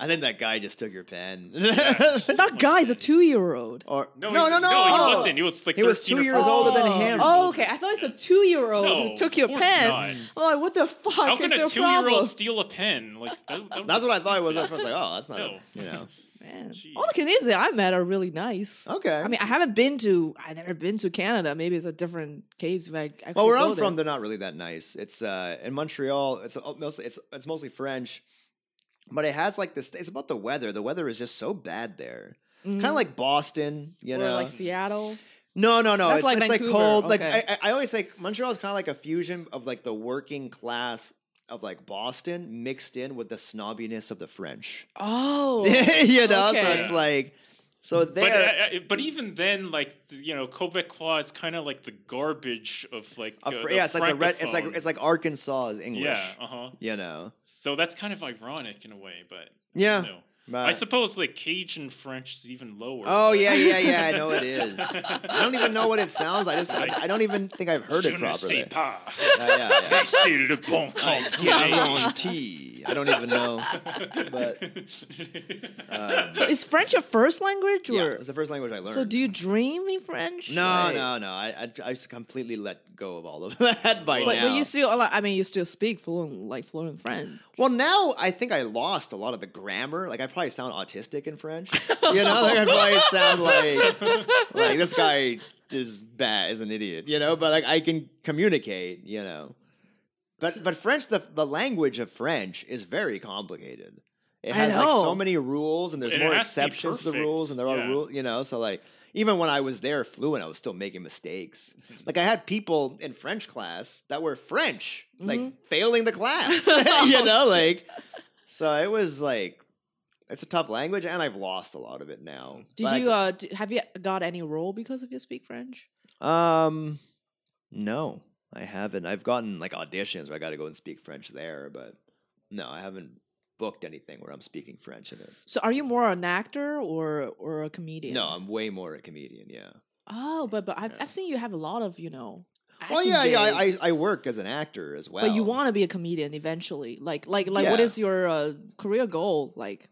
Speaker 2: I think that guy just took your pen. *laughs*
Speaker 1: just-
Speaker 3: It's not guy. It's a two-year-old.
Speaker 2: or
Speaker 1: No,
Speaker 2: no,
Speaker 1: he-
Speaker 2: no, no.
Speaker 1: he wasn't. He was like
Speaker 2: He was
Speaker 1: 13
Speaker 2: two
Speaker 1: or
Speaker 2: years
Speaker 1: 14.
Speaker 2: older than him. Hmm.
Speaker 3: Oh, okay. I thought it's a two-year-old
Speaker 1: No,
Speaker 3: who took
Speaker 1: of
Speaker 3: your
Speaker 1: course
Speaker 3: pen.
Speaker 1: not.
Speaker 3: Oh, like, what the fuck?
Speaker 1: How can
Speaker 3: is
Speaker 1: a
Speaker 3: their
Speaker 1: two-year-old
Speaker 3: problem?
Speaker 1: steal a pen? Like that, that
Speaker 2: That's
Speaker 1: was
Speaker 2: what I thought it was.
Speaker 1: stupid.
Speaker 2: at first. like, oh, that's not.
Speaker 1: No.
Speaker 2: A, you know.
Speaker 3: Man,
Speaker 1: Jeez.
Speaker 3: all the Canadians that I met are really nice.
Speaker 2: Okay.
Speaker 3: I mean, I haven't been to. I've never been to Canada. Maybe it's a different case. If I actually
Speaker 2: Well, where
Speaker 3: go
Speaker 2: I'm
Speaker 3: there.
Speaker 2: from, they're not really that nice. It's uh, in Montreal. It's uh, mostly it's it's mostly French, but it has like this. It's about the weather. The weather is just so bad there. Kind of like Boston, you
Speaker 3: Mm. or
Speaker 2: know.
Speaker 3: like
Speaker 2: *laughs*
Speaker 3: Seattle.
Speaker 2: no, no, no.
Speaker 3: That's
Speaker 2: it's
Speaker 3: like
Speaker 2: it's like
Speaker 3: Vancouver,
Speaker 2: cold.
Speaker 3: okay.
Speaker 2: Like I- I, I always say, Montreal is kind of like a fusion of like the working class of like Boston mixed in with the snobbiness of the French. *laughs*
Speaker 3: Oh,
Speaker 2: you know, so
Speaker 3: okay.
Speaker 2: it's like so there.
Speaker 1: But, uh, uh, but even then, like th- you know, Quebecois is kind of like the garbage of like
Speaker 2: a
Speaker 1: uh,
Speaker 2: fr-
Speaker 1: the
Speaker 2: yeah, it's like the red. It's like
Speaker 1: francophone.
Speaker 2: it's like Arkansas is English.
Speaker 1: yeah, uh huh.
Speaker 2: You know.
Speaker 1: So that's kind of ironic in a way, but
Speaker 2: Yeah.
Speaker 1: no.
Speaker 2: but-
Speaker 1: I suppose like Cajun French is even lower.
Speaker 2: Oh
Speaker 1: but-
Speaker 2: yeah, yeah, yeah. I know it is. I don't even know what it sounds. I just, I, I don't even think I've heard
Speaker 1: Je
Speaker 2: it
Speaker 1: ne sais
Speaker 2: properly.
Speaker 1: pas.
Speaker 2: Yeah, yeah,
Speaker 1: *laughs*
Speaker 2: yeah.
Speaker 1: Mais c'est le
Speaker 2: *laughs*
Speaker 1: bon temps.
Speaker 2: Guarantee. I don't even know.
Speaker 1: *laughs*
Speaker 2: But
Speaker 3: *laughs*
Speaker 2: um,
Speaker 3: so is French your first language,
Speaker 2: yeah,
Speaker 3: or
Speaker 2: it's the first language I learned.
Speaker 3: so? Do you dream in French?
Speaker 2: No,
Speaker 3: Like-
Speaker 2: no, no. I, I, I just completely let go of all of *laughs* that by
Speaker 3: But,
Speaker 2: now.
Speaker 3: but you still, like, I mean, you still speak fluent, like fluent French.
Speaker 2: well, now I think I lost a lot of the grammar. Like I probably sound autistic in
Speaker 3: *laughs*
Speaker 2: French. You know, like I probably sound like like this guy is bad, is an idiot. You know, but like I can communicate. You know. But but French, the the language of French is very complicated. It
Speaker 3: I
Speaker 2: has like so
Speaker 3: know.
Speaker 2: many rules, and there's
Speaker 1: And it
Speaker 2: more
Speaker 1: has to be
Speaker 2: exceptions to the
Speaker 1: perfect,
Speaker 2: rules, and there are
Speaker 1: yeah.
Speaker 2: rules, you know. So like, even when I was there fluent, I was still making mistakes. Like I had people in French class that were French,
Speaker 3: Mhm.
Speaker 2: like failing the class, *laughs* you
Speaker 3: *laughs*
Speaker 2: know, like. So it was like, it's a tough language, and I've lost a lot of it now.
Speaker 3: Did
Speaker 2: But I-
Speaker 3: you uh, d have you got any role because of you speak French?
Speaker 2: Um, no, I haven't. I've gotten like auditions where I got to go and speak French there, but no, I haven't booked anything where I'm speaking French in it.
Speaker 3: So are you more an actor or or a comedian?
Speaker 2: No, I'm way more a comedian. Yeah.
Speaker 3: Oh, but but I've,
Speaker 2: Yeah.
Speaker 3: I've seen you have a lot of you know.
Speaker 2: well,
Speaker 3: acting
Speaker 2: yeah, yeah. I, I
Speaker 3: gigs.
Speaker 2: I work as an actor as well.
Speaker 3: But you want to be a comedian eventually. Like like like what
Speaker 2: Yeah.
Speaker 3: is your uh, career goal? Like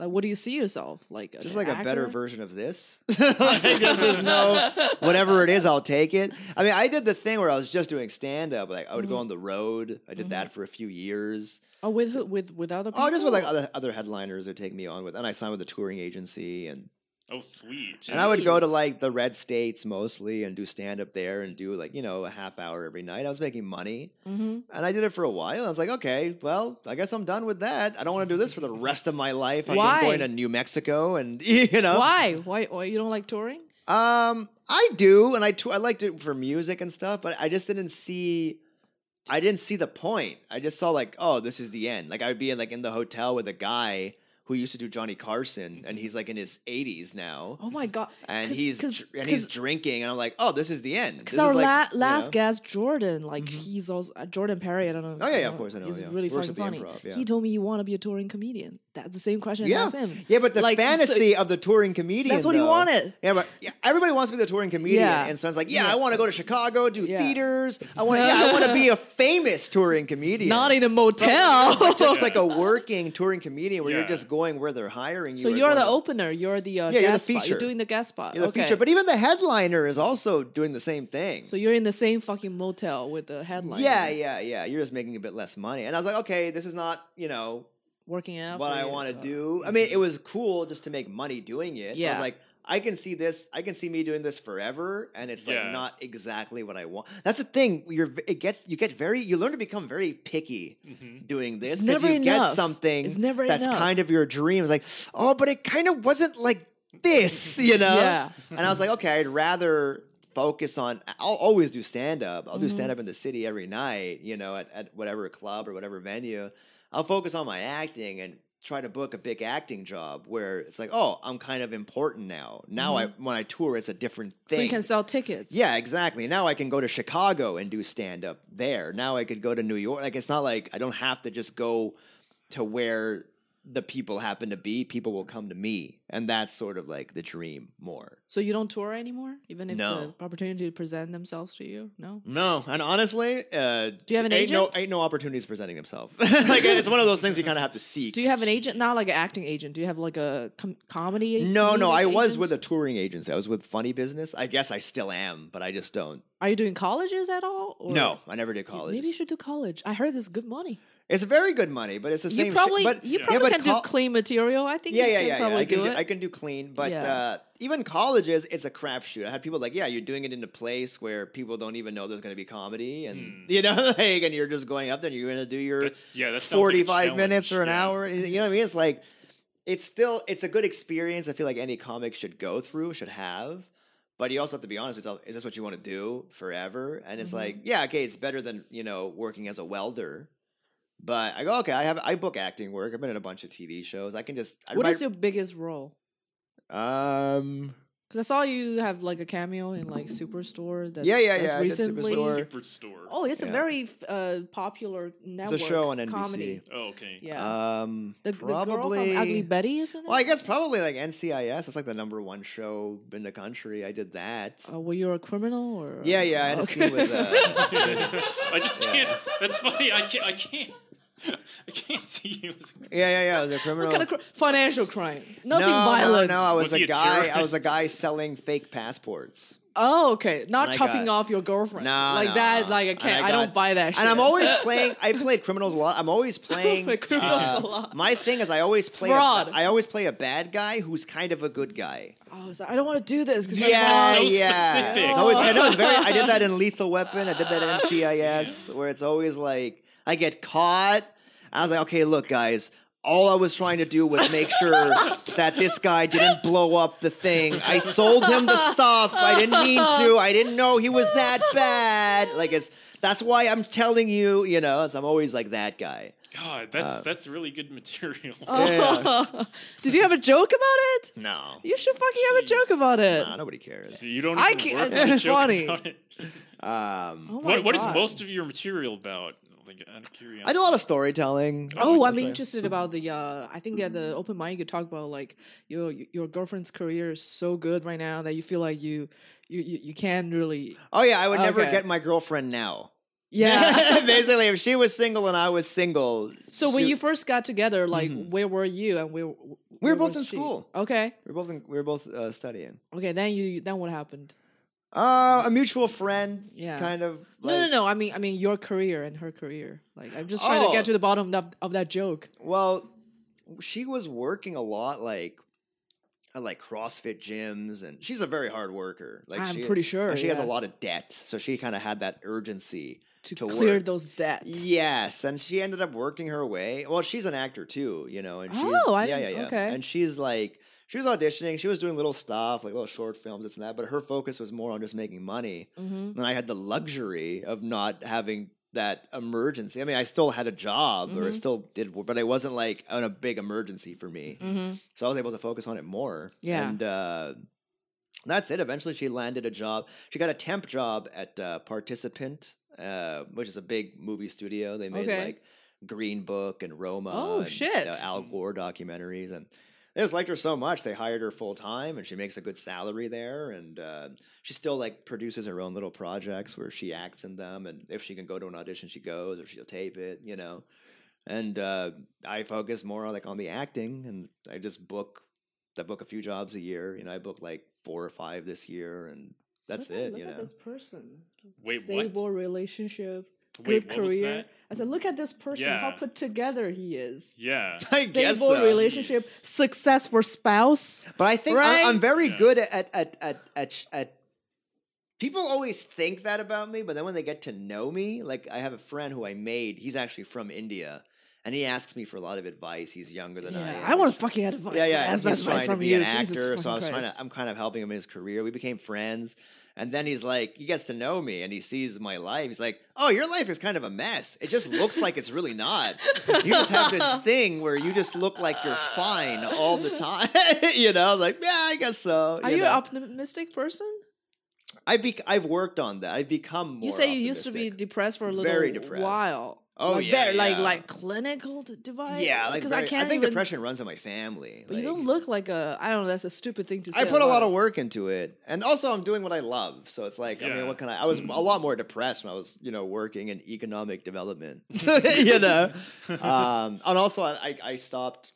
Speaker 3: like what do you see yourself like?
Speaker 2: just
Speaker 3: an
Speaker 2: like a better
Speaker 3: actor?
Speaker 2: *laughs* version of
Speaker 3: *laughs*
Speaker 2: this. like, this is no whatever it is, I'll take it. I mean, I did the thing where I was just doing stand up. Like I would go
Speaker 3: Mhm.
Speaker 2: on the road. I did
Speaker 3: Mhm.
Speaker 2: that for a few years.
Speaker 3: Oh, with who? With with other people?
Speaker 2: Oh, just with like other other headliners would take me on with, and I signed with a touring agency and.
Speaker 1: oh sweet.
Speaker 2: And I would go to
Speaker 3: Jeez.
Speaker 2: like the red states mostly and do stand up there and do like, you know, a half hour every night. I was making money
Speaker 3: hmm
Speaker 2: and I did it for a while. I was like, okay, well, I guess I'm done with that. I don't want to do this for the rest of my life. Like,
Speaker 3: Why?
Speaker 2: I'm going to New Mexico and, *laughs* you know.
Speaker 3: Why? Why? Why you don't like touring?
Speaker 2: Um, I do, and I too I liked it for music and stuff, but I just didn't see. I didn't see the point. I just saw like, oh, this is the end. Like I would be in, like in the hotel with a guy who used to do Johnny Carson, and he's like in his 80s now,
Speaker 3: Oh my god!
Speaker 2: and
Speaker 3: 'Cause-
Speaker 2: he's
Speaker 3: 'cause-
Speaker 2: dr- and he's
Speaker 3: 'cause-
Speaker 2: drinking, and I'm like, oh, this is the end.
Speaker 3: Because
Speaker 2: This
Speaker 3: our
Speaker 2: is, like,
Speaker 3: la-
Speaker 2: you
Speaker 3: last
Speaker 2: know?
Speaker 3: guest, Jordan, like
Speaker 2: Mhm.
Speaker 3: he's also uh, Jordan Perry. I don't know. if
Speaker 2: Oh,
Speaker 3: you
Speaker 2: yeah, yeah, of course I know,
Speaker 3: He's
Speaker 2: yeah.
Speaker 3: really
Speaker 2: Works
Speaker 3: fucking
Speaker 2: at the
Speaker 3: funny.
Speaker 2: improv, yeah.
Speaker 3: He told me you want to be a touring comedian. That's the same question I
Speaker 2: Yeah.
Speaker 3: asked him.
Speaker 2: Yeah, but the
Speaker 3: Like, so-
Speaker 2: fantasy of the touring comedian.
Speaker 3: That's what he
Speaker 2: though-
Speaker 3: wanted.
Speaker 2: Yeah, but yeah, everybody wants to be the touring comedian,
Speaker 3: Yeah.
Speaker 2: and so it's like, yeah,
Speaker 3: Yeah.
Speaker 2: I want to go to Chicago, do
Speaker 3: Yeah.
Speaker 2: theaters. I
Speaker 3: *laughs*
Speaker 2: want, yeah, I want to be a famous touring comedian,
Speaker 3: Not in a motel.
Speaker 2: but *laughs* just
Speaker 3: *laughs*
Speaker 1: Yeah.
Speaker 2: like a working touring comedian where
Speaker 1: Yeah.
Speaker 2: you're just going where they're hiring you.
Speaker 3: so
Speaker 2: or
Speaker 3: you're
Speaker 2: going
Speaker 3: the
Speaker 2: to-
Speaker 3: opener. You're the uh,
Speaker 2: Yeah, you're the
Speaker 3: guest spot. You're
Speaker 2: feature.
Speaker 3: doing the guest spot.
Speaker 2: you're the
Speaker 3: okay.
Speaker 2: feature, but even the headliner is also doing the same thing.
Speaker 3: so you're in the same fucking motel with the headline.
Speaker 2: yeah, yeah, yeah. You're just making a bit less money, and I was like, okay, this is not you know
Speaker 3: Working out.
Speaker 2: what
Speaker 3: for
Speaker 2: I
Speaker 3: you.
Speaker 2: want
Speaker 3: Uh,
Speaker 2: to do. I mean, it was cool just to make money doing it. I
Speaker 3: Yeah.
Speaker 2: was like, I can see this. I can see me doing this forever, and it's like
Speaker 1: Yeah.
Speaker 2: not exactly what I want. That's the thing. You're v- it gets you get very you learn to become very picky
Speaker 1: hmm
Speaker 2: doing this
Speaker 3: It's
Speaker 2: because
Speaker 3: never
Speaker 2: you
Speaker 3: enough.
Speaker 2: get something
Speaker 3: It's never
Speaker 2: that's
Speaker 3: enough.
Speaker 2: kind of your dream. It's like, oh, but it kind of wasn't like
Speaker 3: *laughs*
Speaker 2: this, you know?
Speaker 3: Yeah.
Speaker 2: And I was like, okay, I'd rather focus on I'll always do stand up. I'll do
Speaker 3: Mhm.
Speaker 2: stand up in the city every night, you know, at, at whatever club or whatever venue. I'll focus on my acting and try to book a big acting job where it's like, oh, I'm kind of important now. Now I when I tour it's a different thing.
Speaker 3: Mm-hmm. So you can sell tickets.
Speaker 2: Yeah, exactly. Now I can go to Chicago and do stand up there. Now I could go to New York. Like it's not like I don't have to just go to where the people happen to be. People will come to me, and that's sort of like the dream more.
Speaker 3: So you don't tour anymore, even if
Speaker 2: No.
Speaker 3: the opportunity to present themselves to you. No.
Speaker 2: No, and honestly, uh,
Speaker 3: Do you have an
Speaker 2: ain't
Speaker 3: agent?
Speaker 2: No, ain't no opportunities presenting themselves. *laughs* like it's one of those things you kind of have to seek.
Speaker 3: Do you have an agent? Not like an acting agent. Do you have like a com- comedy? a-
Speaker 2: no, no,
Speaker 3: comedic
Speaker 2: I was
Speaker 3: agent?
Speaker 2: with a touring agency. I was with Funny Business. I guess I still am, but I just don't.
Speaker 3: Are you doing colleges at all? Or
Speaker 2: no, I never did
Speaker 3: You-
Speaker 2: college.
Speaker 3: Maybe you should do college. I heard this good money.
Speaker 2: It's very good money, but it's the same.
Speaker 3: You
Speaker 2: shit,
Speaker 3: probably
Speaker 2: but-
Speaker 3: you
Speaker 1: Yeah,
Speaker 3: probably
Speaker 2: but
Speaker 3: can
Speaker 2: col-
Speaker 3: do clean material. I think
Speaker 2: yeah,
Speaker 3: you
Speaker 2: yeah,
Speaker 3: can
Speaker 2: yeah, yeah.
Speaker 3: probably
Speaker 2: I can
Speaker 3: do
Speaker 2: do,
Speaker 3: it.
Speaker 2: I can do clean, but
Speaker 3: Yeah.
Speaker 2: uh, even colleges, it's a crapshoot. I had people like, yeah, you're doing it in a place where people don't even know there's going to be comedy, and
Speaker 1: Hmm.
Speaker 2: you know, *laughs* like, and you're just going up there, and you're going to do your
Speaker 1: That's yeah. That sounds like a
Speaker 2: 45 minutes
Speaker 1: challenge,
Speaker 2: or an
Speaker 1: yeah.
Speaker 2: hour. You know what I mean? It's like it's still it's a good experience. I feel like any comic should go through, should have. But you also have to be honest with yourself. Is this what you want to do forever? And it's
Speaker 3: Mhm.
Speaker 2: like, yeah, okay, it's better than you know working as a welder. But I go, okay, I have I book acting work. I've been in a bunch of TV shows. I can just I
Speaker 3: What
Speaker 2: might-
Speaker 3: is your biggest role?
Speaker 2: um
Speaker 3: Because I saw you have like a cameo in like Superstore. That's,
Speaker 2: Yeah, yeah,
Speaker 3: that's
Speaker 2: yeah, I did
Speaker 3: Recently.
Speaker 1: What's
Speaker 2: Superstore.
Speaker 3: It's-
Speaker 1: Secret Store?
Speaker 3: Oh, it's a
Speaker 2: Yeah.
Speaker 3: very f- uh, popular network.
Speaker 2: show on NBC.
Speaker 3: Comedy.
Speaker 1: Oh, okay.
Speaker 3: Yeah.
Speaker 2: um
Speaker 3: the, the girl
Speaker 2: probably
Speaker 3: from Ugly Betty is in it.
Speaker 2: Well,
Speaker 3: *laughs*
Speaker 2: I guess probably like NCIS. It's like the number one show in the country. I did that.
Speaker 3: Uh, were you a criminal or? Oh,
Speaker 2: Yeah, yeah, I had a scene with, uh,
Speaker 1: *laughs* I just
Speaker 2: Yeah.
Speaker 1: can't. That's funny. I can't. I can't. I can't see you. As a,
Speaker 2: Yeah, yeah, yeah. It was a criminal.
Speaker 3: *laughs* what kind of cri- financial crime? Nothing
Speaker 2: no,
Speaker 3: violent.
Speaker 2: No, no, I
Speaker 1: Was
Speaker 2: was,
Speaker 1: he
Speaker 2: a
Speaker 1: a
Speaker 2: guy. I was a
Speaker 1: terrorist?
Speaker 2: guy selling fake
Speaker 3: *laughs*
Speaker 2: passports,
Speaker 3: Oh, okay. Not
Speaker 2: And I
Speaker 3: chopping
Speaker 2: got-
Speaker 3: off your girlfriend.
Speaker 2: No,
Speaker 3: like
Speaker 2: no,
Speaker 3: that.
Speaker 2: no.
Speaker 3: Like I
Speaker 2: And
Speaker 3: can't.
Speaker 2: I
Speaker 3: I, don't
Speaker 2: got-
Speaker 3: buy that. shit.
Speaker 2: and I'm
Speaker 3: *laughs*
Speaker 2: always playing. I played criminals a lot. I'm always playing.
Speaker 3: Play criminals
Speaker 2: uh,
Speaker 3: a lot.
Speaker 2: My thing is, I always play. a-
Speaker 3: Fraud.
Speaker 2: I always play a bad guy who's kind of a good guy.
Speaker 3: Oh, it's like, I don't want to do this because
Speaker 2: Yeah,
Speaker 3: *laughs*
Speaker 1: So
Speaker 2: yeah.
Speaker 1: specific.
Speaker 2: It's always. I know. It's very. I did
Speaker 1: *laughs*
Speaker 2: that in Lethal Weapon. I did that in NCIS, where it's always like I get caught. I was like, okay, look, guys. All I was trying to do was make
Speaker 1: *laughs*
Speaker 2: sure that this guy didn't blow up the thing. I sold him the stuff. I didn't mean to. I didn't know he was that bad. Like it's. That's why I'm telling you. You know. So I'm always like that guy.
Speaker 1: God, that's
Speaker 2: Uh,
Speaker 1: that's really good material.
Speaker 3: Oh. Did you have a joke about it?
Speaker 2: No.
Speaker 3: You should fucking have a joke
Speaker 1: Jeez.
Speaker 3: about it.
Speaker 2: Nah, nobody cares.
Speaker 1: So you don't.
Speaker 3: I
Speaker 1: Even
Speaker 3: can't-
Speaker 1: Work
Speaker 3: that's
Speaker 1: on a joke
Speaker 3: funny.
Speaker 1: about it.
Speaker 2: Um.
Speaker 3: Oh my
Speaker 1: What, what is
Speaker 3: God.
Speaker 1: most of your material about? Like, out of curiosity.
Speaker 2: I do a lot of storytelling.
Speaker 3: Oh,
Speaker 1: Oh,
Speaker 3: I'm
Speaker 2: Obviously.
Speaker 3: interested about the. Uh, I think at the open mic you talk about like your your girlfriend's career is so good right now that you feel like you you you, you can really
Speaker 2: Oh yeah, I would never
Speaker 3: Okay.
Speaker 2: get my girlfriend now.
Speaker 3: yeah.
Speaker 2: *laughs*
Speaker 3: *laughs*
Speaker 2: Basically, if she was single and I was single, we
Speaker 3: so when
Speaker 2: Shoot.
Speaker 3: you first got together, like
Speaker 2: Mhm.
Speaker 3: where were you and where? We
Speaker 2: were both in school.
Speaker 3: Okay.
Speaker 2: were both in, we were both uh, studying.
Speaker 3: Okay. Then you. Then what happened?
Speaker 2: Uh, a mutual friend,
Speaker 3: Yeah.
Speaker 2: kind of.
Speaker 3: no, no,
Speaker 2: like-
Speaker 3: no. I mean, I mean your career and her career. Like I'm just trying to
Speaker 2: Oh.
Speaker 3: get to the bottom of, of that joke.
Speaker 2: Well, she was working a lot, like at like CrossFit gyms, and she's a very hard worker. Like
Speaker 3: I'm
Speaker 2: she,
Speaker 3: pretty sure.
Speaker 2: and she has a
Speaker 3: yeah.
Speaker 2: lot of debt, so she kind of had that urgency.
Speaker 3: to,
Speaker 2: to
Speaker 3: clear
Speaker 2: work.
Speaker 3: those debts.
Speaker 2: Yes, and she ended up working her way. Well, she's an actor too, you know, and she's
Speaker 3: Oh, I
Speaker 2: yeah, yeah,
Speaker 3: didn't-
Speaker 2: yeah.
Speaker 3: okay.
Speaker 2: And she's like she was auditioning. She was doing little stuff, like little short films, this and that. But her focus was more on just making money.
Speaker 3: Mm-hmm.
Speaker 2: And I had the luxury of not having that emergency. I mean, I still had a job or I
Speaker 3: Mhm.
Speaker 2: still did, work, but it wasn't like on a big emergency for me.
Speaker 3: Mm-hmm.
Speaker 2: So I was able to focus on it more.
Speaker 3: Yeah.
Speaker 2: And uh, that's it. Eventually, she landed a job. She got a temp job at uh, Participant, uh, which is a big movie studio. They made
Speaker 3: Okay.
Speaker 2: like Green Book and Roma.
Speaker 3: Oh,
Speaker 2: and, you
Speaker 3: shit.
Speaker 2: know, Al Gore documentaries. And they just liked her so much. They hired her full time and she makes a good salary there. And uh, she still like produces her own little projects where she acts in them. And if she can go to an audition, she goes or she'll tape it, you know and uh, I focus more on like on the acting, and I just book, I book a few jobs a year. You know, I book like four or five this year, and that's it. You know,
Speaker 3: this person.
Speaker 1: Wait, what?
Speaker 3: Stable relationship,
Speaker 1: Wait,
Speaker 3: good
Speaker 1: what was
Speaker 3: career.
Speaker 1: that?
Speaker 3: I said, look at this person,
Speaker 1: Yeah.
Speaker 3: how put together he is.
Speaker 1: Yeah.
Speaker 2: *laughs* I
Speaker 3: Stable
Speaker 2: guess so.
Speaker 3: relationship,
Speaker 1: Jeez.
Speaker 3: successful spouse.
Speaker 2: But I think I,
Speaker 3: Right?
Speaker 2: I'm very
Speaker 1: Yeah.
Speaker 2: good at at at at. sh- at People always think that about me, but then when they get to know me, like I have a friend who I made, he's actually from India, and he asks me for a lot of advice. He's younger than I
Speaker 3: yeah,
Speaker 2: am.
Speaker 3: I want to fucking advice.
Speaker 2: Yeah, yeah.
Speaker 3: Ask
Speaker 2: he was
Speaker 3: advice
Speaker 2: trying to
Speaker 3: from
Speaker 2: be
Speaker 3: you.
Speaker 2: an
Speaker 3: Jesus
Speaker 2: actor, so I was
Speaker 3: fucking
Speaker 2: trying to.
Speaker 3: Christ.
Speaker 2: I'm kind of helping him in his career. We became friends, and then he's like, he gets to know me, and he sees my life. He's like, "Oh, your life is kind of a mess. It just looks like it's really not. You just have
Speaker 3: *laughs*
Speaker 2: this thing where you just look like you're fine all the time. *laughs* you know, I was like, yeah, I guess so.
Speaker 3: Are you
Speaker 2: know?
Speaker 3: an optimistic person?
Speaker 2: I be- I've worked on that. I've become more.
Speaker 3: you say you used to be
Speaker 2: optimistic.
Speaker 3: depressed for a little
Speaker 2: Very depressed.
Speaker 3: while.
Speaker 2: Oh,
Speaker 3: like
Speaker 2: yeah,
Speaker 3: very, like
Speaker 2: yeah.
Speaker 3: like clinical d- device.
Speaker 2: Yeah, like
Speaker 3: because
Speaker 2: very,
Speaker 3: I can't
Speaker 2: think
Speaker 3: even.
Speaker 2: depression runs in my family.
Speaker 3: But you
Speaker 2: like-
Speaker 3: don't look like a. I don't know. That's a stupid thing to say.
Speaker 2: I put a lot of
Speaker 3: work.
Speaker 2: work into it, and also I'm doing what I love. So it's like, I
Speaker 1: Yeah. Mm.
Speaker 2: mean, what can I? I was a lot more depressed when I was, you know, working in
Speaker 1: *laughs*
Speaker 2: economic development, *laughs* you know. Um, and also, I, I- I stopped.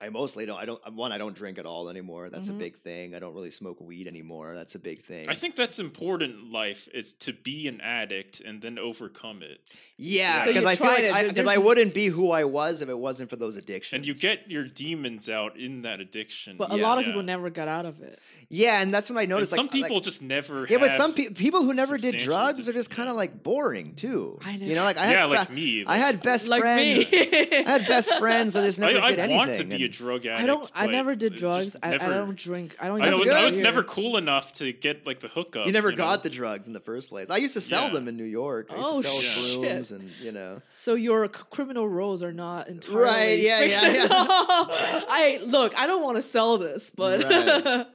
Speaker 2: I mostly don't. I don't. One, I don't drink at all anymore. That's
Speaker 3: Mhm.
Speaker 2: a big thing. I don't really smoke weed anymore. That's a big thing.
Speaker 1: Mm-hmm. I think that's important. in Life is to be an addict and then overcome it,
Speaker 2: yeah,
Speaker 1: So you
Speaker 2: because I feel
Speaker 3: tried
Speaker 2: like
Speaker 3: it,
Speaker 2: I,
Speaker 3: there-
Speaker 2: because I
Speaker 3: there's-
Speaker 2: wouldn't be who I was if it wasn't for those addictions.
Speaker 1: and you get your demons out in that addiction.
Speaker 3: But a
Speaker 2: Yeah.
Speaker 3: lot of
Speaker 1: Yeah.
Speaker 3: people never got out of it.
Speaker 2: yeah, and that's when I
Speaker 1: And
Speaker 2: noticed. like-
Speaker 1: some
Speaker 2: like,
Speaker 1: people just never.
Speaker 2: Yeah, but
Speaker 1: have-
Speaker 2: some pe- people who never did
Speaker 1: substantial
Speaker 2: drugs are
Speaker 1: addiction,
Speaker 2: just kind of
Speaker 1: yeah.
Speaker 2: like boring too.
Speaker 3: I know.
Speaker 2: You know, like I had
Speaker 1: yeah,
Speaker 2: fra-
Speaker 1: like me.
Speaker 2: I
Speaker 1: like,
Speaker 2: had best
Speaker 3: like
Speaker 2: friends.
Speaker 3: *laughs* me.
Speaker 2: I had best friends that just
Speaker 1: I,
Speaker 2: never
Speaker 1: I
Speaker 2: did anything.
Speaker 1: want to be a
Speaker 2: and-
Speaker 1: drug addict.
Speaker 3: I don't. I
Speaker 1: but
Speaker 3: never did
Speaker 1: it just
Speaker 3: drugs. I, I
Speaker 1: never-
Speaker 3: don't drink. I don't.
Speaker 1: I
Speaker 3: use
Speaker 2: That's
Speaker 1: was, I
Speaker 2: good.
Speaker 1: was
Speaker 3: beer.
Speaker 1: never cool enough to get like the hookup.
Speaker 2: you never
Speaker 1: know?
Speaker 2: got the drugs in the first place. I used to sell
Speaker 1: Yeah.
Speaker 2: them in New York. I used
Speaker 3: Oh,
Speaker 2: to sell
Speaker 3: shit.
Speaker 2: shrooms and you know.
Speaker 3: So your c- criminal roles are not entirely
Speaker 2: Right, yeah, yeah, yeah.
Speaker 3: fictional.
Speaker 2: *laughs*
Speaker 3: I look. I don't want to sell this, but
Speaker 2: Right.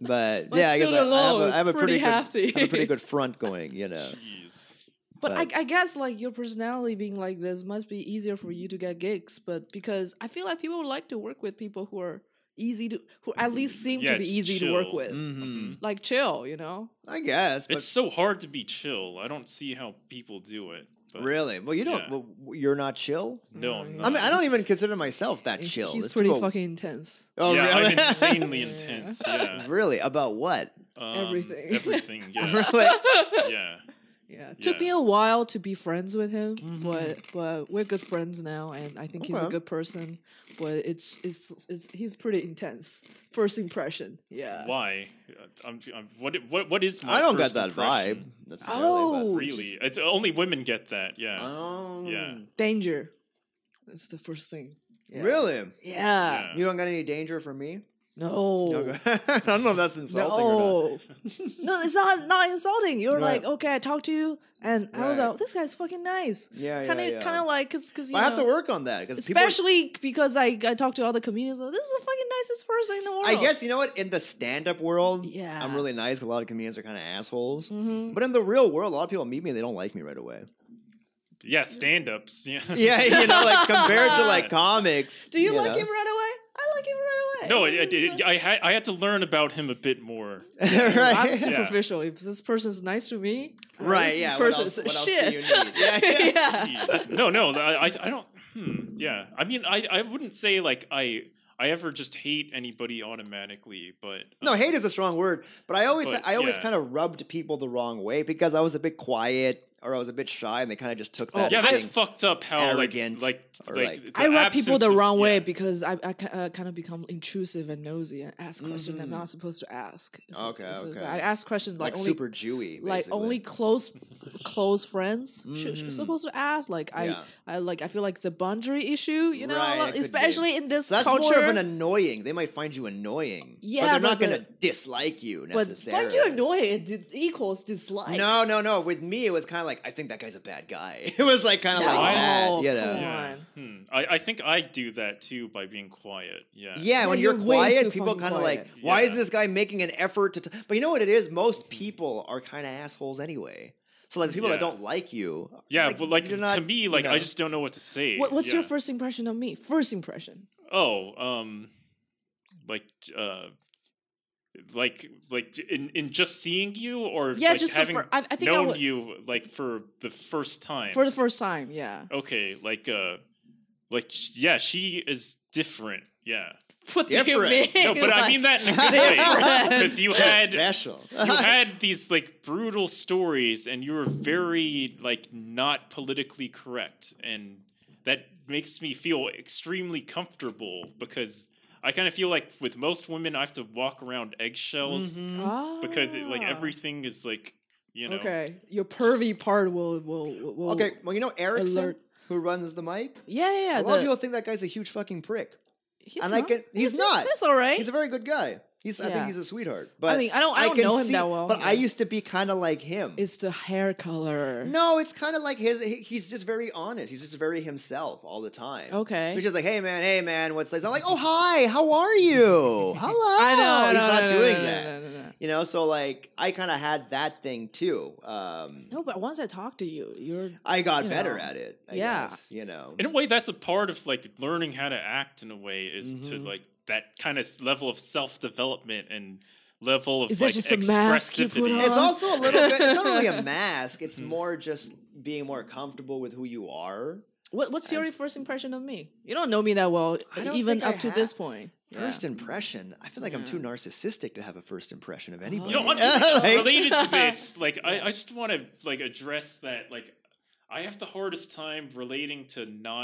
Speaker 2: But
Speaker 3: *laughs* My
Speaker 2: yeah, I guess I,
Speaker 3: student
Speaker 2: I have
Speaker 3: loan
Speaker 2: a, I have a
Speaker 3: is
Speaker 2: pretty,
Speaker 3: pretty
Speaker 2: good,
Speaker 3: hefty.
Speaker 2: I have a pretty good front going. You know.
Speaker 1: Jeez.
Speaker 3: but I,
Speaker 2: But-
Speaker 3: I guess like your personality being like this must be easier for you to get gigs. But because I feel like people would like to work with people who are easy to, who at least seem
Speaker 1: Mm, Yeah,
Speaker 3: to be
Speaker 1: it's
Speaker 3: easy to work
Speaker 1: chill.
Speaker 3: with,
Speaker 2: hmm
Speaker 3: like chill, you know.
Speaker 2: I guess, but
Speaker 1: Mm-hmm. It's so hard to be chill. I don't see how people do it. But
Speaker 2: really, well, you don't.
Speaker 1: yeah. Uh-huh.
Speaker 2: Well, you're not chill.
Speaker 1: No,
Speaker 3: Mm.
Speaker 1: I'm
Speaker 2: I mean, I
Speaker 1: not.
Speaker 2: don't even consider myself that
Speaker 3: And
Speaker 2: chill.
Speaker 3: He's
Speaker 2: There's
Speaker 3: pretty
Speaker 2: people-
Speaker 3: fucking intense.
Speaker 2: Oh,
Speaker 1: yeah,
Speaker 2: really?
Speaker 1: I'm insanely
Speaker 3: Yeah.
Speaker 1: intense. Yeah.
Speaker 2: *laughs* really? About what?
Speaker 1: Um,
Speaker 3: Everything. *laughs*
Speaker 1: Everything.
Speaker 2: *laughs*
Speaker 1: Yeah. yeah.
Speaker 3: Yeah. It Took me
Speaker 1: Yeah.
Speaker 3: a while to be friends with him,
Speaker 2: Mhm.
Speaker 3: but but we're good friends now and I think he's a
Speaker 2: Okay.
Speaker 3: good person. But it's it's, it's he's pretty intense. First impression. Yeah.
Speaker 1: Why? I'm, I'm, what, what, what is my
Speaker 2: I don't
Speaker 1: first
Speaker 2: got that
Speaker 1: impression?
Speaker 2: vibe. necessarily, but-
Speaker 3: Oh
Speaker 1: Really?
Speaker 3: just
Speaker 1: It's only women get that. Yeah.
Speaker 2: Oh,
Speaker 1: Yeah.
Speaker 3: danger. That's the first thing. Yeah.
Speaker 2: Really?
Speaker 3: Yeah.
Speaker 1: Yeah.
Speaker 2: You don't got any danger from me?
Speaker 3: No.
Speaker 2: Okay. *laughs* I don't know if that's insulting or
Speaker 3: Oh. *laughs* No. *laughs* no, it's not not insulting. You're
Speaker 2: Right.
Speaker 3: like, okay, I talked to you and I was
Speaker 2: Right.
Speaker 3: like, this guy's fucking nice.
Speaker 2: not. Yeah,
Speaker 3: Kind of
Speaker 2: yeah, yeah.
Speaker 3: kind of like cuz cuz you
Speaker 2: I have
Speaker 3: know,
Speaker 2: to work on that because
Speaker 3: Especially because I, I talk to other comedians. Like, this is the fucking nicest person in the world.
Speaker 2: I guess you know what in the stand-up world,
Speaker 3: Yeah.
Speaker 2: I'm really nice. 'cause A lot of comedians are kind of assholes,
Speaker 3: Mhm.
Speaker 2: but in the real world, a lot of people meet me and they don't like me right
Speaker 1: *laughs*
Speaker 2: away.
Speaker 1: Yeah. Stand ups. Yeah.
Speaker 2: Yeah, you know, like compared to like comics.
Speaker 3: Do you, like
Speaker 2: know.
Speaker 3: him right away? I like him right
Speaker 1: *laughs*
Speaker 3: away.
Speaker 1: No, it,
Speaker 3: This
Speaker 1: it,
Speaker 3: is
Speaker 1: it, I, had, I had to learn about him a bit more.
Speaker 3: a-
Speaker 2: *laughs* right?
Speaker 3: I'm
Speaker 1: Yeah.
Speaker 3: superficial. If this person's nice to me, uh,
Speaker 2: Right,
Speaker 3: this
Speaker 2: yeah, what
Speaker 3: Person,
Speaker 2: else- what else do
Speaker 3: shit. *laughs*
Speaker 2: you *laughs* need? Yeah, yeah.
Speaker 1: Jeez. no, no, I, I, I don't. Hmm, yeah, I mean, I, I wouldn't say like I, I ever just hate anybody automatically, but
Speaker 2: No,
Speaker 1: um,
Speaker 2: hate is a strong word, but I always
Speaker 1: But,
Speaker 2: I always
Speaker 1: yeah.
Speaker 2: kind of rubbed people the wrong way because I was a bit quiet. or I was a bit shy, and they kind of just took
Speaker 3: Oh,
Speaker 2: that.
Speaker 1: um, yeah,
Speaker 2: as
Speaker 1: that's
Speaker 2: being-
Speaker 1: fucked up. How like
Speaker 2: arrogant
Speaker 1: like
Speaker 2: or,
Speaker 1: like,
Speaker 2: like-
Speaker 1: the
Speaker 3: I rub people
Speaker 1: absence
Speaker 3: the
Speaker 1: of-
Speaker 3: wrong
Speaker 1: yeah.
Speaker 3: way because I, I, ki- uh, kind of become intrusive and nosy and ask questions I'm
Speaker 2: Mhm.
Speaker 3: not supposed to ask. It's like-
Speaker 2: Okay,
Speaker 3: it's- it's-
Speaker 2: okay.
Speaker 3: I ask questions like,
Speaker 2: like,
Speaker 3: only
Speaker 2: super Jewy.
Speaker 3: like
Speaker 2: basically.
Speaker 3: only close close friends should, should
Speaker 2: Mhm.
Speaker 3: supposed to ask. Like
Speaker 2: Yeah.
Speaker 3: I I like I feel like it's a boundary issue. You know,
Speaker 2: Right,
Speaker 3: like,
Speaker 2: it could be.
Speaker 3: especially in this
Speaker 2: So that's
Speaker 3: culture.
Speaker 2: more of an annoying. They might find you annoying.
Speaker 3: Yeah,
Speaker 2: but they're
Speaker 3: but-
Speaker 2: not going to
Speaker 3: but-
Speaker 2: dislike you
Speaker 3: but
Speaker 2: necessarily.
Speaker 3: find you annoying it equals dislike.
Speaker 2: No, no, no. With me, it was kind of like I think that guy's a bad guy. *laughs* It was like kind of like
Speaker 1: Why?
Speaker 2: that.
Speaker 3: Oh,
Speaker 2: you
Speaker 3: come
Speaker 2: know?
Speaker 3: on.
Speaker 1: Yeah. Hmm. I, I think I do that too by being quiet. Yeah.
Speaker 2: Yeah, when
Speaker 3: you're
Speaker 2: you're,
Speaker 3: way too
Speaker 2: quiet, people
Speaker 3: fucking
Speaker 2: kind of like,
Speaker 1: quiet.
Speaker 2: why
Speaker 1: Yeah.
Speaker 2: is this guy making an effort to? T-? But you know what it is?
Speaker 3: Mm-hmm.
Speaker 2: Most people are kind of assholes anyway. So like the people
Speaker 1: Yeah.
Speaker 2: that don't like you.
Speaker 1: Yeah, but like
Speaker 2: you're
Speaker 1: to
Speaker 2: *laughs* not-
Speaker 1: me, *laughs* like I
Speaker 2: know.
Speaker 1: just don't know what to say.
Speaker 3: What, what's
Speaker 1: yeah.
Speaker 3: your first impression of me? First impression.
Speaker 1: Oh, um, like uh, like like in in just seeing you or
Speaker 3: Yeah,
Speaker 1: like
Speaker 3: just the
Speaker 1: having
Speaker 3: fir- I, I think I
Speaker 1: known
Speaker 3: would,
Speaker 1: you like for the first time.
Speaker 3: for the first time. Yeah. *laughs*
Speaker 1: okay, like uh, like yeah, she is different.
Speaker 3: *laughs*
Speaker 1: Yeah,
Speaker 3: What
Speaker 2: do you Different. mean?
Speaker 1: no, but I mean that in a
Speaker 3: *laughs*
Speaker 1: good way
Speaker 2: Different.
Speaker 1: because you
Speaker 2: You're
Speaker 1: had
Speaker 2: special.
Speaker 1: you had these like brutal stories and you were very like not politically correct and that makes me feel extremely comfortable because i kind of feel like with most women i have to walk around eggshells
Speaker 3: Mm-hmm.
Speaker 2: Mhm.
Speaker 3: oh.
Speaker 1: because it, like everything is like you know
Speaker 3: Okay, your pervy part will will will. will-
Speaker 2: *laughs* Okay, well you know Erickson,
Speaker 3: Alert.
Speaker 2: who runs the mic.
Speaker 3: Yeah, yeah. yeah,
Speaker 2: a lot of
Speaker 3: the-
Speaker 2: people think that guy's a huge fucking prick.
Speaker 3: he's
Speaker 2: and I
Speaker 3: not-
Speaker 2: can- he's not.
Speaker 3: He's all right.
Speaker 2: He's a very good guy. He's I
Speaker 3: Yeah.
Speaker 2: think he's a sweetheart. But
Speaker 3: mean, I don't- I don't
Speaker 2: can
Speaker 3: know him
Speaker 2: see-
Speaker 3: that well,
Speaker 2: But I
Speaker 3: yeah.
Speaker 2: used to be kind of like him.
Speaker 3: it's the hair color.
Speaker 2: no, it's kind of like his. he- He's just very honest. He's just very himself all the time.
Speaker 3: Okay.
Speaker 2: He's just like, hey man, hey man, what's like? I'm like, oh hi, how are you? Hello.
Speaker 3: *laughs* I know. I
Speaker 2: he's
Speaker 3: know,
Speaker 2: not
Speaker 3: I know, I
Speaker 2: doing
Speaker 3: know, I
Speaker 2: that.
Speaker 3: know, I know, I know.
Speaker 2: You know, so like I kind of had that thing too. Um,
Speaker 3: No, but once I talk to you, you're.
Speaker 2: I got
Speaker 3: you
Speaker 2: better
Speaker 3: know,
Speaker 2: at it. I
Speaker 3: yeah.
Speaker 2: guess, you know.
Speaker 1: in a way that's a part of like learning how to act in a way is to
Speaker 2: Mhm.
Speaker 3: Mm-hmm.
Speaker 1: like that kind of s- level of self-development and level of
Speaker 3: Is that
Speaker 1: like
Speaker 3: just a mask you
Speaker 1: expressivity
Speaker 3: put
Speaker 2: It's
Speaker 3: on?
Speaker 2: also a little bit. It's not really
Speaker 3: *laughs*
Speaker 2: a mask. It's
Speaker 3: Hmm.
Speaker 1: Mhm.
Speaker 2: more just being more comfortable with who you are.
Speaker 3: What, what's your first impression of me? You don't know me that well,
Speaker 2: I don't
Speaker 3: even
Speaker 2: think I
Speaker 3: up to
Speaker 2: ha-
Speaker 3: this point. Yeah.
Speaker 2: First impression. I feel like I'm
Speaker 3: Yeah. Oh.
Speaker 2: too narcissistic to have a first impression of anybody.
Speaker 1: You know,
Speaker 2: *laughs*
Speaker 1: un-
Speaker 2: Like-
Speaker 1: related
Speaker 2: *laughs*
Speaker 1: to this, like I, I just want to like address that. Like I have the hardest time relating to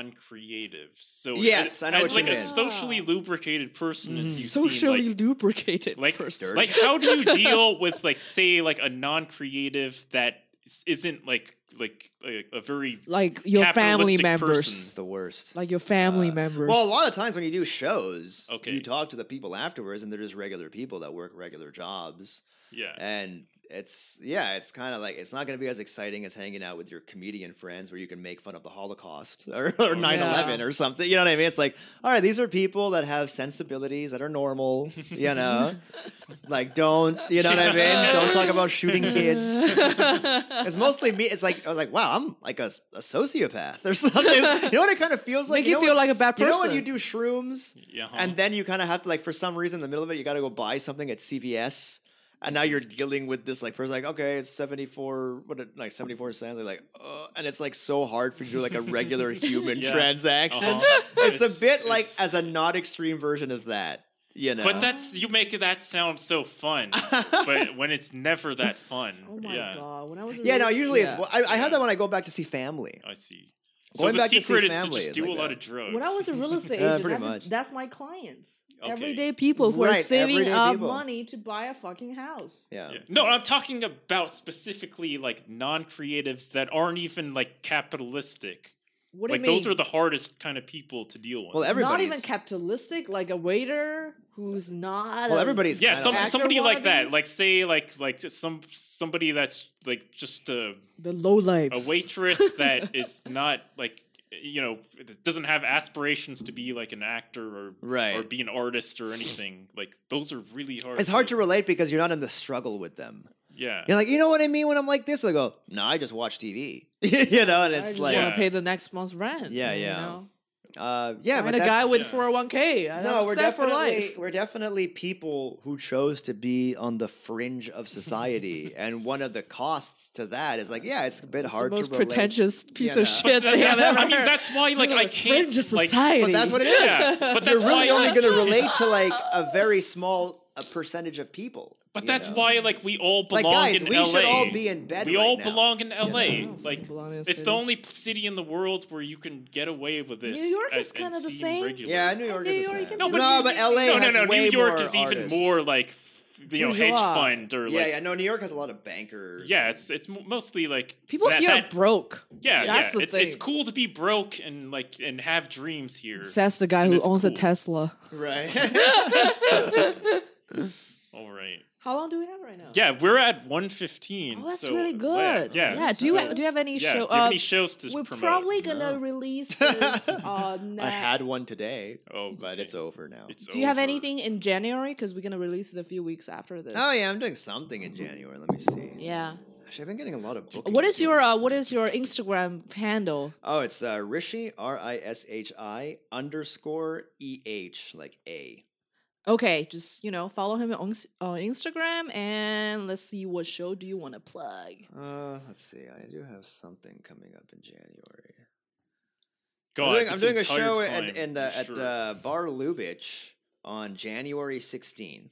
Speaker 1: non-creative. So as,
Speaker 2: Yes, I know
Speaker 1: as
Speaker 2: what you
Speaker 1: like a
Speaker 2: mean.
Speaker 1: socially lubricated person, as you
Speaker 3: Ah. Socially
Speaker 1: seem,
Speaker 3: lubricated.
Speaker 1: like like,
Speaker 3: first.
Speaker 2: Dirty.
Speaker 1: like how do you deal with like say like a non-creative that s- isn't like like a, a very
Speaker 3: Like your family
Speaker 1: Capitalistic
Speaker 3: members.
Speaker 2: it's
Speaker 1: person.
Speaker 2: the worst.
Speaker 3: Like your family
Speaker 2: Uh,
Speaker 3: members.
Speaker 2: Well, a lot of times when you do shows,
Speaker 1: Okay.
Speaker 2: you talk to the people afterwards, and they're just regular people that work regular jobs,
Speaker 1: yeah
Speaker 2: and it's yeah, it's kind of like it's not going to be as exciting as hanging out with your comedian friends where you can make fun of the Holocaust *laughs* or,
Speaker 3: Oh,
Speaker 2: or 9/11 or something. You know what I mean? It's like, all right, these are people that have sensibilities that are normal.
Speaker 3: *laughs*
Speaker 2: You know, like don't you know what I mean? Don't talk about shooting
Speaker 3: *laughs*
Speaker 2: kids. It's mostly me. It's like I was like, wow, I'm like a, a sociopath or *laughs* something. You know what it kind of feels like.
Speaker 3: Make
Speaker 2: you
Speaker 3: you,
Speaker 2: know
Speaker 3: feel
Speaker 2: when-
Speaker 3: like a bad
Speaker 2: you
Speaker 3: person.
Speaker 2: know when you do shrooms,
Speaker 1: yeah huh.
Speaker 2: and then you kind of have to like for some reason in the middle of it, you got to go buy something at CVS, and now you're
Speaker 1: Mm-hmm.
Speaker 2: dealing with this like person like, okay, it's seventy four, what it- like seventy four cents. They're like, uh, and it's like so hard for you to do like a
Speaker 1: *laughs*
Speaker 2: regular human
Speaker 1: Yeah.
Speaker 2: transaction.
Speaker 1: Uh-huh.
Speaker 2: *laughs* It's,
Speaker 1: It's-
Speaker 2: a bit like
Speaker 1: it's-
Speaker 2: as a not extreme version of that, you know.
Speaker 1: but
Speaker 2: *laughs*
Speaker 1: that's you make that sound so fun, but when it's never that fun.
Speaker 3: Oh my
Speaker 1: yeah.
Speaker 3: god! When I was a
Speaker 2: yeah, no,
Speaker 3: little-
Speaker 2: usually
Speaker 3: yeah.
Speaker 2: it's. I, I
Speaker 1: Yeah.
Speaker 2: had that when I go back to see family.
Speaker 1: I see.
Speaker 2: Going
Speaker 1: so the
Speaker 2: back to see
Speaker 1: secret is to
Speaker 2: family
Speaker 1: just
Speaker 2: is
Speaker 1: do
Speaker 2: like
Speaker 1: a lot
Speaker 2: that.
Speaker 1: of drugs.
Speaker 3: When I was a real estate
Speaker 2: Uh,
Speaker 3: agent,
Speaker 2: pretty
Speaker 3: that's,
Speaker 2: much.
Speaker 3: that's my clients.
Speaker 1: Okay.
Speaker 3: Everyday people who
Speaker 2: Right,
Speaker 3: are saving
Speaker 2: everyday
Speaker 3: up
Speaker 2: people.
Speaker 3: money to buy a fucking house.
Speaker 2: Yeah.
Speaker 1: Yeah. No, I'm talking about specifically like non-creatives that aren't even like capitalistic.
Speaker 3: What do
Speaker 1: like
Speaker 3: you mean?
Speaker 1: those are the hardest kind of people to deal with.
Speaker 2: Well,
Speaker 3: not
Speaker 2: everybody's
Speaker 3: even capitalistic, like a waiter who's not.
Speaker 2: Well,
Speaker 3: a-
Speaker 2: everybody's
Speaker 1: yeah,
Speaker 2: kinda
Speaker 1: some,
Speaker 2: like-
Speaker 3: Actor
Speaker 1: somebody like that,
Speaker 3: wannabe?
Speaker 1: like say, like like just some somebody that's like just a,
Speaker 3: the
Speaker 1: a
Speaker 3: low lives.
Speaker 1: waitress that is not like you know doesn't have aspirations to be like an actor or
Speaker 2: Right.
Speaker 1: or be an artist or anything. Like those are really hard.
Speaker 2: It's hard to relate because you're not in the struggle with them.
Speaker 1: yeah.
Speaker 2: You're like, you know what I mean when I'm like this? They go, no, I just watch TV. *laughs* you know, and
Speaker 3: I
Speaker 2: it's
Speaker 3: just
Speaker 2: like,
Speaker 3: want
Speaker 1: Yeah.
Speaker 3: to pay the next month's rent.
Speaker 2: Yeah,
Speaker 3: you
Speaker 2: yeah.
Speaker 3: know?
Speaker 2: uh, yeah,
Speaker 3: I'm
Speaker 2: but
Speaker 3: a
Speaker 2: that's-
Speaker 3: guy with
Speaker 1: Yeah.
Speaker 3: 401k. I'm
Speaker 2: no, we're
Speaker 3: set for
Speaker 2: definitely
Speaker 3: life.
Speaker 2: we're definitely people who chose to be on the fringe of
Speaker 3: *laughs*
Speaker 2: society, and one of the costs to that is like, yeah, it's a bit
Speaker 3: It's
Speaker 2: hard
Speaker 3: the most
Speaker 2: to relate.
Speaker 3: pretentious
Speaker 2: *laughs*
Speaker 3: piece
Speaker 2: know.
Speaker 3: of shit
Speaker 1: That-
Speaker 3: they have
Speaker 1: that-
Speaker 3: ever
Speaker 1: I mean,
Speaker 3: heard.
Speaker 1: that's why like
Speaker 3: You're
Speaker 1: I
Speaker 3: the
Speaker 1: can't
Speaker 3: fringe of
Speaker 1: like
Speaker 3: society.
Speaker 2: But that's what it is.
Speaker 3: *laughs*
Speaker 1: yeah, but that's
Speaker 2: You're really
Speaker 1: why
Speaker 2: only
Speaker 1: I-
Speaker 2: going to relate to like a very small a percentage of people.
Speaker 1: But
Speaker 2: you
Speaker 1: that's
Speaker 2: know.
Speaker 1: why, like, we all belong
Speaker 2: Like, guys,
Speaker 1: in
Speaker 2: we
Speaker 1: LA.
Speaker 2: should all be in bed.
Speaker 1: we
Speaker 2: right
Speaker 1: all
Speaker 2: now.
Speaker 1: belong in
Speaker 2: know?
Speaker 1: LA.
Speaker 3: I don't fucking
Speaker 1: Like,
Speaker 3: belong in this
Speaker 1: it's the
Speaker 3: city.
Speaker 1: only p- city in the world where you can get away with this.
Speaker 3: York
Speaker 1: as-
Speaker 3: is
Speaker 1: and
Speaker 3: kinda the
Speaker 1: seem
Speaker 3: same.
Speaker 1: regular.
Speaker 2: Yeah, New York
Speaker 3: New
Speaker 2: is the same.
Speaker 3: York can
Speaker 1: No, do but
Speaker 2: no,
Speaker 3: you-
Speaker 2: but
Speaker 3: you-
Speaker 2: LA
Speaker 1: No, no,
Speaker 2: has
Speaker 1: no.
Speaker 2: way
Speaker 1: New York
Speaker 2: more
Speaker 1: is even
Speaker 2: artists.
Speaker 1: more like, f- you know, hedge
Speaker 3: Bourgeois.
Speaker 1: fund or
Speaker 2: Yeah,
Speaker 1: like.
Speaker 2: yeah. No, New York has a lot of bankers.
Speaker 1: Yeah, it's it's mo- mostly like
Speaker 3: People
Speaker 1: that-
Speaker 3: here
Speaker 1: that-
Speaker 3: are broke.
Speaker 1: yeah, yeah.
Speaker 3: That's the
Speaker 1: It's it's
Speaker 3: thing.
Speaker 1: cool to be broke and like and have dreams here.
Speaker 3: Says the guy
Speaker 1: And
Speaker 3: who
Speaker 1: it's
Speaker 3: owns a
Speaker 1: cool.
Speaker 3: Tesla.
Speaker 2: *laughs* right.
Speaker 1: All right.
Speaker 3: *laughs* How long do we have right now?
Speaker 1: Yeah, we're at one fifteen.
Speaker 3: Oh, that's
Speaker 1: so,
Speaker 3: really
Speaker 1: yeah,
Speaker 3: good.
Speaker 1: Yeah.
Speaker 3: Yeah. Do you
Speaker 1: so-
Speaker 3: do you have any
Speaker 1: yeah,
Speaker 3: show?
Speaker 1: do you have
Speaker 3: uh,
Speaker 1: any shows to
Speaker 3: we're
Speaker 1: promote?
Speaker 3: probably gonna
Speaker 2: No.
Speaker 1: *laughs*
Speaker 3: release this uh, on.
Speaker 2: I had one today,
Speaker 1: Oh,
Speaker 2: but
Speaker 1: okay.
Speaker 2: it's over now.
Speaker 1: It's
Speaker 3: Do you have
Speaker 1: over.
Speaker 3: anything in January? Because we're gonna release it a few weeks after this.
Speaker 2: Oh yeah, I'm doing something in January. Let me see.
Speaker 3: yeah.
Speaker 2: Actually, I've been getting a lot of books.
Speaker 3: What is your uh, What is your Instagram handle?
Speaker 2: Oh, it's uh, Rishi R I S H I underscore E H like A.
Speaker 3: Okay, just you know, follow him on, s- on Instagram, and let's see what show do you want to plug.
Speaker 2: Uh, let's see. I do have something coming up in January.
Speaker 1: God,
Speaker 2: I'm doing, I'm
Speaker 1: this
Speaker 2: doing a
Speaker 1: Oh, entire
Speaker 2: show
Speaker 1: time,
Speaker 2: and, and uh,
Speaker 1: for
Speaker 2: at
Speaker 1: sure.
Speaker 2: uh, Bar Lubitsch on January 16th.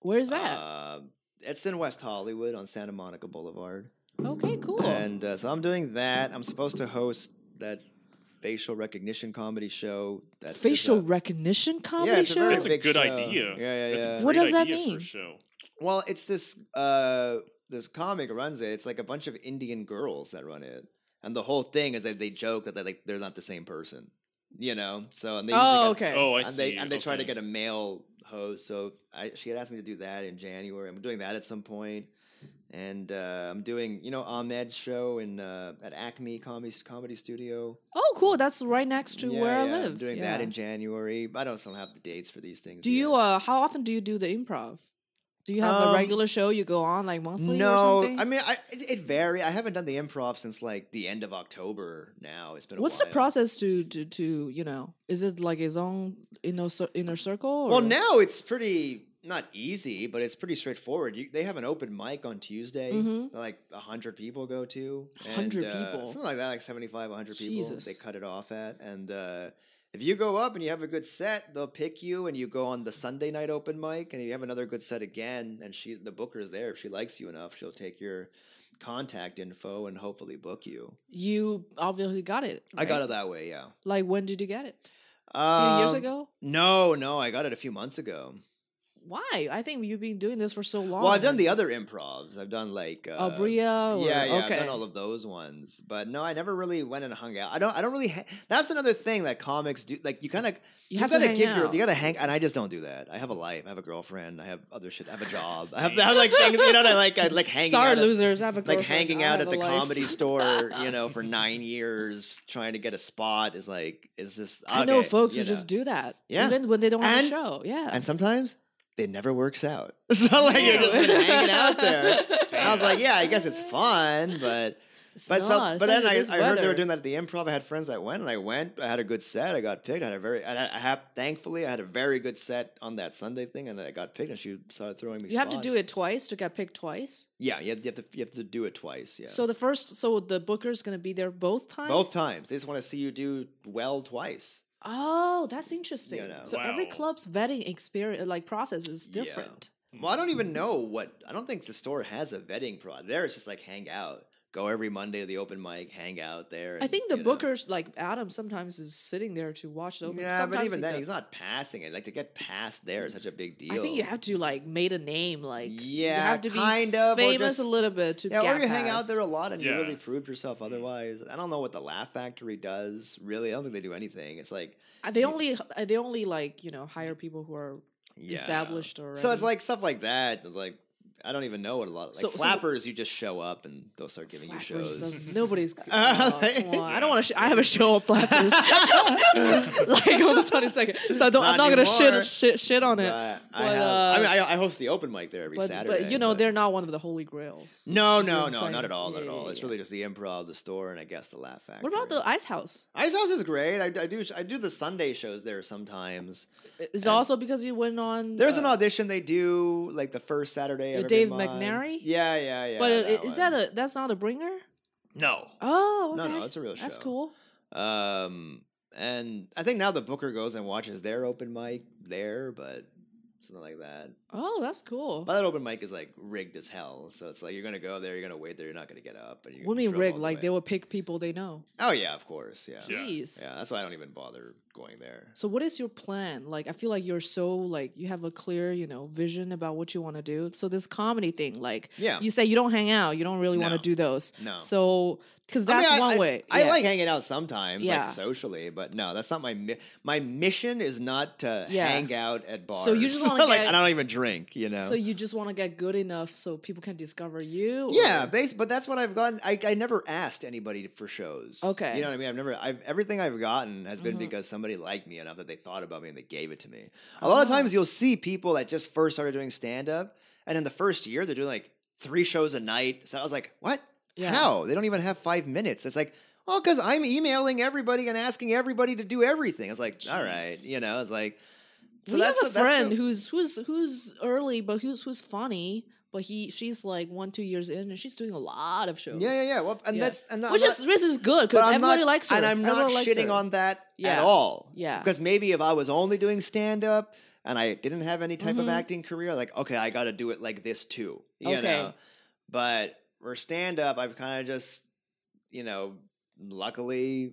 Speaker 3: Where's that?
Speaker 2: Uh, it's in West Hollywood on Santa Monica Boulevard.
Speaker 3: okay, cool.
Speaker 2: And uh, so I'm doing that. I'm supposed to host that facial recognition comedy show. That is
Speaker 3: Facial
Speaker 2: a-
Speaker 3: recognition comedy
Speaker 2: yeah, it's a
Speaker 3: show.
Speaker 2: very
Speaker 1: That's a
Speaker 2: big
Speaker 1: good
Speaker 2: show.
Speaker 1: idea.
Speaker 2: Yeah, yeah,
Speaker 1: That's a
Speaker 2: yeah.
Speaker 3: What
Speaker 1: great
Speaker 3: does that
Speaker 1: idea for a
Speaker 3: mean?
Speaker 1: show.
Speaker 2: Well, it's this uh this comic runs it. It's like a bunch of Indian girls that run it, and the whole thing is that they joke that they like they're not the same person, you know. So and they usually
Speaker 3: oh,
Speaker 2: get-
Speaker 3: okay.
Speaker 1: Oh, I
Speaker 2: and they
Speaker 1: see.
Speaker 2: and they try to
Speaker 1: okay.
Speaker 2: get a male host. So I she had asked me to do that in January. I'm doing that at some point, and uh, I'm doing you know Ahmed's show in uh, at Acme Comedy Comedy Studio.
Speaker 3: Oh, cool. That's right next to
Speaker 2: Yeah,
Speaker 3: where I
Speaker 2: yeah,
Speaker 3: live.
Speaker 2: I'm doing
Speaker 3: Yeah.
Speaker 2: that in January. I don't still have the dates for these things.
Speaker 3: Do you?
Speaker 2: yet.
Speaker 3: Uh, how often do you do the improv? Do you have a
Speaker 2: Um,
Speaker 3: regular show you go on like monthly or
Speaker 2: No,
Speaker 3: something?
Speaker 2: I mean, I it, it vary. I haven't done the improv since like the end of October. Now it's been. A
Speaker 3: What's
Speaker 2: while.
Speaker 3: the process to, to to you know? Is it like his own inner cir- inner circle? Or?
Speaker 2: Well, now it's pretty not easy, but it's pretty straightforward. You, they have an open mic on Tuesday.
Speaker 3: Mhm.
Speaker 2: that, Like a hundred people go to
Speaker 3: 100
Speaker 2: and, uh,
Speaker 3: people.
Speaker 2: something like that, like 75, 100 people. They
Speaker 3: Jesus.
Speaker 2: cut it off at and. uh if you go up and you have a good set, they'll pick you, and you go on the Sunday night open mic, and you have another good set again. And she, the booker's there. If she likes you enough, she'll take your contact info and hopefully book you.
Speaker 3: you obviously got it.
Speaker 2: I got
Speaker 3: right?
Speaker 2: it that way, yeah.
Speaker 3: Like when did you get it? A few
Speaker 2: Um,
Speaker 3: years ago.
Speaker 2: No, no, I got it a few months ago.
Speaker 3: Why? I think you've been doing this for so long.
Speaker 2: well, I've done the other improvs. I've done like uh,
Speaker 3: Oh, Bria. Or,
Speaker 2: Yeah, yeah,
Speaker 3: Okay.
Speaker 2: I've done all of those ones. But no, I never really went and hung out. I don't. I don't really. Ha- That's another thing that comics do. Like you kind of
Speaker 3: you have
Speaker 2: gotta
Speaker 3: to hang
Speaker 2: give
Speaker 3: out.
Speaker 2: your you gotta hang. And I just don't do that. I have a life. I have a girlfriend. I have other shit. I have a job. I have, I have like things. You know, I like I like hanging.
Speaker 3: Sorry,
Speaker 2: out at-
Speaker 3: losers. I have a
Speaker 2: like
Speaker 3: girlfriend.
Speaker 2: hanging
Speaker 3: I
Speaker 2: out at
Speaker 3: have a
Speaker 2: the
Speaker 3: life.
Speaker 2: comedy store, you know,
Speaker 3: *laughs*
Speaker 2: for nine years trying to get a spot is like is just.
Speaker 3: I know
Speaker 2: okay,
Speaker 3: folks
Speaker 2: you
Speaker 3: who just do that.
Speaker 2: Yeah.
Speaker 3: Even when they don't have a
Speaker 2: And-
Speaker 3: show. Yeah.
Speaker 2: And sometimes it never works out. *laughs* So like you're just been
Speaker 3: *laughs*
Speaker 2: hanging out there. And I was like, yeah, I guess it's fun,
Speaker 3: *laughs*
Speaker 2: but
Speaker 3: It's
Speaker 2: but some,
Speaker 3: not,
Speaker 2: but then
Speaker 3: especially
Speaker 2: I,
Speaker 3: this
Speaker 2: I heard they were
Speaker 3: weather.
Speaker 2: doing that at the improv. I had friends that went, and I went. I had a good set. I got picked. I had a very, and I, I have thankfully I had a very good set on that Sunday thing, and I got picked. And she started throwing me.
Speaker 3: You have to do
Speaker 2: spots.
Speaker 3: it twice to get picked twice.
Speaker 2: Yeah, you have, you have to you have to do it twice. Yeah,
Speaker 3: So the first, so the booker's going to be there both times.
Speaker 2: both times. They just want to see you do well twice.
Speaker 3: Oh, that's interesting.
Speaker 2: know.
Speaker 3: So every
Speaker 1: Wow.
Speaker 3: club's vetting experience, like process, is
Speaker 2: Yeah.
Speaker 3: different.
Speaker 2: Well, I don't even know what. I don't think the store has a vetting prod. There, it's just like hang out, go every Monday to the open mic, hang out there.
Speaker 3: I
Speaker 2: and,
Speaker 3: think the
Speaker 2: you know.
Speaker 3: bookers, like Adam, sometimes is sitting there to watch the open.
Speaker 2: Yeah,
Speaker 3: sometimes
Speaker 2: but even
Speaker 3: he
Speaker 2: then,
Speaker 3: does-
Speaker 2: he's not passing it. Like to get past there is such a big deal.
Speaker 3: I think you have to like made a name, like you
Speaker 2: Yeah,
Speaker 3: have to
Speaker 2: kind
Speaker 3: be
Speaker 2: of, or
Speaker 3: famous
Speaker 2: just-
Speaker 3: a little bit to
Speaker 2: Yeah,
Speaker 3: get
Speaker 2: or you hang out
Speaker 3: past.
Speaker 2: there a lot and
Speaker 1: Yeah.
Speaker 2: you really proved yourself otherwise. I don't know what the Laugh Factory does. Really, I don't think they do anything. It's like
Speaker 3: Uh, They only uh, they only like you know hire people who are
Speaker 2: yeah.
Speaker 3: established or
Speaker 2: So it's like stuff like that. It's like I don't even know what a lot. Like
Speaker 3: So- so-
Speaker 2: flappers, you just show up and they'll start giving you
Speaker 3: Flappers
Speaker 2: shows.
Speaker 3: does,
Speaker 2: *laughs*
Speaker 3: nobody's. oh,
Speaker 2: like-
Speaker 3: come on. I don't want to. Sh- I have a show
Speaker 2: *laughs*
Speaker 3: of *laughs* flappers, *laughs* like on the twenty second. So I don't. I'm
Speaker 2: Not
Speaker 3: not gonna
Speaker 2: anymore.
Speaker 3: shit, shit shit on it.
Speaker 2: But I,
Speaker 3: But,
Speaker 2: have,
Speaker 3: uh,
Speaker 2: I mean, I, I host the open mic there every
Speaker 3: but,
Speaker 2: Saturday.
Speaker 3: but you know
Speaker 2: but- Mm,
Speaker 3: they're not one of the holy grails. *laughs*
Speaker 2: no,
Speaker 3: you know
Speaker 2: no,
Speaker 3: what I'm
Speaker 2: no,
Speaker 3: saying?
Speaker 2: not at all, not
Speaker 3: Yeah,
Speaker 2: at all.
Speaker 3: yeah,
Speaker 2: It's
Speaker 3: yeah.
Speaker 2: really just the improv, the store, and I guess the Laugh Factory.
Speaker 3: What about the Ice House?
Speaker 2: Ice House is great. I, I do I do the Sunday shows there sometimes.
Speaker 3: Is it
Speaker 2: And-
Speaker 3: also because you went on?
Speaker 2: There's
Speaker 3: uh,
Speaker 2: an audition they do like the first Saturday.
Speaker 3: Uh,
Speaker 2: Of every
Speaker 3: Dave
Speaker 2: month.
Speaker 3: McNary?
Speaker 2: Yeah, yeah, yeah.
Speaker 3: but i- is
Speaker 2: one.
Speaker 3: that a that's not a bringer?
Speaker 2: no?
Speaker 3: Oh,
Speaker 2: No,
Speaker 3: okay.
Speaker 2: no, it's a real
Speaker 3: That's
Speaker 2: show.
Speaker 3: cool.
Speaker 2: Um, and I think now the Booker goes and watches their open mic there, but something like that.
Speaker 3: Oh, that's cool.
Speaker 2: But that open mic is like rigged as hell. So it's like you're gonna go there, you're gonna wait there, you're not gonna get up. And you're
Speaker 3: What do
Speaker 2: gonna
Speaker 3: you mean
Speaker 2: drill
Speaker 3: rig?
Speaker 2: all
Speaker 3: Like
Speaker 2: way.
Speaker 3: they will pick people they know.
Speaker 2: Oh yeah, of course. Yeah. yeah.
Speaker 1: Yeah.
Speaker 3: Jeez.
Speaker 2: that's why I don't even bother going there.
Speaker 3: So what is your plan? Like I feel like you're so like you have a clear, you know, vision about what you want to do. So this comedy thing, like
Speaker 2: Yeah.
Speaker 3: you say you don't hang out, you don't really want
Speaker 2: No.
Speaker 3: to do those.
Speaker 2: No.
Speaker 3: So cuz
Speaker 2: I mean,
Speaker 3: that's
Speaker 2: I-
Speaker 3: one
Speaker 2: I-
Speaker 3: way.
Speaker 2: I
Speaker 3: Yeah.
Speaker 2: like hanging out sometimes,
Speaker 3: Yeah.
Speaker 2: like socially, but no, that's not my mi- my mission. Is not to
Speaker 3: Yeah.
Speaker 2: hang out at bars.
Speaker 3: So you
Speaker 2: *laughs*
Speaker 3: just wanna
Speaker 2: like I
Speaker 3: get-
Speaker 2: don't even drink, you know.
Speaker 3: So you just want to get good enough so people can discover you?
Speaker 2: yeah,
Speaker 3: or-
Speaker 2: base, but that's what I've gotten. I, I never asked anybody for shows.
Speaker 3: Okay.
Speaker 2: you know what I mean. I've never. I've everything I've gotten has been
Speaker 3: Mhm.
Speaker 2: because somebody liked me enough that they thought about me and they gave it to me. A
Speaker 3: Oh.
Speaker 2: lot of times you'll see people that just first started doing stand up, and in the first year they're doing like three shows a night. So I was like, what?
Speaker 3: Yeah.
Speaker 2: How? They don't even have five minutes. It's like, well, because I'm emailing everybody and asking everybody to do everything. It's like, all right,
Speaker 1: Jeez.
Speaker 2: you know, it's like.
Speaker 3: we have a
Speaker 2: the- the-
Speaker 3: friend who's who's who's early but who's who's funny, but he she's like 1 2 years in and she's doing a lot of shows.
Speaker 2: Yeah, yeah, yeah. Well, and
Speaker 3: Yeah.
Speaker 2: that's and I'm
Speaker 3: Which
Speaker 2: not-
Speaker 3: is this is
Speaker 2: but
Speaker 3: good cuz
Speaker 2: I'm
Speaker 3: everybody
Speaker 2: not-
Speaker 3: likes her.
Speaker 2: And I'm not
Speaker 3: Everyone likes
Speaker 2: shitting
Speaker 3: her.
Speaker 2: on that at
Speaker 3: Yeah.
Speaker 2: all.
Speaker 3: Yeah.
Speaker 2: Because maybe if I was only doing stand up and I didn't have any type of
Speaker 3: Mhm.
Speaker 2: acting career, like, okay, I got to do it like this too. You
Speaker 3: Okay.
Speaker 2: know? But for stand up, I've kind of just, you know, luckily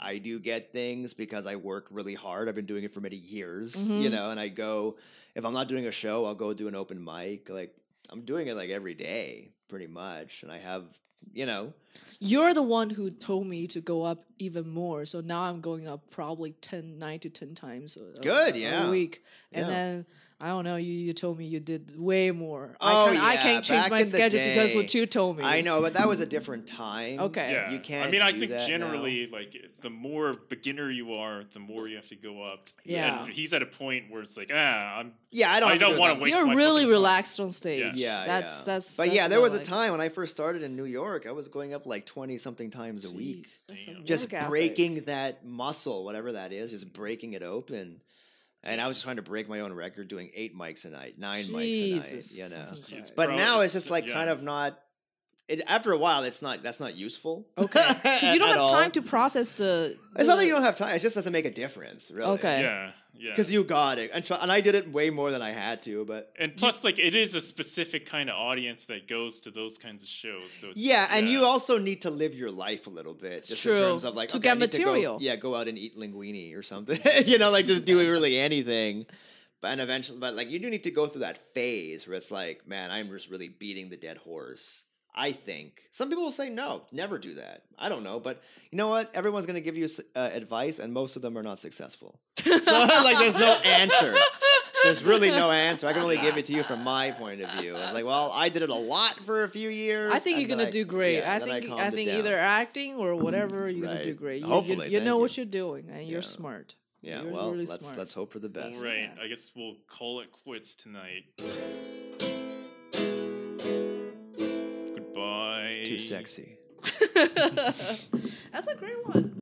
Speaker 2: I do get things because I work really hard. I've been doing it for many years, you
Speaker 3: Mhm.
Speaker 2: know, and I go, if I'm not doing a show, I'll go do an open mic. Like, I'm doing it like every day, pretty much. And I have, you know,
Speaker 3: You're the one who told me to go up even more. So now I'm going up probably 10, 9 to 10 times a, a-
Speaker 2: Good,
Speaker 3: a-
Speaker 2: yeah.
Speaker 3: a week. And
Speaker 2: Yeah.
Speaker 3: then, I don't know, you, you told me you did way more.
Speaker 2: Oh,
Speaker 3: I, can't, I
Speaker 2: yeah,
Speaker 3: can't change
Speaker 2: back
Speaker 3: my
Speaker 2: in the
Speaker 3: schedule because what
Speaker 2: day.
Speaker 3: you told me.
Speaker 2: I know, but that was a
Speaker 3: *laughs*
Speaker 2: different time.
Speaker 3: Okay.
Speaker 1: Yeah,
Speaker 2: You can't
Speaker 1: I mean, I
Speaker 2: do
Speaker 1: think
Speaker 2: that now.
Speaker 1: generally, like, the more beginner you are, the more you have to go up.
Speaker 3: Yeah.
Speaker 1: and he's at a point where it's like, ah, I'm.
Speaker 2: Yeah, I don't.
Speaker 1: I
Speaker 2: have to
Speaker 1: don't
Speaker 2: do it
Speaker 1: wanna
Speaker 2: that
Speaker 1: waste
Speaker 3: You're
Speaker 1: my
Speaker 3: really
Speaker 1: fucking time.
Speaker 3: relaxed on stage.
Speaker 1: Yeah.
Speaker 2: much. Yeah,
Speaker 3: That's,
Speaker 2: yeah.
Speaker 3: that's,
Speaker 2: But
Speaker 3: that's
Speaker 2: yeah,
Speaker 3: what
Speaker 2: there
Speaker 3: I
Speaker 2: was a
Speaker 3: like.
Speaker 2: time when I first started in New York, I was going up like twenty something times a week,
Speaker 3: Jeez, that's a
Speaker 1: Damn.
Speaker 2: just
Speaker 3: work ethic.
Speaker 2: breaking that muscle, whatever that is, just breaking it open. And I was trying to break my own record, doing eight mics a night, nine mics
Speaker 3: Jesus
Speaker 2: a night, you know.
Speaker 3: fucking Christ.
Speaker 1: It's
Speaker 2: But
Speaker 1: Bro,
Speaker 2: now it's
Speaker 1: it's-
Speaker 2: just like
Speaker 1: yeah.
Speaker 2: kind of not. It, after a while, it's not. That's not useful.
Speaker 3: Okay.
Speaker 2: *laughs*
Speaker 3: Because you don't
Speaker 2: at
Speaker 3: have
Speaker 2: all.
Speaker 3: time to process the.
Speaker 2: It's not that
Speaker 3: the-
Speaker 2: you don't have time. It just doesn't make a difference, really.
Speaker 3: Okay.
Speaker 1: Yeah, yeah.
Speaker 2: Because you got it, and, tr- and I did it way more than I had to, but
Speaker 1: And plus, like, it is a specific kind of audience that goes to those kinds of shows. So it's,
Speaker 2: Yeah, and you also need to live your life a little bit, just in
Speaker 3: true.
Speaker 2: terms of like
Speaker 3: To
Speaker 2: okay,
Speaker 3: get
Speaker 2: I need go-
Speaker 3: material.
Speaker 2: yeah, go out and eat linguine or something. *laughs* you know, like just do really anything. But and eventually, but like you do need to go through that phase where it's like, man, I'm just really beating the dead horse. I think some people will say no, never do that. I don't know, but you know what? Everyone's going to give you s- uh, advice, and most of them are not successful. *laughs* So like, there's no answer. There's really no answer. I can only give it to you from my point of view. It's like, well, I did it a lot for a few years.
Speaker 3: I think
Speaker 2: and
Speaker 3: you're
Speaker 2: then
Speaker 3: gonna
Speaker 2: I-
Speaker 3: do great.
Speaker 2: yeah,
Speaker 3: I
Speaker 2: and then
Speaker 3: think I,
Speaker 2: calmed it
Speaker 3: think
Speaker 2: down.
Speaker 3: either acting or whatever you're gonna do
Speaker 2: Right.
Speaker 3: great. You,
Speaker 2: Hopefully,
Speaker 3: you, you
Speaker 2: thank
Speaker 3: know what
Speaker 2: you.
Speaker 3: you're doing and
Speaker 2: Yeah.
Speaker 3: you're smart. *laughs*
Speaker 2: Yeah,
Speaker 3: You're
Speaker 2: well,
Speaker 3: really
Speaker 2: let's
Speaker 3: smart.
Speaker 2: let's hope for the
Speaker 1: All
Speaker 2: best.
Speaker 1: right,
Speaker 3: Yeah.
Speaker 1: I guess we'll call it quits tonight. Goodbye.
Speaker 2: Too sexy.
Speaker 3: That's a great one.